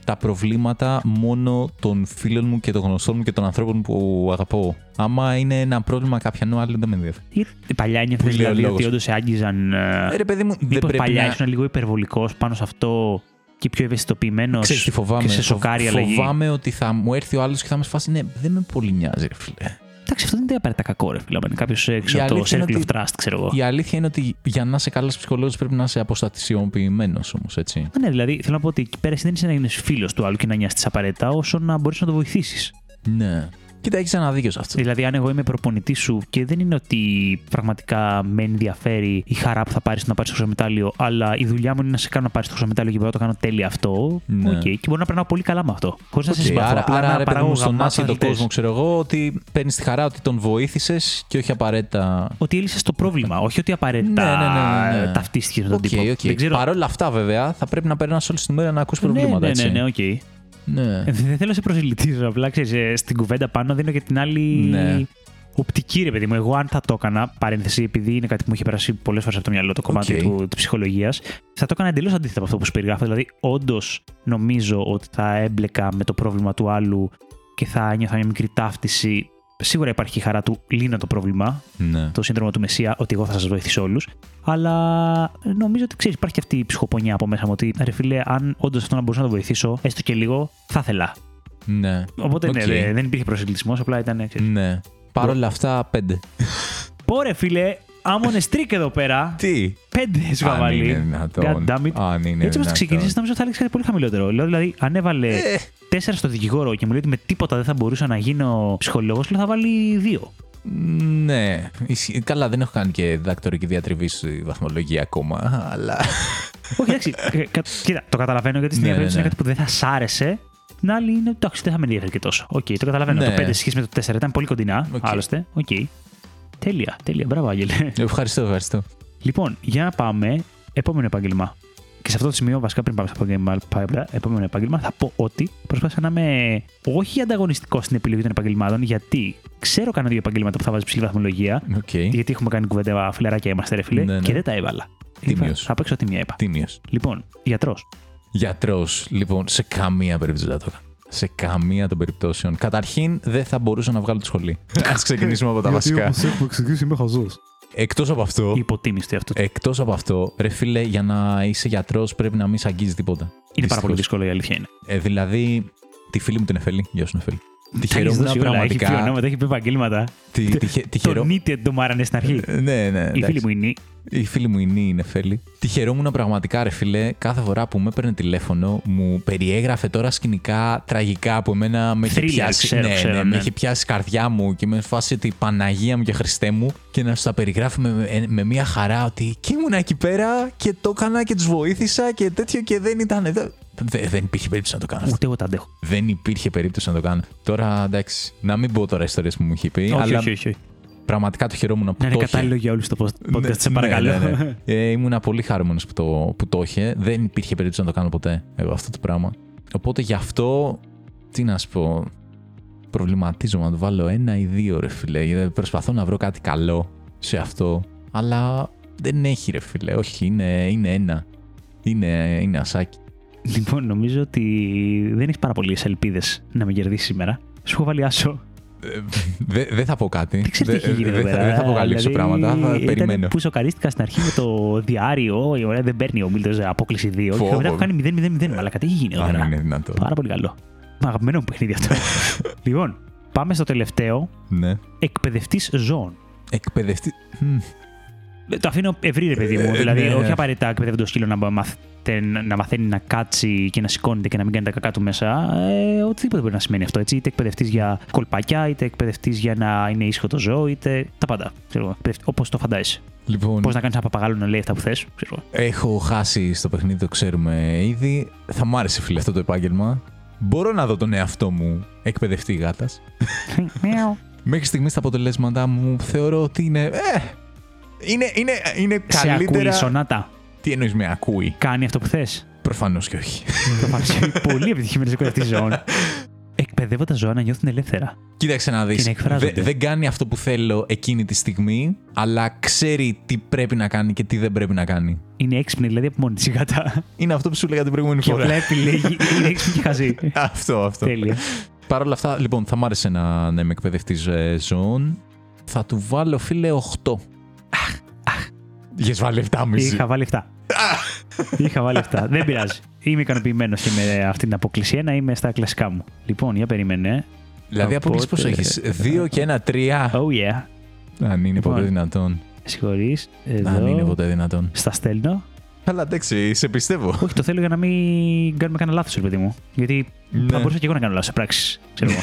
Speaker 1: τα προβλήματα μόνο των φίλων μου και των γνωστών μου και των ανθρώπων που αγαπώ. Άμα είναι ένα πρόβλημα κάποιανού άλλου δεν με ενδιαφέρει.
Speaker 2: Γιατί Παλιά νιώθω
Speaker 1: Που λέει ο
Speaker 2: δηλαδή
Speaker 1: λόγος.
Speaker 2: ότι όντως σε άγγιζαν. ε,
Speaker 1: Ε, ρε παιδί μου, δεν
Speaker 2: Μήπως
Speaker 1: πρέπει
Speaker 2: παλιά
Speaker 1: να...
Speaker 2: ήσουν λίγο υπερβολικός πάνω σε αυτό και πιο ευαισθητοποιημένος.
Speaker 1: Ξέρεις τι φοβάμαι.
Speaker 2: Και σε σοκάρει η αλλαγή.
Speaker 1: Φοβάμαι ότι θα μου έρθει ο άλλος και θα με σφάσει. Ναι, δεν με πολύ νοιάζει, ρε φίλε.
Speaker 2: Εντάξει, αυτό δεν είναι απαραίτητα κακό, ρε φίλε. άμα είναι Κάποιος
Speaker 1: Η
Speaker 2: έξω από το
Speaker 1: αλήθεια
Speaker 2: Circle
Speaker 1: είναι
Speaker 2: of
Speaker 1: ότι-
Speaker 2: Trust, ξέρω εγώ.
Speaker 1: Η αλήθεια είναι ότι για να είσαι καλός ψυχολόγος πρέπει να είσαι αποστατησιοποιημένος όμως, έτσι.
Speaker 2: Ναι, δηλαδή θέλω να πω ότι εκεί πέρα εσύ δεν είσαι να γίνεις φίλος του άλλου και να νοιαστείς απαραίτητα, όσο να μπορείς να το βοηθήσεις.
Speaker 1: Ναι. Κοίτα, έχεις ένα δίκιο σε αυτό.
Speaker 2: Δηλαδή, αν εγώ είμαι προπονητής σου και δεν είναι ότι πραγματικά με ενδιαφέρει η χαρά που θα πάρεις να πάρεις το χρυσομετάλλιο, αλλά η δουλειά μου είναι να σε κάνω να πάρεις το χρυσομετάλλιο και μπορώ να το κάνω τέλεια αυτό.
Speaker 1: Ναι.
Speaker 2: οκ, Και μπορώ να περνάω πολύ καλά με αυτό. Χωρίς να σε
Speaker 1: Οκ,
Speaker 2: συμπαθώ.
Speaker 1: άρα,
Speaker 2: απλά
Speaker 1: άρα
Speaker 2: να
Speaker 1: ρε παιδί
Speaker 2: παράγω
Speaker 1: μου, στον
Speaker 2: γαμάτους
Speaker 1: άσχετο
Speaker 2: αθλητές.
Speaker 1: κόσμο, ξέρω εγώ, ότι παίρνεις τη χαρά ότι τον βοήθησες και όχι απαραίτητα.
Speaker 2: ότι έλυσες το πρόβλημα. Όχι ότι απαραίτητα
Speaker 1: Ναι, ναι, ναι, ναι.
Speaker 2: ταυτίστηκες με τον
Speaker 1: Οκ,
Speaker 2: τύπο.
Speaker 1: οκ.
Speaker 2: Δεν ξέρω.
Speaker 1: Παρ' όλα αυτά, βέβαια, θα πρέπει να περνάς όλη την μέρα να ακούς προβλήματα.
Speaker 2: ναι, ναι, ναι,
Speaker 1: έτσι.
Speaker 2: ναι, οκ.
Speaker 1: Ναι.
Speaker 2: Ε, Δεν θέλω να σε προσελητήσω. Απλά ξέρεις, στην κουβέντα πάνω δίνω και την άλλη
Speaker 1: Ναι.
Speaker 2: οπτική, ρε παιδί μου. Εγώ, αν θα το έκανα, παρένθεση, επειδή είναι κάτι που μου έχει περάσει πολλές φορές από το μυαλό το κομμάτι
Speaker 1: Οκ.
Speaker 2: του, της ψυχολογίας, θα το έκανα εντελώς αντίθετα από αυτό που σου περιγράφω. Δηλαδή, όντως νομίζω ότι θα έμπλεκα με το πρόβλημα του άλλου και θα ένιωθα μια μικρή ταύτιση σίγουρα υπάρχει η χαρά του λύνω το πρόβλημα,
Speaker 1: Ναι.
Speaker 2: το σύνδρομο του Μεσία, ότι εγώ θα σας βοηθήσω όλους. Αλλά νομίζω ότι ξέρεις, υπάρχει και αυτή η ψυχοπονιά από μέσα μου ότι ρε φίλε, αν όντως αυτό να μπορούσα να το βοηθήσω, έστω και λίγο, θα ήθελα.
Speaker 1: ναι.
Speaker 2: Οπότε ναι,
Speaker 1: Οκ.
Speaker 2: δε- δεν υπήρχε προσεγγισμό, απλά ήταν. ε, ξέρεις,
Speaker 1: Ναι. Παρ' όλα αυτά, πέντε.
Speaker 2: Πόρε φίλε, άμονες τρίκ εδώ πέρα.
Speaker 1: Τι.
Speaker 2: Πέντε σου είχα
Speaker 1: Αν
Speaker 2: βάλει.
Speaker 1: είναι δυνατόν.
Speaker 2: God damn it.
Speaker 1: Αν είναι
Speaker 2: Έτσι όπως
Speaker 1: δυνατόν.
Speaker 2: ξεκίνησε, νομίζω θα έλεγε κάτι πολύ χαμηλότερο. Λέω δηλαδή, αν έβαλε
Speaker 1: Ε.
Speaker 2: τέσσερα στο δικηγόρο και μου λέει ότι με τίποτα δεν θα μπορούσα να γίνω ψυχολόγος, λέω θα βάλει δύο.
Speaker 1: Ναι. Ισχύει. Καλά, δεν έχω κάνει και διδακτορική διατριβή στη βαθμολογία ακόμα, αλλά.
Speaker 2: Όχι, εντάξει. ε, κα- Κοίτα, το καταλαβαίνω γιατί στην
Speaker 1: Ναι,
Speaker 2: μία
Speaker 1: ναι,
Speaker 2: περίπτωση είναι κάτι που δεν θα σ' άρεσε. Την άλλη είναι ότι εντάξει, δεν θα με ενδιαφέρει και τόσο. Οκ, το καταλαβαίνω.
Speaker 1: Ναι.
Speaker 2: Το 5 σε σχέση με το 4 ήταν πολύ κοντινά.
Speaker 1: Οκ.
Speaker 2: Άλλωστε. Οκ. Τέλεια, τέλεια. Μπράβο, Άγγελε.
Speaker 1: Ευχαριστώ, ευχαριστώ.
Speaker 2: Λοιπόν, για να πάμε επόμενο επάγγελμα. Και σε αυτό το σημείο, βασικά πριν πάμε στο επάγγελμα, πάμε- επόμενο επάγγελμα, θα πω ότι προσπάθησα να είμαι όχι ανταγωνιστικός στην επιλογή των επαγγελμάτων, γιατί ξέρω κανένα δύο επαγγέλματα που θα βάζει ψηλή βαθμολογία.
Speaker 1: Οκ.
Speaker 2: Γιατί έχουμε κάνει κουβέντα φιλαράκια είμαστε, ρε φίλε,
Speaker 1: Ναι, ναι.
Speaker 2: και δεν τα έβαλα.
Speaker 1: Τίμιος.
Speaker 2: Είπα, Θα παίξω τίμια είπα.
Speaker 1: Τίμιος.
Speaker 2: Λοιπόν, γιατρός.
Speaker 1: Γιατρός, λοιπόν, σε καμία περίπτωση δεν θα το έκανα. Σε καμία των περιπτώσεων. Καταρχήν, δεν θα μπορούσα να βγάλω το σχολείο. Ας ξεκινήσουμε από τα βασικά.
Speaker 3: όπως έχουμε εξηγήσει είμαι χαζός.
Speaker 1: Εκτός από αυτό,
Speaker 2: Υποτίμηση αυτό.
Speaker 1: εκτός από αυτό, ρε φίλε, για να είσαι γιατρός πρέπει να μην σε αγγίζει τίποτα.
Speaker 2: είναι πάρα
Speaker 1: Δυστυχώς.
Speaker 2: πολύ δύσκολο η αλήθεια είναι.
Speaker 1: Ε, δηλαδή, τη φίλη μου την Εφέλη. Γεια σου, Εφέλη. Τη
Speaker 2: Τα έχεις
Speaker 1: χαιρόμουν
Speaker 2: δώσει όλα, Έχει ναι, πει
Speaker 1: πραγματικά.
Speaker 2: ονόματα, έχει πει επαγγέλματα.
Speaker 1: Τη, τη, χε- τη
Speaker 2: Το
Speaker 1: χαιρό-
Speaker 2: νίτι εν το μάρανε στην αρχή.
Speaker 1: Ναι, ναι.
Speaker 2: Η
Speaker 1: εντάξει.
Speaker 2: φίλη μου είναι.
Speaker 1: Η φίλη μου η Νή είναι φέλη. Τη χαιρόμουν πραγματικά, ρε φίλε, κάθε φορά που με έπαιρνε τηλέφωνο, μου περιέγραφε τώρα σκηνικά τραγικά που εμένα με έχει
Speaker 2: Thriller,
Speaker 1: πιάσει.
Speaker 2: ξέρω,
Speaker 1: ναι,
Speaker 2: ξέρω,
Speaker 1: ναι,
Speaker 2: ναι.
Speaker 1: με έχει πιάσει η καρδιά μου και με φάση ότι Παναγία μου και Χριστέ μου και να σου τα περιγράφει με, με, με μια χαρά ότι και ήμουν εκεί πέρα και το έκανα και τους βοήθησα και τέτοιο και δεν ήταν. εδώ». Δε- δεν υπήρχε περίπτωση να το κάνω αυτό.
Speaker 2: Ούτε εγώ τα αντέχω.
Speaker 1: Δεν υπήρχε περίπτωση να το κάνω. Τώρα εντάξει, να μην πω τώρα ιστορίες που μου έχει πει,
Speaker 2: Όχι,
Speaker 1: Ε, αλλά
Speaker 2: όχι, όχι. όχι.
Speaker 1: πραγματικά το χαιρόμουν που
Speaker 2: Να είναι
Speaker 1: το είχε.
Speaker 2: κατάλληλο για όλους το podcast,
Speaker 1: Ναι,
Speaker 2: σε παρακαλώ.
Speaker 1: Ναι, ναι, ναι. Ε, ήμουνα πολύ χαρούμενος που το, που το είχε. Δεν υπήρχε περίπτωση να το κάνω ποτέ εγώ αυτό το πράγμα. Οπότε γι' αυτό, τι να σου πω, προβληματίζομαι να το βάλω ένα ή δύο ρε φίλε. Γιατί Προσπαθώ να βρω κάτι καλό σε αυτό, αλλά δεν έχει ρε φίλε. Όχι, είναι, είναι ένα. Είναι, είναι ασάκι.
Speaker 2: Λοιπόν, νομίζω ότι δεν έχεις πάρα πολλές ελπίδες να με κερδίσεις σήμερα. Σου έχω βάλει άσο.
Speaker 1: Ε, Δεν δεν θα πω κάτι.
Speaker 2: Δεν ξέρω τι έχει
Speaker 1: Δεν-
Speaker 2: γίνει εδώ
Speaker 1: δεν θα-
Speaker 2: πέρα.
Speaker 1: δεν θα αποκαλύψω
Speaker 2: Δηλαδή,
Speaker 1: πράγματα. Θα
Speaker 2: ήταν
Speaker 1: περιμένω.
Speaker 2: Που σοκαρίστηκα στην αρχή με το διάριο. Η ωραία δεν παίρνει ο Μίλτος απόκληση 2. Και
Speaker 1: Φόβο.
Speaker 2: μετά έχω κάνει 0-0-0. Αλλά κάτι έχει γίνει εδώ
Speaker 1: Αν
Speaker 2: πέρα.
Speaker 1: είναι δυνατό.
Speaker 2: Πάρα πολύ καλό. Μα Αγαπημένο μου παιχνίδι αυτό. λοιπόν, πάμε στο τελευταίο.
Speaker 1: Ναι.
Speaker 2: Εκπαιδευτής ζώων.
Speaker 1: Εκπαιδευτή. Μμ.
Speaker 2: Ε, Το αφήνω ευρύ, ρε παιδί μου.
Speaker 1: Ε,
Speaker 2: δηλαδή,
Speaker 1: ναι, ναι.
Speaker 2: όχι απαραίτητα εκπαιδεύοντας σκύλο να, μαθα- να μαθαίνει να κάτσει και να σηκώνεται και να μην κάνει τα κακά του μέσα. Ε, οτιδήποτε μπορεί να σημαίνει αυτό. Έτσι. Είτε εκπαιδευτής για κολπακιά, είτε εκπαιδευτής για να είναι ήσυχο το ζώο, είτε τα πάντα. Όπως το φαντάζεσαι.
Speaker 1: Λοιπόν,
Speaker 2: Πώς να κάνεις ένα παπαγάλο να λέει αυτά που θες.
Speaker 1: Έχω χάσει στο παιχνίδι, το ξέρουμε ήδη. Θα μ' άρεσε, φίλε, αυτό το επάγγελμα. Μπορώ να δω τον εαυτό μου εκπαιδευτή γάτας. Μέχρι στιγμής τα αποτελέσματά μου θεωρώ ότι είναι. Ε, είναι, είναι, είναι
Speaker 2: Σε ακούει η
Speaker 1: καλύτερα.
Speaker 2: σονάτα.
Speaker 1: Τι εννοείς με ακούει.
Speaker 2: Κάνει αυτό που θες.
Speaker 1: Προφανώς και όχι.
Speaker 2: Προφανώς. Πολύ επιτυχημένο εκπαιδευτή ζώων. Εκπαιδεύω τα ζώα να νιώθουν ελεύθερα.
Speaker 1: Κοίταξε να δεις.
Speaker 2: Την εκφράζονται.
Speaker 1: Δε- δεν κάνει αυτό που θέλω εκείνη τη στιγμή, αλλά ξέρει τι πρέπει να κάνει και τι δεν πρέπει να κάνει.
Speaker 2: Είναι έξυπνη δηλαδή από μόνη της η γάτα.
Speaker 1: Είναι αυτό που σου λέγα την προηγούμενη
Speaker 2: Και
Speaker 1: φορά.
Speaker 2: απλά επιλέγει. Είναι έξυπνη και χαζή.
Speaker 1: αυτό, αυτό.
Speaker 2: Τέλεια.
Speaker 1: Παρ' όλα αυτά, λοιπόν, θα μ' άρεσε να, να είμαι εκπαιδευτής ζώων. Θα του βάλω, φίλε, 8. Είχες βάλει 7,5.
Speaker 2: Είχα βάλει 7. Είχα βάλει 7. Δεν πειράζει. Είμαι ικανοποιημένος και με αυτή την αποκλεισία να είμαι στα κλασικά μου. Λοιπόν, για περίμενε.
Speaker 1: Δηλαδή, από
Speaker 2: Οπότε-
Speaker 1: πόσο πόσο έχει. 2 και ένα 3.
Speaker 2: Oh yeah.
Speaker 1: Αν είναι
Speaker 2: Λοιπόν.
Speaker 1: ποτέ δυνατόν.
Speaker 2: Συγχωρείς.
Speaker 1: Αν είναι
Speaker 2: Εδώ.
Speaker 1: ποτέ δυνατόν.
Speaker 2: Στα στέλνω.
Speaker 1: Αλλά εντάξει, σε πιστεύω.
Speaker 2: Όχι, το θέλω για να μην κάνουμε κανένα λάθος, ρε παιδί μου. Γιατί
Speaker 1: Ναι.
Speaker 2: θα μπορούσα και εγώ να κάνω λάθος σε πράξη. Ξέρω εγώ.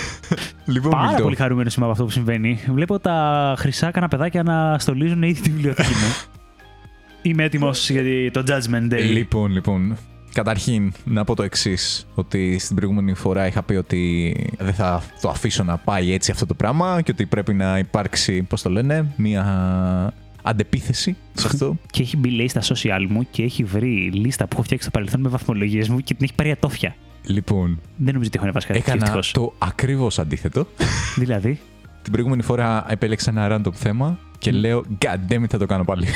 Speaker 1: Λοιπόν,
Speaker 2: Πάρα
Speaker 1: Μιλτό,
Speaker 2: πολύ χαρούμενος είμαι από αυτό που συμβαίνει. Βλέπω τα χρυσά καναπεδάκια να στολίζουν ήδη τη βιβλιοθήκη μου. Είμαι έτοιμος για το Judgment Day.
Speaker 1: Λοιπόν, λοιπόν. Καταρχήν, να πω το εξής. Ότι στην προηγούμενη φορά είχα πει ότι δεν θα το αφήσω να πάει έτσι αυτό το πράγμα και ότι πρέπει να υπάρξει, πώς το λένε, μία αντεπίθεση σε αυτό.
Speaker 2: και έχει μπει λέει στα social μου και έχει βρει λίστα που έχω φτιάξει στο παρελθόν με βαθμολογίες μου και την έχει πάρει ατόφια.
Speaker 1: λοιπόν,
Speaker 2: Ε, Δεν νομίζω ότι έχω ανεβάσει κάτι
Speaker 1: Έκανα
Speaker 2: δυστυχώς.
Speaker 1: το ακριβώς αντίθετο.
Speaker 2: Δηλαδή,
Speaker 1: Την προηγούμενη φορά επέλεξα ένα random θέμα και λέω God damn it, θα το κάνω πάλι.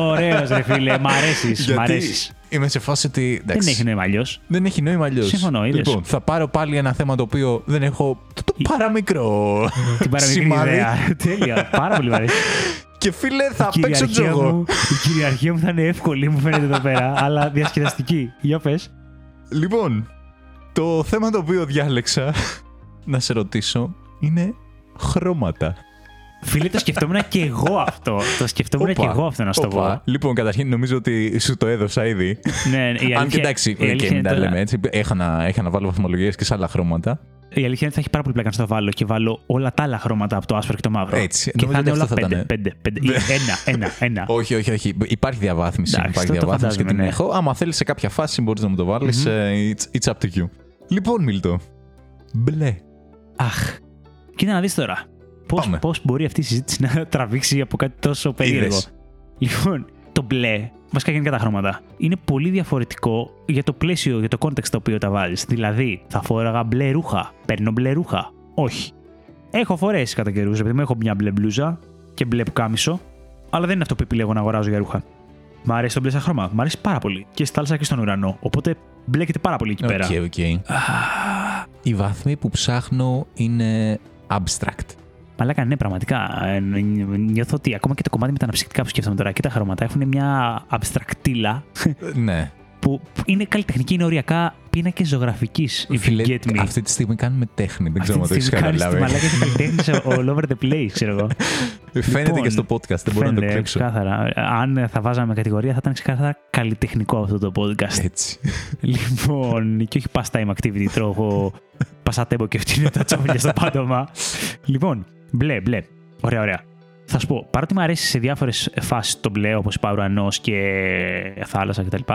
Speaker 2: Ωραίος, ρε φίλε. Μ' αρέσεις. Μ'
Speaker 1: Γιατί
Speaker 2: αρέσεις.
Speaker 1: Είμαι σε φάση ότι.
Speaker 2: Δεν
Speaker 1: εντάξει,
Speaker 2: έχει νόημα αλλιώς.
Speaker 1: δεν έχει νόημα αλλιώς.
Speaker 2: Συμφωνώ, είδες.
Speaker 1: Λοιπόν, θα πάρω πάλι ένα θέμα το οποίο δεν έχω. Το, το παραμικρό.
Speaker 2: Την παραμικρή
Speaker 1: σημάδι.
Speaker 2: ιδέα. Τέλεια. Πάρα πολύ μ' αρέσει.
Speaker 1: Και φίλε, θα
Speaker 2: Η
Speaker 1: παίξω
Speaker 2: κυριαρχία
Speaker 1: τζόγο.
Speaker 2: μου- Η κυριαρχία μου θα είναι εύκολη, μου φαίνεται εδώ πέρα, αλλά διασκεδαστική. Για πες.
Speaker 1: Λοιπόν, το θέμα το οποίο διάλεξα να σε ρωτήσω είναι χρώματα.
Speaker 2: Φίλε, το σκεφτόμουν και εγώ αυτό. Το σκεφτόμουν και
Speaker 1: Όπα,
Speaker 2: εγώ αυτό να σου το
Speaker 1: όπα.
Speaker 2: πω.
Speaker 1: Λοιπόν, καταρχήν νομίζω ότι σου το έδωσα ήδη.
Speaker 2: Ναι, η αλήθεια,
Speaker 1: Αν και εντάξει,
Speaker 2: η
Speaker 1: ε,
Speaker 2: αλήθεια
Speaker 1: και μην
Speaker 2: είναι
Speaker 1: τα
Speaker 2: τώρα-
Speaker 1: λέμε έτσι. Έχω να, είχα να βάλω βαθμολογίες και σε άλλα χρώματα.
Speaker 2: Η αλήθεια είναι ότι θα έχει πάρα πολύ πλάκα να στο βάλω και βάλω όλα τα άλλα χρώματα από το άσπρο και το μαύρο.
Speaker 1: Έτσι,
Speaker 2: Και
Speaker 1: νομίζω
Speaker 2: θα είναι
Speaker 1: ότι
Speaker 2: όλα
Speaker 1: αυτό θα
Speaker 2: πέντε,
Speaker 1: ήταν.
Speaker 2: πέντε, πέντε, ή ένα, ένα, ένα.
Speaker 1: Όχι, όχι, όχι. Υπάρχει διαβάθμιση.
Speaker 2: Εντάξει,
Speaker 1: υπάρχει
Speaker 2: το- το
Speaker 1: διαβάθμιση και την
Speaker 2: φαντάζομαι, ναι.
Speaker 1: έχω. Άμα θέλεις σε κάποια φάση μπορείς να μου το βάλεις.
Speaker 2: Μμμ.
Speaker 1: it's, it's up to you. Λοιπόν, Μίλτο. Μπλε.
Speaker 2: Αχ. Κοίτα να δεις τώρα. Πώς,
Speaker 1: Πάμε.
Speaker 2: πώς μπορεί αυτή η συζήτηση να τραβήξει από κάτι τόσο περίεργο.
Speaker 1: Είδες.
Speaker 2: Λοιπόν, το μπλε, βασικά γενικά τα χρώματα, είναι πολύ διαφορετικό για το πλαίσιο, για το context το οποίο τα βάζεις. Δηλαδή, θα φόραγα μπλε ρούχα. Παίρνω μπλε ρούχα. Όχι. Έχω φορέσει κατά καιρούς, επειδή μου έχω μια μπλε μπλούζα και μπλε πουκάμισο, αλλά δεν είναι αυτό που επιλέγω να αγοράζω για ρούχα. Μ' αρέσει το μπλε σαν χρώμα. Μ' αρέσει πάρα πολύ. Και στη θάλασσα και στον ουρανό. Οπότε μπλέκεται πάρα πολύ εκεί πέρα.
Speaker 1: Οκ, οκ. Οι βαθμοί που ψάχνω είναι abstract.
Speaker 2: Μαλάκα, ναι, πραγματικά. Ε, Νιώθω ότι ακόμα και το κομμάτι με τα αναψυκτικά που σκέφτομαι τώρα και τα χρώματα έχουν μια αμπστρακτήλα
Speaker 1: Ε, ναι.
Speaker 2: που είναι καλλιτεχνική, είναι οριακά πίνακες ζωγραφικής. If you get me.
Speaker 1: αυτή τη στιγμή κάνουμε τέχνη. Δεν
Speaker 2: Αυτή
Speaker 1: ξέρω αν το
Speaker 2: τη
Speaker 1: έχεις
Speaker 2: στιγμή κάνεις τη
Speaker 1: καταλάβει. Ε,
Speaker 2: μαλάκα και καλλιτέχνης all over the place, ξέρω εγώ.
Speaker 1: Φαίνεται
Speaker 2: Λοιπόν,
Speaker 1: και στο podcast. Δεν μπορώ να το
Speaker 2: Φαίνεται
Speaker 1: κρύψω.
Speaker 2: ξεκάθαρα. Αν θα βάζαμε κατηγορία, θα ήταν ξεκάθαρα καλλιτεχνικό αυτό το podcast.
Speaker 1: Έτσι.
Speaker 2: λοιπόν, και όχι past time activity, τρώω εγώ πασατέμπο και φτύνω τα τσόφιλια στο πάντομα. λοιπόν, μπλε, μπλε. Ωραία, ωραία. Θα σου πω, παρότι μου αρέσει σε διάφορες φάσεις το μπλε, όπως είπα, ουρανό και θάλασσα κτλ.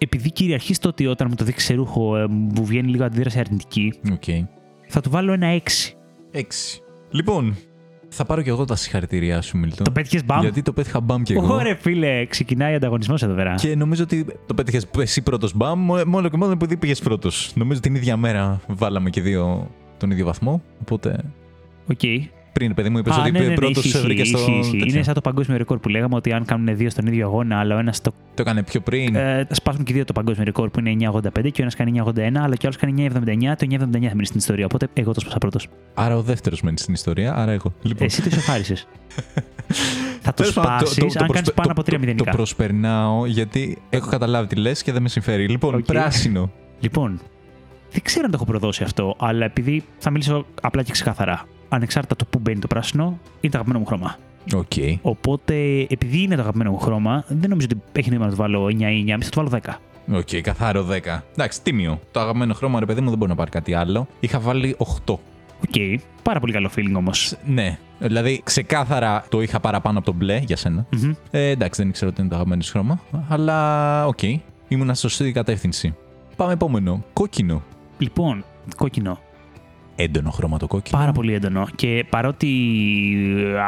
Speaker 2: Επειδή κυριαρχεί το ότι όταν μου το δείξει σε ρούχο ε, μου βγαίνει λίγο αντίδραση αρνητική,
Speaker 1: Οκ.
Speaker 2: θα του βάλω ένα 6.
Speaker 1: Έξι. Λοιπόν, θα πάρω και εγώ τα συγχαρητήριά σου, Μίλτο.
Speaker 2: Το πέτυχες μπαμ.
Speaker 1: Γιατί το πέτυχα μπαμ και εγώ.
Speaker 2: Ωραία, φίλε, ξεκινάει ανταγωνισμός εδώ πέρα.
Speaker 1: Και νομίζω ότι το πέτυχες εσύ πρώτος μπαμ, μο- μόνο και μόνο επειδή πήγες πρώτος. Νομίζω την ίδια μέρα βάλαμε και δύο τον ίδιο βαθμό. Οπότε
Speaker 2: Οκ.
Speaker 1: πριν, παιδί μου, είπες ότι
Speaker 2: ναι, ναι, ναι,
Speaker 1: πρώτος
Speaker 2: ισχύει,
Speaker 1: βρήκε
Speaker 2: ισχύει,
Speaker 1: το.
Speaker 2: ισχύει.
Speaker 1: τέτοιο.
Speaker 2: Είναι σαν το παγκόσμιο ρεκόρ που λέγαμε ότι αν κάνουν δύο στον ίδιο αγώνα, αλλά ο ένα το
Speaker 1: Το έκανε πιο πριν.
Speaker 2: Ε, σπάσουν και δύο το παγκόσμιο ρεκόρ που είναι 9,85 και ο ένας κάνει 9,81, αλλά και ο άλλος κάνει 9,79. Το 9,79 θα μείνει στην ιστορία. Οπότε εγώ το σπάσα πρώτος.
Speaker 1: Άρα ο δεύτερος μένει στην ιστορία, άρα εγώ. Λοιπόν,
Speaker 2: Εσύ το ισοφάρισες. θα το
Speaker 1: τέλος πάντων,
Speaker 2: σπάσεις αν
Speaker 1: προσπε-
Speaker 2: κάνει πάνω από 3
Speaker 1: Το,
Speaker 2: μηδενικά.
Speaker 1: προσπερνάω γιατί έχω καταλάβει τι λες και δεν με συμφέρει. Λοιπόν,
Speaker 2: Οκ.
Speaker 1: πράσινο.
Speaker 2: Λοιπόν, δεν ξέρω αν το έχω προδώσει αυτό, αλλά επειδή θα μιλήσω απλά και ξεκάθαρα. Ανεξάρτητα το που μπαίνει το πράσινο, είναι το αγαπημένο μου χρώμα.
Speaker 1: Οκ.
Speaker 2: Οπότε, επειδή είναι το αγαπημένο μου χρώμα, δεν νομίζω ότι έχει νόημα να το βάλω 9 ή 9,5, θα το βάλω 10.
Speaker 1: Οκ, καθαρό 10. Εντάξει, τίμιο. Το αγαπημένο χρώμα, ρε παιδί μου, δεν μπορεί να πάρει κάτι άλλο. Είχα βάλει 8.
Speaker 2: Οκ. Πάρα πολύ καλό feeling όμως.
Speaker 1: Ναι. Δηλαδή, ξεκάθαρα το είχα παραπάνω από το μπλε για σένα. Ε, εντάξει, δεν ήξερα ότι είναι το αγαπημένο σου χρώμα. Αλλά οκ. Ήμουνα στη σωστή κατεύθυνση. Πάμε επόμενο. Κόκκινο.
Speaker 2: Λοιπόν, κόκκινο.
Speaker 1: Έντονο χρώμα το κόκκινο.
Speaker 2: Πάρα πολύ έντονο. Και παρότι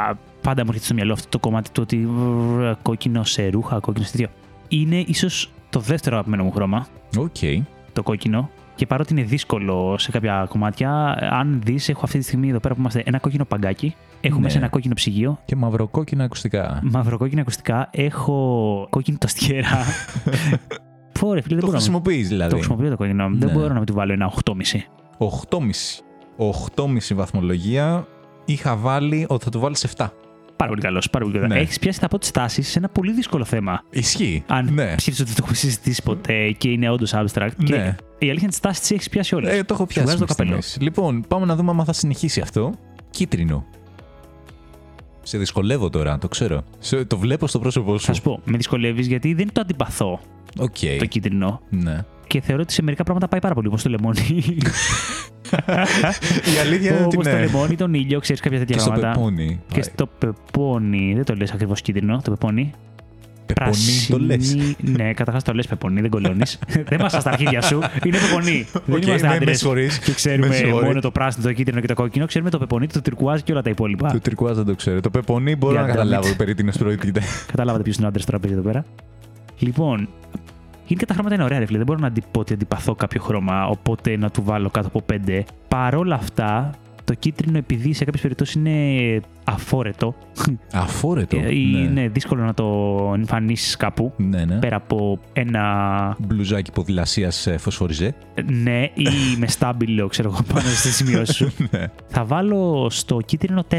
Speaker 2: α, πάντα μου έρχεται στο μυαλό αυτό το κομμάτι του ότι βρ, κόκκινο σε ρούχα, κόκκινο σε τέτοιο. Είναι ίσως το δεύτερο αγαπημένο μου χρώμα,
Speaker 1: Οκ.
Speaker 2: το κόκκινο. Και παρότι είναι δύσκολο σε κάποια κομμάτια, αν δεις, έχω αυτή τη στιγμή εδώ πέρα που είμαστε ένα κόκκινο παγκάκι. Έχω
Speaker 1: Ναι.
Speaker 2: μέσα ένα κόκκινο ψυγείο,
Speaker 1: Και μαυροκόκκινα ακουστικά.
Speaker 2: μαυροκόκκινα ακουστικά, έχω κόκκινη τοστιέρα. Φόρε, φίλε, δεν
Speaker 1: Το
Speaker 2: μπορώ. να μην-
Speaker 1: χρησιμοποιεί
Speaker 2: Το
Speaker 1: δηλαδή.
Speaker 2: χρησιμοποιώ το κόκκινο. Δεν
Speaker 1: Ναι.
Speaker 2: μπορώ να μην του βάλω ένα 8,5.
Speaker 1: 8,5. 8,5 βαθμολογία. Είχα βάλει ότι θα του βάλει 7.
Speaker 2: Πάρα πολύ καλός. Πάρα πολύ καλό.
Speaker 1: Ναι.
Speaker 2: Έχεις πιάσει τα πρώτη τάση σε ένα πολύ δύσκολο θέμα.
Speaker 1: Ισχύει.
Speaker 2: Αν
Speaker 1: Ναι.
Speaker 2: ψήφισες ότι το έχουμε συζητήσει ποτέ και είναι όντως abstract. Και
Speaker 1: Ναι.
Speaker 2: η αλήθεια είναι τη τάση τη έχεις πιάσει όλες.
Speaker 1: Ε, το έχω πιάσει.
Speaker 2: βγάζω το
Speaker 1: μέχρι
Speaker 2: καπέλο.
Speaker 1: στιγμής. Λοιπόν, πάμε να δούμε αν θα συνεχίσει αυτό. Κίτρινο. Σε δυσκολεύω τώρα, το ξέρω. Σε, το βλέπω στο πρόσωπό σου.
Speaker 2: Θα σου πω, με δυσκολεύεις γιατί δεν το αντιπαθώ
Speaker 1: Οκ.
Speaker 2: το κίτρινο
Speaker 1: Ναι.
Speaker 2: και θεωρώ ότι σε μερικά πράγματα πάει πάρα πολύ όπως το λεμόνι.
Speaker 1: Η αλήθεια είναι ότι
Speaker 2: Όπως το
Speaker 1: Ε, ναι.
Speaker 2: λεμόνι, τον ήλιο, ξέρεις κάποια τέτοια
Speaker 1: Και στο
Speaker 2: πράγματα.
Speaker 1: πεπόνι.
Speaker 2: Και στο πεπόνι, δεν το λες ακριβώς κίτρινο, το πεπόνι.
Speaker 1: Πεπόνι το λες.
Speaker 2: Ναι, καταρχάς το λες πεπόνι, δεν κολώνεις. δεν μα στα αρχίδια σου. Είναι πεπόνι. δεν είμαστε άντρε. Και ξέρουμε μόνο το πράσινο, το κίτρινο και το κόκκινο. Ξέρουμε το πεπονί, το τυρκουάζ και όλα τα υπόλοιπα.
Speaker 1: Το τυρκουάζ δεν το ξέρω. Το πεπονί μπορώ
Speaker 2: Για
Speaker 1: να
Speaker 2: damn
Speaker 1: καταλάβω
Speaker 2: it.
Speaker 1: περί τίνο προηγείται.
Speaker 2: Καταλάβατε ποιος είναι ο άντρας τώρα παίζει εδώ πέρα. Λοιπόν, γενικά τα χρώματα είναι ωραία, ρε φίλε. Δεν μπορώ να αντι- πω ότι αντιπαθώ κάποιο χρώμα, οπότε να του βάλω κάτω από 5. Παρόλα αυτά, Το κίτρινο, επειδή σε κάποιες περιπτώσεις είναι αφόρετο
Speaker 1: Αφόρετο.
Speaker 2: ε, ή είναι δύσκολο να το εμφανίσεις κάπου,
Speaker 1: Ναι, ναι.
Speaker 2: πέρα από ένα
Speaker 1: Μπλουζάκι ποδηλασίας φωσφοριζέ.
Speaker 2: ναι ή με στάμπιλο, ξέρω εγώ, πάνω στη σημειώση σου.
Speaker 1: Ναι.
Speaker 2: Θα βάλω στο κίτρινο 4.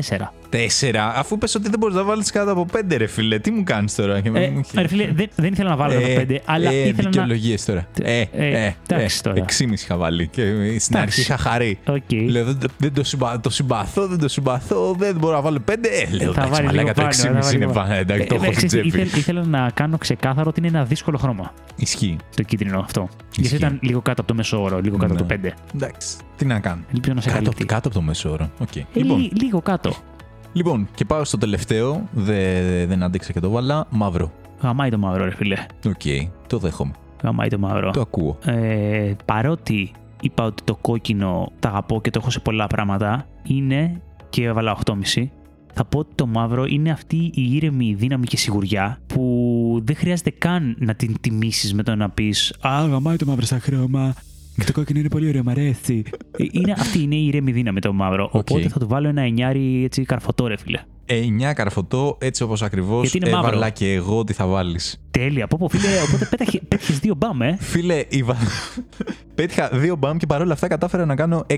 Speaker 1: Τέσσερα. Αφού πες ότι δεν μπορείς να βάλεις κάτω από πέντε, ρε φίλε. Τι μου κάνεις τώρα. και μου-
Speaker 2: Ε,
Speaker 1: μου-
Speaker 2: ρε φίλε, δεν, δεν ήθελα να βάλω το 5, αλλά
Speaker 1: ε,
Speaker 2: ήθελα να.
Speaker 1: δικαιολογίες τώρα. Ε, ε,
Speaker 2: ε,
Speaker 1: ε,
Speaker 2: εντάξει τώρα.
Speaker 1: Εξήμιση είχα βάλει. Και ε, στην
Speaker 2: Εντάξει.
Speaker 1: αρχή είχα χαρεί.
Speaker 2: Οκ.
Speaker 1: Λέω, δεν, δεν το, συμπα- το συμπαθώ, δεν το συμπαθώ, δεν μπορώ να βάλω πέντε. Ε, λέω,
Speaker 2: Θα
Speaker 1: εντάξει,
Speaker 2: βάλει λίγο
Speaker 1: μαλάκα το
Speaker 2: πάνω. θα
Speaker 1: 6,5
Speaker 2: βάλει
Speaker 1: είναι
Speaker 2: λίγο-
Speaker 1: βα- εντάξει, το
Speaker 2: Ε,
Speaker 1: έχω
Speaker 2: ε,
Speaker 1: στην
Speaker 2: ξέρεις,
Speaker 1: τσέπη.
Speaker 2: ήθελα- Ήθελα να κάνω ξεκάθαρο ότι είναι ένα δύσκολο χρώμα
Speaker 1: Ισχύει.
Speaker 2: το κίτρινο αυτό. Γιατί
Speaker 1: Ισχύει.
Speaker 2: ήταν λίγο κάτω από το μέσο όρο, λίγο κάτω από
Speaker 1: Ναι.
Speaker 2: το 5.
Speaker 1: Εντάξει, τι να κάνω.
Speaker 2: Ελπίζω να σε
Speaker 1: Κάτω,
Speaker 2: καλύπτει.
Speaker 1: κάτω από το μέσο όρο. Οκ.
Speaker 2: Ε,
Speaker 1: Λοιπόν,
Speaker 2: λι- Λίγο κάτω.
Speaker 1: λοιπόν, και πάω στο τελευταίο. Δε- δε- δεν άντεξα και το βάλα. Μαύρο.
Speaker 2: Γαμάει το μαύρο, ρε φίλε.
Speaker 1: Οκ, το δέχομαι.
Speaker 2: Γαμάει το μαύρο.
Speaker 1: Το ακούω.
Speaker 2: Ε, παρότι είπα ότι το κόκκινο τα αγαπώ και το έχω σε πολλά πράγματα, είναι και έβαλα 8,5. Θα πω ότι το μαύρο είναι αυτή η ήρεμη δύναμη και σιγουριά που δεν χρειάζεται καν να την τιμήσεις με το να πεις Α, γαμάει το μαύρο σαν χρώμα. Και το κόκκινο είναι πολύ ωραίο, μ' αρέσει. Ε, είναι, αυτή είναι η ήρεμη δύναμη το μαύρο.
Speaker 1: Οκ.
Speaker 2: Οπότε θα του βάλω ένα εννιάρι έτσι καρφωτό, ρε φίλε.
Speaker 1: 9 Ε, καρφωτό, έτσι όπως ακριβώς
Speaker 2: Γιατί είναι
Speaker 1: έβαλα
Speaker 2: μαύρο.
Speaker 1: και εγώ τι θα βάλεις.
Speaker 2: Τέλεια. Από φίλε, οπότε πέταχε, πέτυχες δύο μπαμ, ε.
Speaker 1: Φίλε, η βα- πέτυχα δύο μπαμ και παρόλα αυτά κατάφερα να κάνω 6.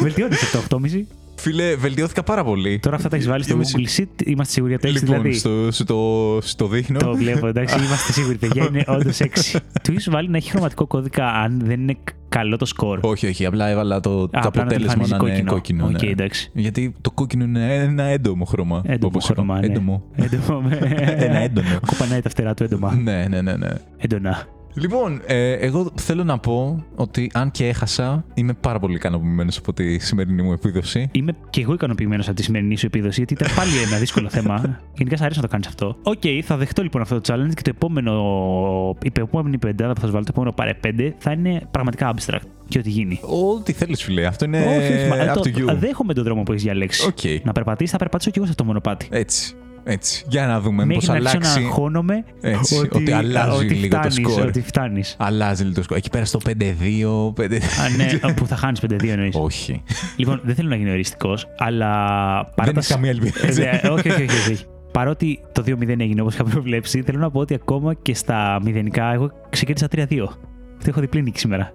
Speaker 2: Βελτιώνεσαι από το 8,5.
Speaker 1: Φίλε, βελτιώθηκα πάρα πολύ.
Speaker 2: Τώρα αυτά τα έχεις βάλει στο
Speaker 1: Δυόμιση.
Speaker 2: Google Sheet, είμαστε σίγουροι ότι τα έχεις,
Speaker 1: Λοιπόν,
Speaker 2: δηλαδή.
Speaker 1: στο, στο, στο δείχνω.
Speaker 2: Το βλέπω, εντάξει, είμαστε σίγουροι. Παιδιά είναι όντως 6. Του έχει βάλει να έχει χρωματικό κώδικα αν δεν είναι καλό το σκορ.
Speaker 1: Όχι, όχι, απλά έβαλα το, το
Speaker 2: απλά να το
Speaker 1: αποτέλεσμα να,
Speaker 2: εμφανίζει
Speaker 1: είναι
Speaker 2: κόκκινο.
Speaker 1: κόκκινο.
Speaker 2: Οκ,
Speaker 1: ναι.
Speaker 2: εντάξει.
Speaker 1: Γιατί το κόκκινο είναι ένα έντομο χρώμα.
Speaker 2: Έντομο
Speaker 1: όπως είπα.
Speaker 2: χρώμα, ναι.
Speaker 1: Έντομο.
Speaker 2: Έντομο.
Speaker 1: Ένα έντονο.
Speaker 2: Κοπανάει τα φτερά του έντομα.
Speaker 1: ναι, ναι, ναι, ναι.
Speaker 2: Έντονα.
Speaker 1: Λοιπόν, ε, εγώ θέλω να πω ότι αν και έχασα, είμαι πάρα πολύ ικανοποιημένος από τη σημερινή μου επίδοση.
Speaker 2: Είμαι και εγώ ικανοποιημένος από τη σημερινή σου επίδοση, γιατί ήταν πάλι ένα δύσκολο θέμα. Γενικά σ' αρέσει να το κάνεις αυτό. Οκ, θα δεχτώ λοιπόν αυτό το challenge και το επόμενο, η επόμενη πεντάδα που θα σου βάλω, το επόμενο παρέ πέντε, θα είναι πραγματικά abstract. Και ό,τι γίνει.
Speaker 1: Ό,τι θέλεις, φίλε. Αυτό είναι
Speaker 2: όχι, όχι, μα,
Speaker 1: Ε,
Speaker 2: ε,
Speaker 1: up
Speaker 2: το-
Speaker 1: to you.
Speaker 2: δέχομαι τον δρόμο που έχεις διαλέξει.
Speaker 1: Οκ.
Speaker 2: Να περπατήσεις, θα περπατήσω κι εγώ σε αυτό το μονοπάτι.
Speaker 1: Έτσι. Έτσι. Για να δούμε
Speaker 2: Μέχρι
Speaker 1: μήπως
Speaker 2: να αρχίσω
Speaker 1: αλλάξει.
Speaker 2: να αγχώνομαι
Speaker 1: Έτσι, ότι αλλάζει
Speaker 2: ότι
Speaker 1: λίγο το
Speaker 2: φτάνεις,
Speaker 1: σκορ.
Speaker 2: Ότι φτάνεις.
Speaker 1: Αλλάζει λίγο το σκορ. Εκεί πέρα στο 5-2. 5...
Speaker 2: ναι, που θα χάνεις 5-2 εννοείς.
Speaker 1: Όχι.
Speaker 2: λοιπόν, δεν θέλω να γίνω οριστικός, αλλά.
Speaker 1: Δεν
Speaker 2: παράταση-
Speaker 1: έχει καμία ελπίδα.
Speaker 2: Ε,
Speaker 1: έτσι.
Speaker 2: ναι, όχι, όχι, όχι, όχι. Παρότι το 2-0 έγινε όπως είχα προβλέψει, θέλω να πω ότι ακόμα και στα μηδενικά εγώ ξεκίνησα 3-2. Αυτό έχω διπλή νίκη σήμερα.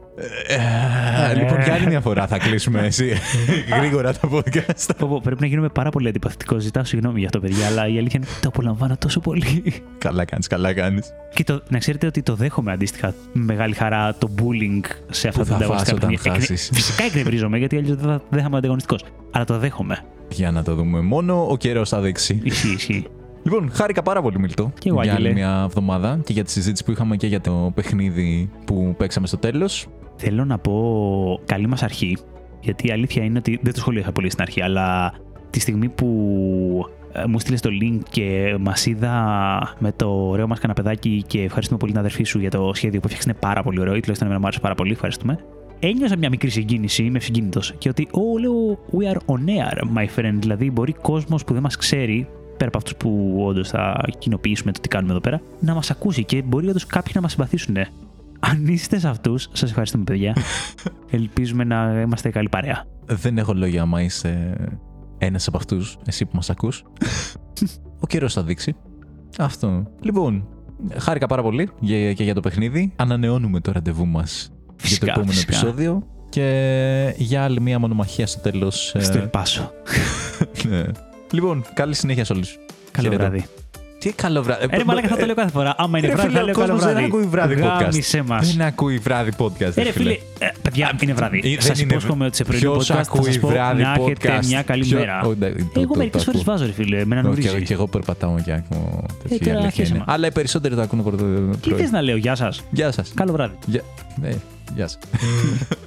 Speaker 1: Ε, Λοιπόν,
Speaker 2: Ε.
Speaker 1: για άλλη μια φορά θα κλείσουμε εσύ γρήγορα το podcast.
Speaker 2: Πω, πω, πρέπει να γίνομαι πάρα πολύ αντιπαθητικό. Ζητάω συγγνώμη για αυτό, παιδιά, αλλά η αλήθεια είναι ότι το απολαμβάνω τόσο πολύ.
Speaker 1: Καλά κάνεις, καλά κάνεις.
Speaker 2: Και το, να ξέρετε ότι το δέχομαι αντίστοιχα με μεγάλη χαρά το bullying σε αυτά
Speaker 1: Που θα
Speaker 2: τα
Speaker 1: φας
Speaker 2: κάποια
Speaker 1: όταν
Speaker 2: στιγμή. Εκνε-
Speaker 1: χάσεις.
Speaker 2: Φυσικά εκνευρίζομαι γιατί αλλιώς δεν θα, δεν θα είμαι ανταγωνιστικός. Αλλά το δέχομαι.
Speaker 1: Για να το δούμε. Μόνο ο καιρός θα δείξει.
Speaker 2: Ισχύει, ισχύει.
Speaker 1: Λοιπόν, χάρηκα πάρα πολύ, Μιλτό.
Speaker 2: Και εγώ,
Speaker 1: για άλλη
Speaker 2: Άγγελε.
Speaker 1: μια εβδομάδα και για τη συζήτηση που είχαμε και για το παιχνίδι που παίξαμε στο τέλος.
Speaker 2: Θέλω να πω καλή μας αρχή. Γιατί η αλήθεια είναι ότι δεν το σχολίασα πολύ στην αρχή, αλλά τη στιγμή που ε, μου στείλες το link και μας είδα με το ωραίο μας καναπεδάκι και ευχαριστούμε πολύ την αδερφή σου για το σχέδιο που έφτιαξε. Είναι πάρα πολύ ωραίο, ή τουλάχιστον εμένα μου άρεσε πάρα πολύ. Ευχαριστούμε. Ένιωσα μια μικρή συγκίνηση, είμαι συγκίνητο. Και ότι, Ω, λέω, we are on air, my friend. Δηλαδή, μπορεί κόσμος που δεν μας ξέρει, πέρα από αυτούς που όντως θα κοινοποιήσουμε το τι κάνουμε εδώ πέρα, να μας ακούσει και μπορεί όντως κάποιοι να μας συμπαθήσουν. Αν είστε σε αυτούς, σας ευχαριστούμε, παιδιά. Ελπίζουμε να είμαστε καλή παρέα.
Speaker 1: Δεν έχω λόγια άμα είσαι ένας από αυτούς, εσύ που μας ακούς. ο καιρός θα δείξει. Αυτό. Λοιπόν, χάρηκα πάρα πολύ για- και για το παιχνίδι. Ανανεώνουμε το ραντεβού μας για το
Speaker 2: Φυσικά,
Speaker 1: επόμενο
Speaker 2: φυσικά.
Speaker 1: επεισόδιο. Και για άλλη μια μονομαχία στο τέλος.
Speaker 2: Στο Ελπάσο.
Speaker 1: Λοιπόν, καλή συνέχεια σε όλους.
Speaker 2: Καλό
Speaker 1: Χαίρετε.
Speaker 2: βράδυ.
Speaker 1: Τι καλό βράδυ.
Speaker 2: Ε, ρε, μαλάκα, θα το λέω κάθε φορά. Άμα είναι
Speaker 1: ε, Ρε
Speaker 2: βράδυ,
Speaker 1: φίλε,
Speaker 2: θα
Speaker 1: ο
Speaker 2: λέω καλό
Speaker 1: κόσμος δεν
Speaker 2: βράδυ.
Speaker 1: ακούει βράδυ podcast.
Speaker 2: Γάμισε μας.
Speaker 1: Δεν ακούει βράδυ podcast.
Speaker 2: Ε,
Speaker 1: ρε
Speaker 2: ρε φίλε, ε, παιδιά, είναι βράδυ.
Speaker 1: Ε,
Speaker 2: Σας
Speaker 1: δεν είναι
Speaker 2: υπόσχομαι ότι σε πρωινό podcast
Speaker 1: Ποιος
Speaker 2: θα
Speaker 1: ακούει
Speaker 2: σας πω
Speaker 1: βράδυ
Speaker 2: να έχετε
Speaker 1: podcast?
Speaker 2: μια καλή
Speaker 1: Ποιο-
Speaker 2: μέρα.
Speaker 1: Ο, εντάξει, το- το-
Speaker 2: Εγώ
Speaker 1: το
Speaker 2: μερικές φορές
Speaker 1: ακούω.
Speaker 2: βάζω, ρε φίλε, με έναν
Speaker 1: Ω, Και, εγώ-
Speaker 2: ορίζει.
Speaker 1: και εγώ περπατάω και ακούω τέτοια
Speaker 2: τώρα
Speaker 1: αλήθεια
Speaker 2: αρχίσαμε.
Speaker 1: είναι. Αλλά οι περισσότεροι το ακούνε πρωί.
Speaker 2: Τι θες να λέω, γεια σας.
Speaker 1: Γεια σας.
Speaker 2: Καλό βράδυ.
Speaker 1: Γεια- ε, Γεια σας.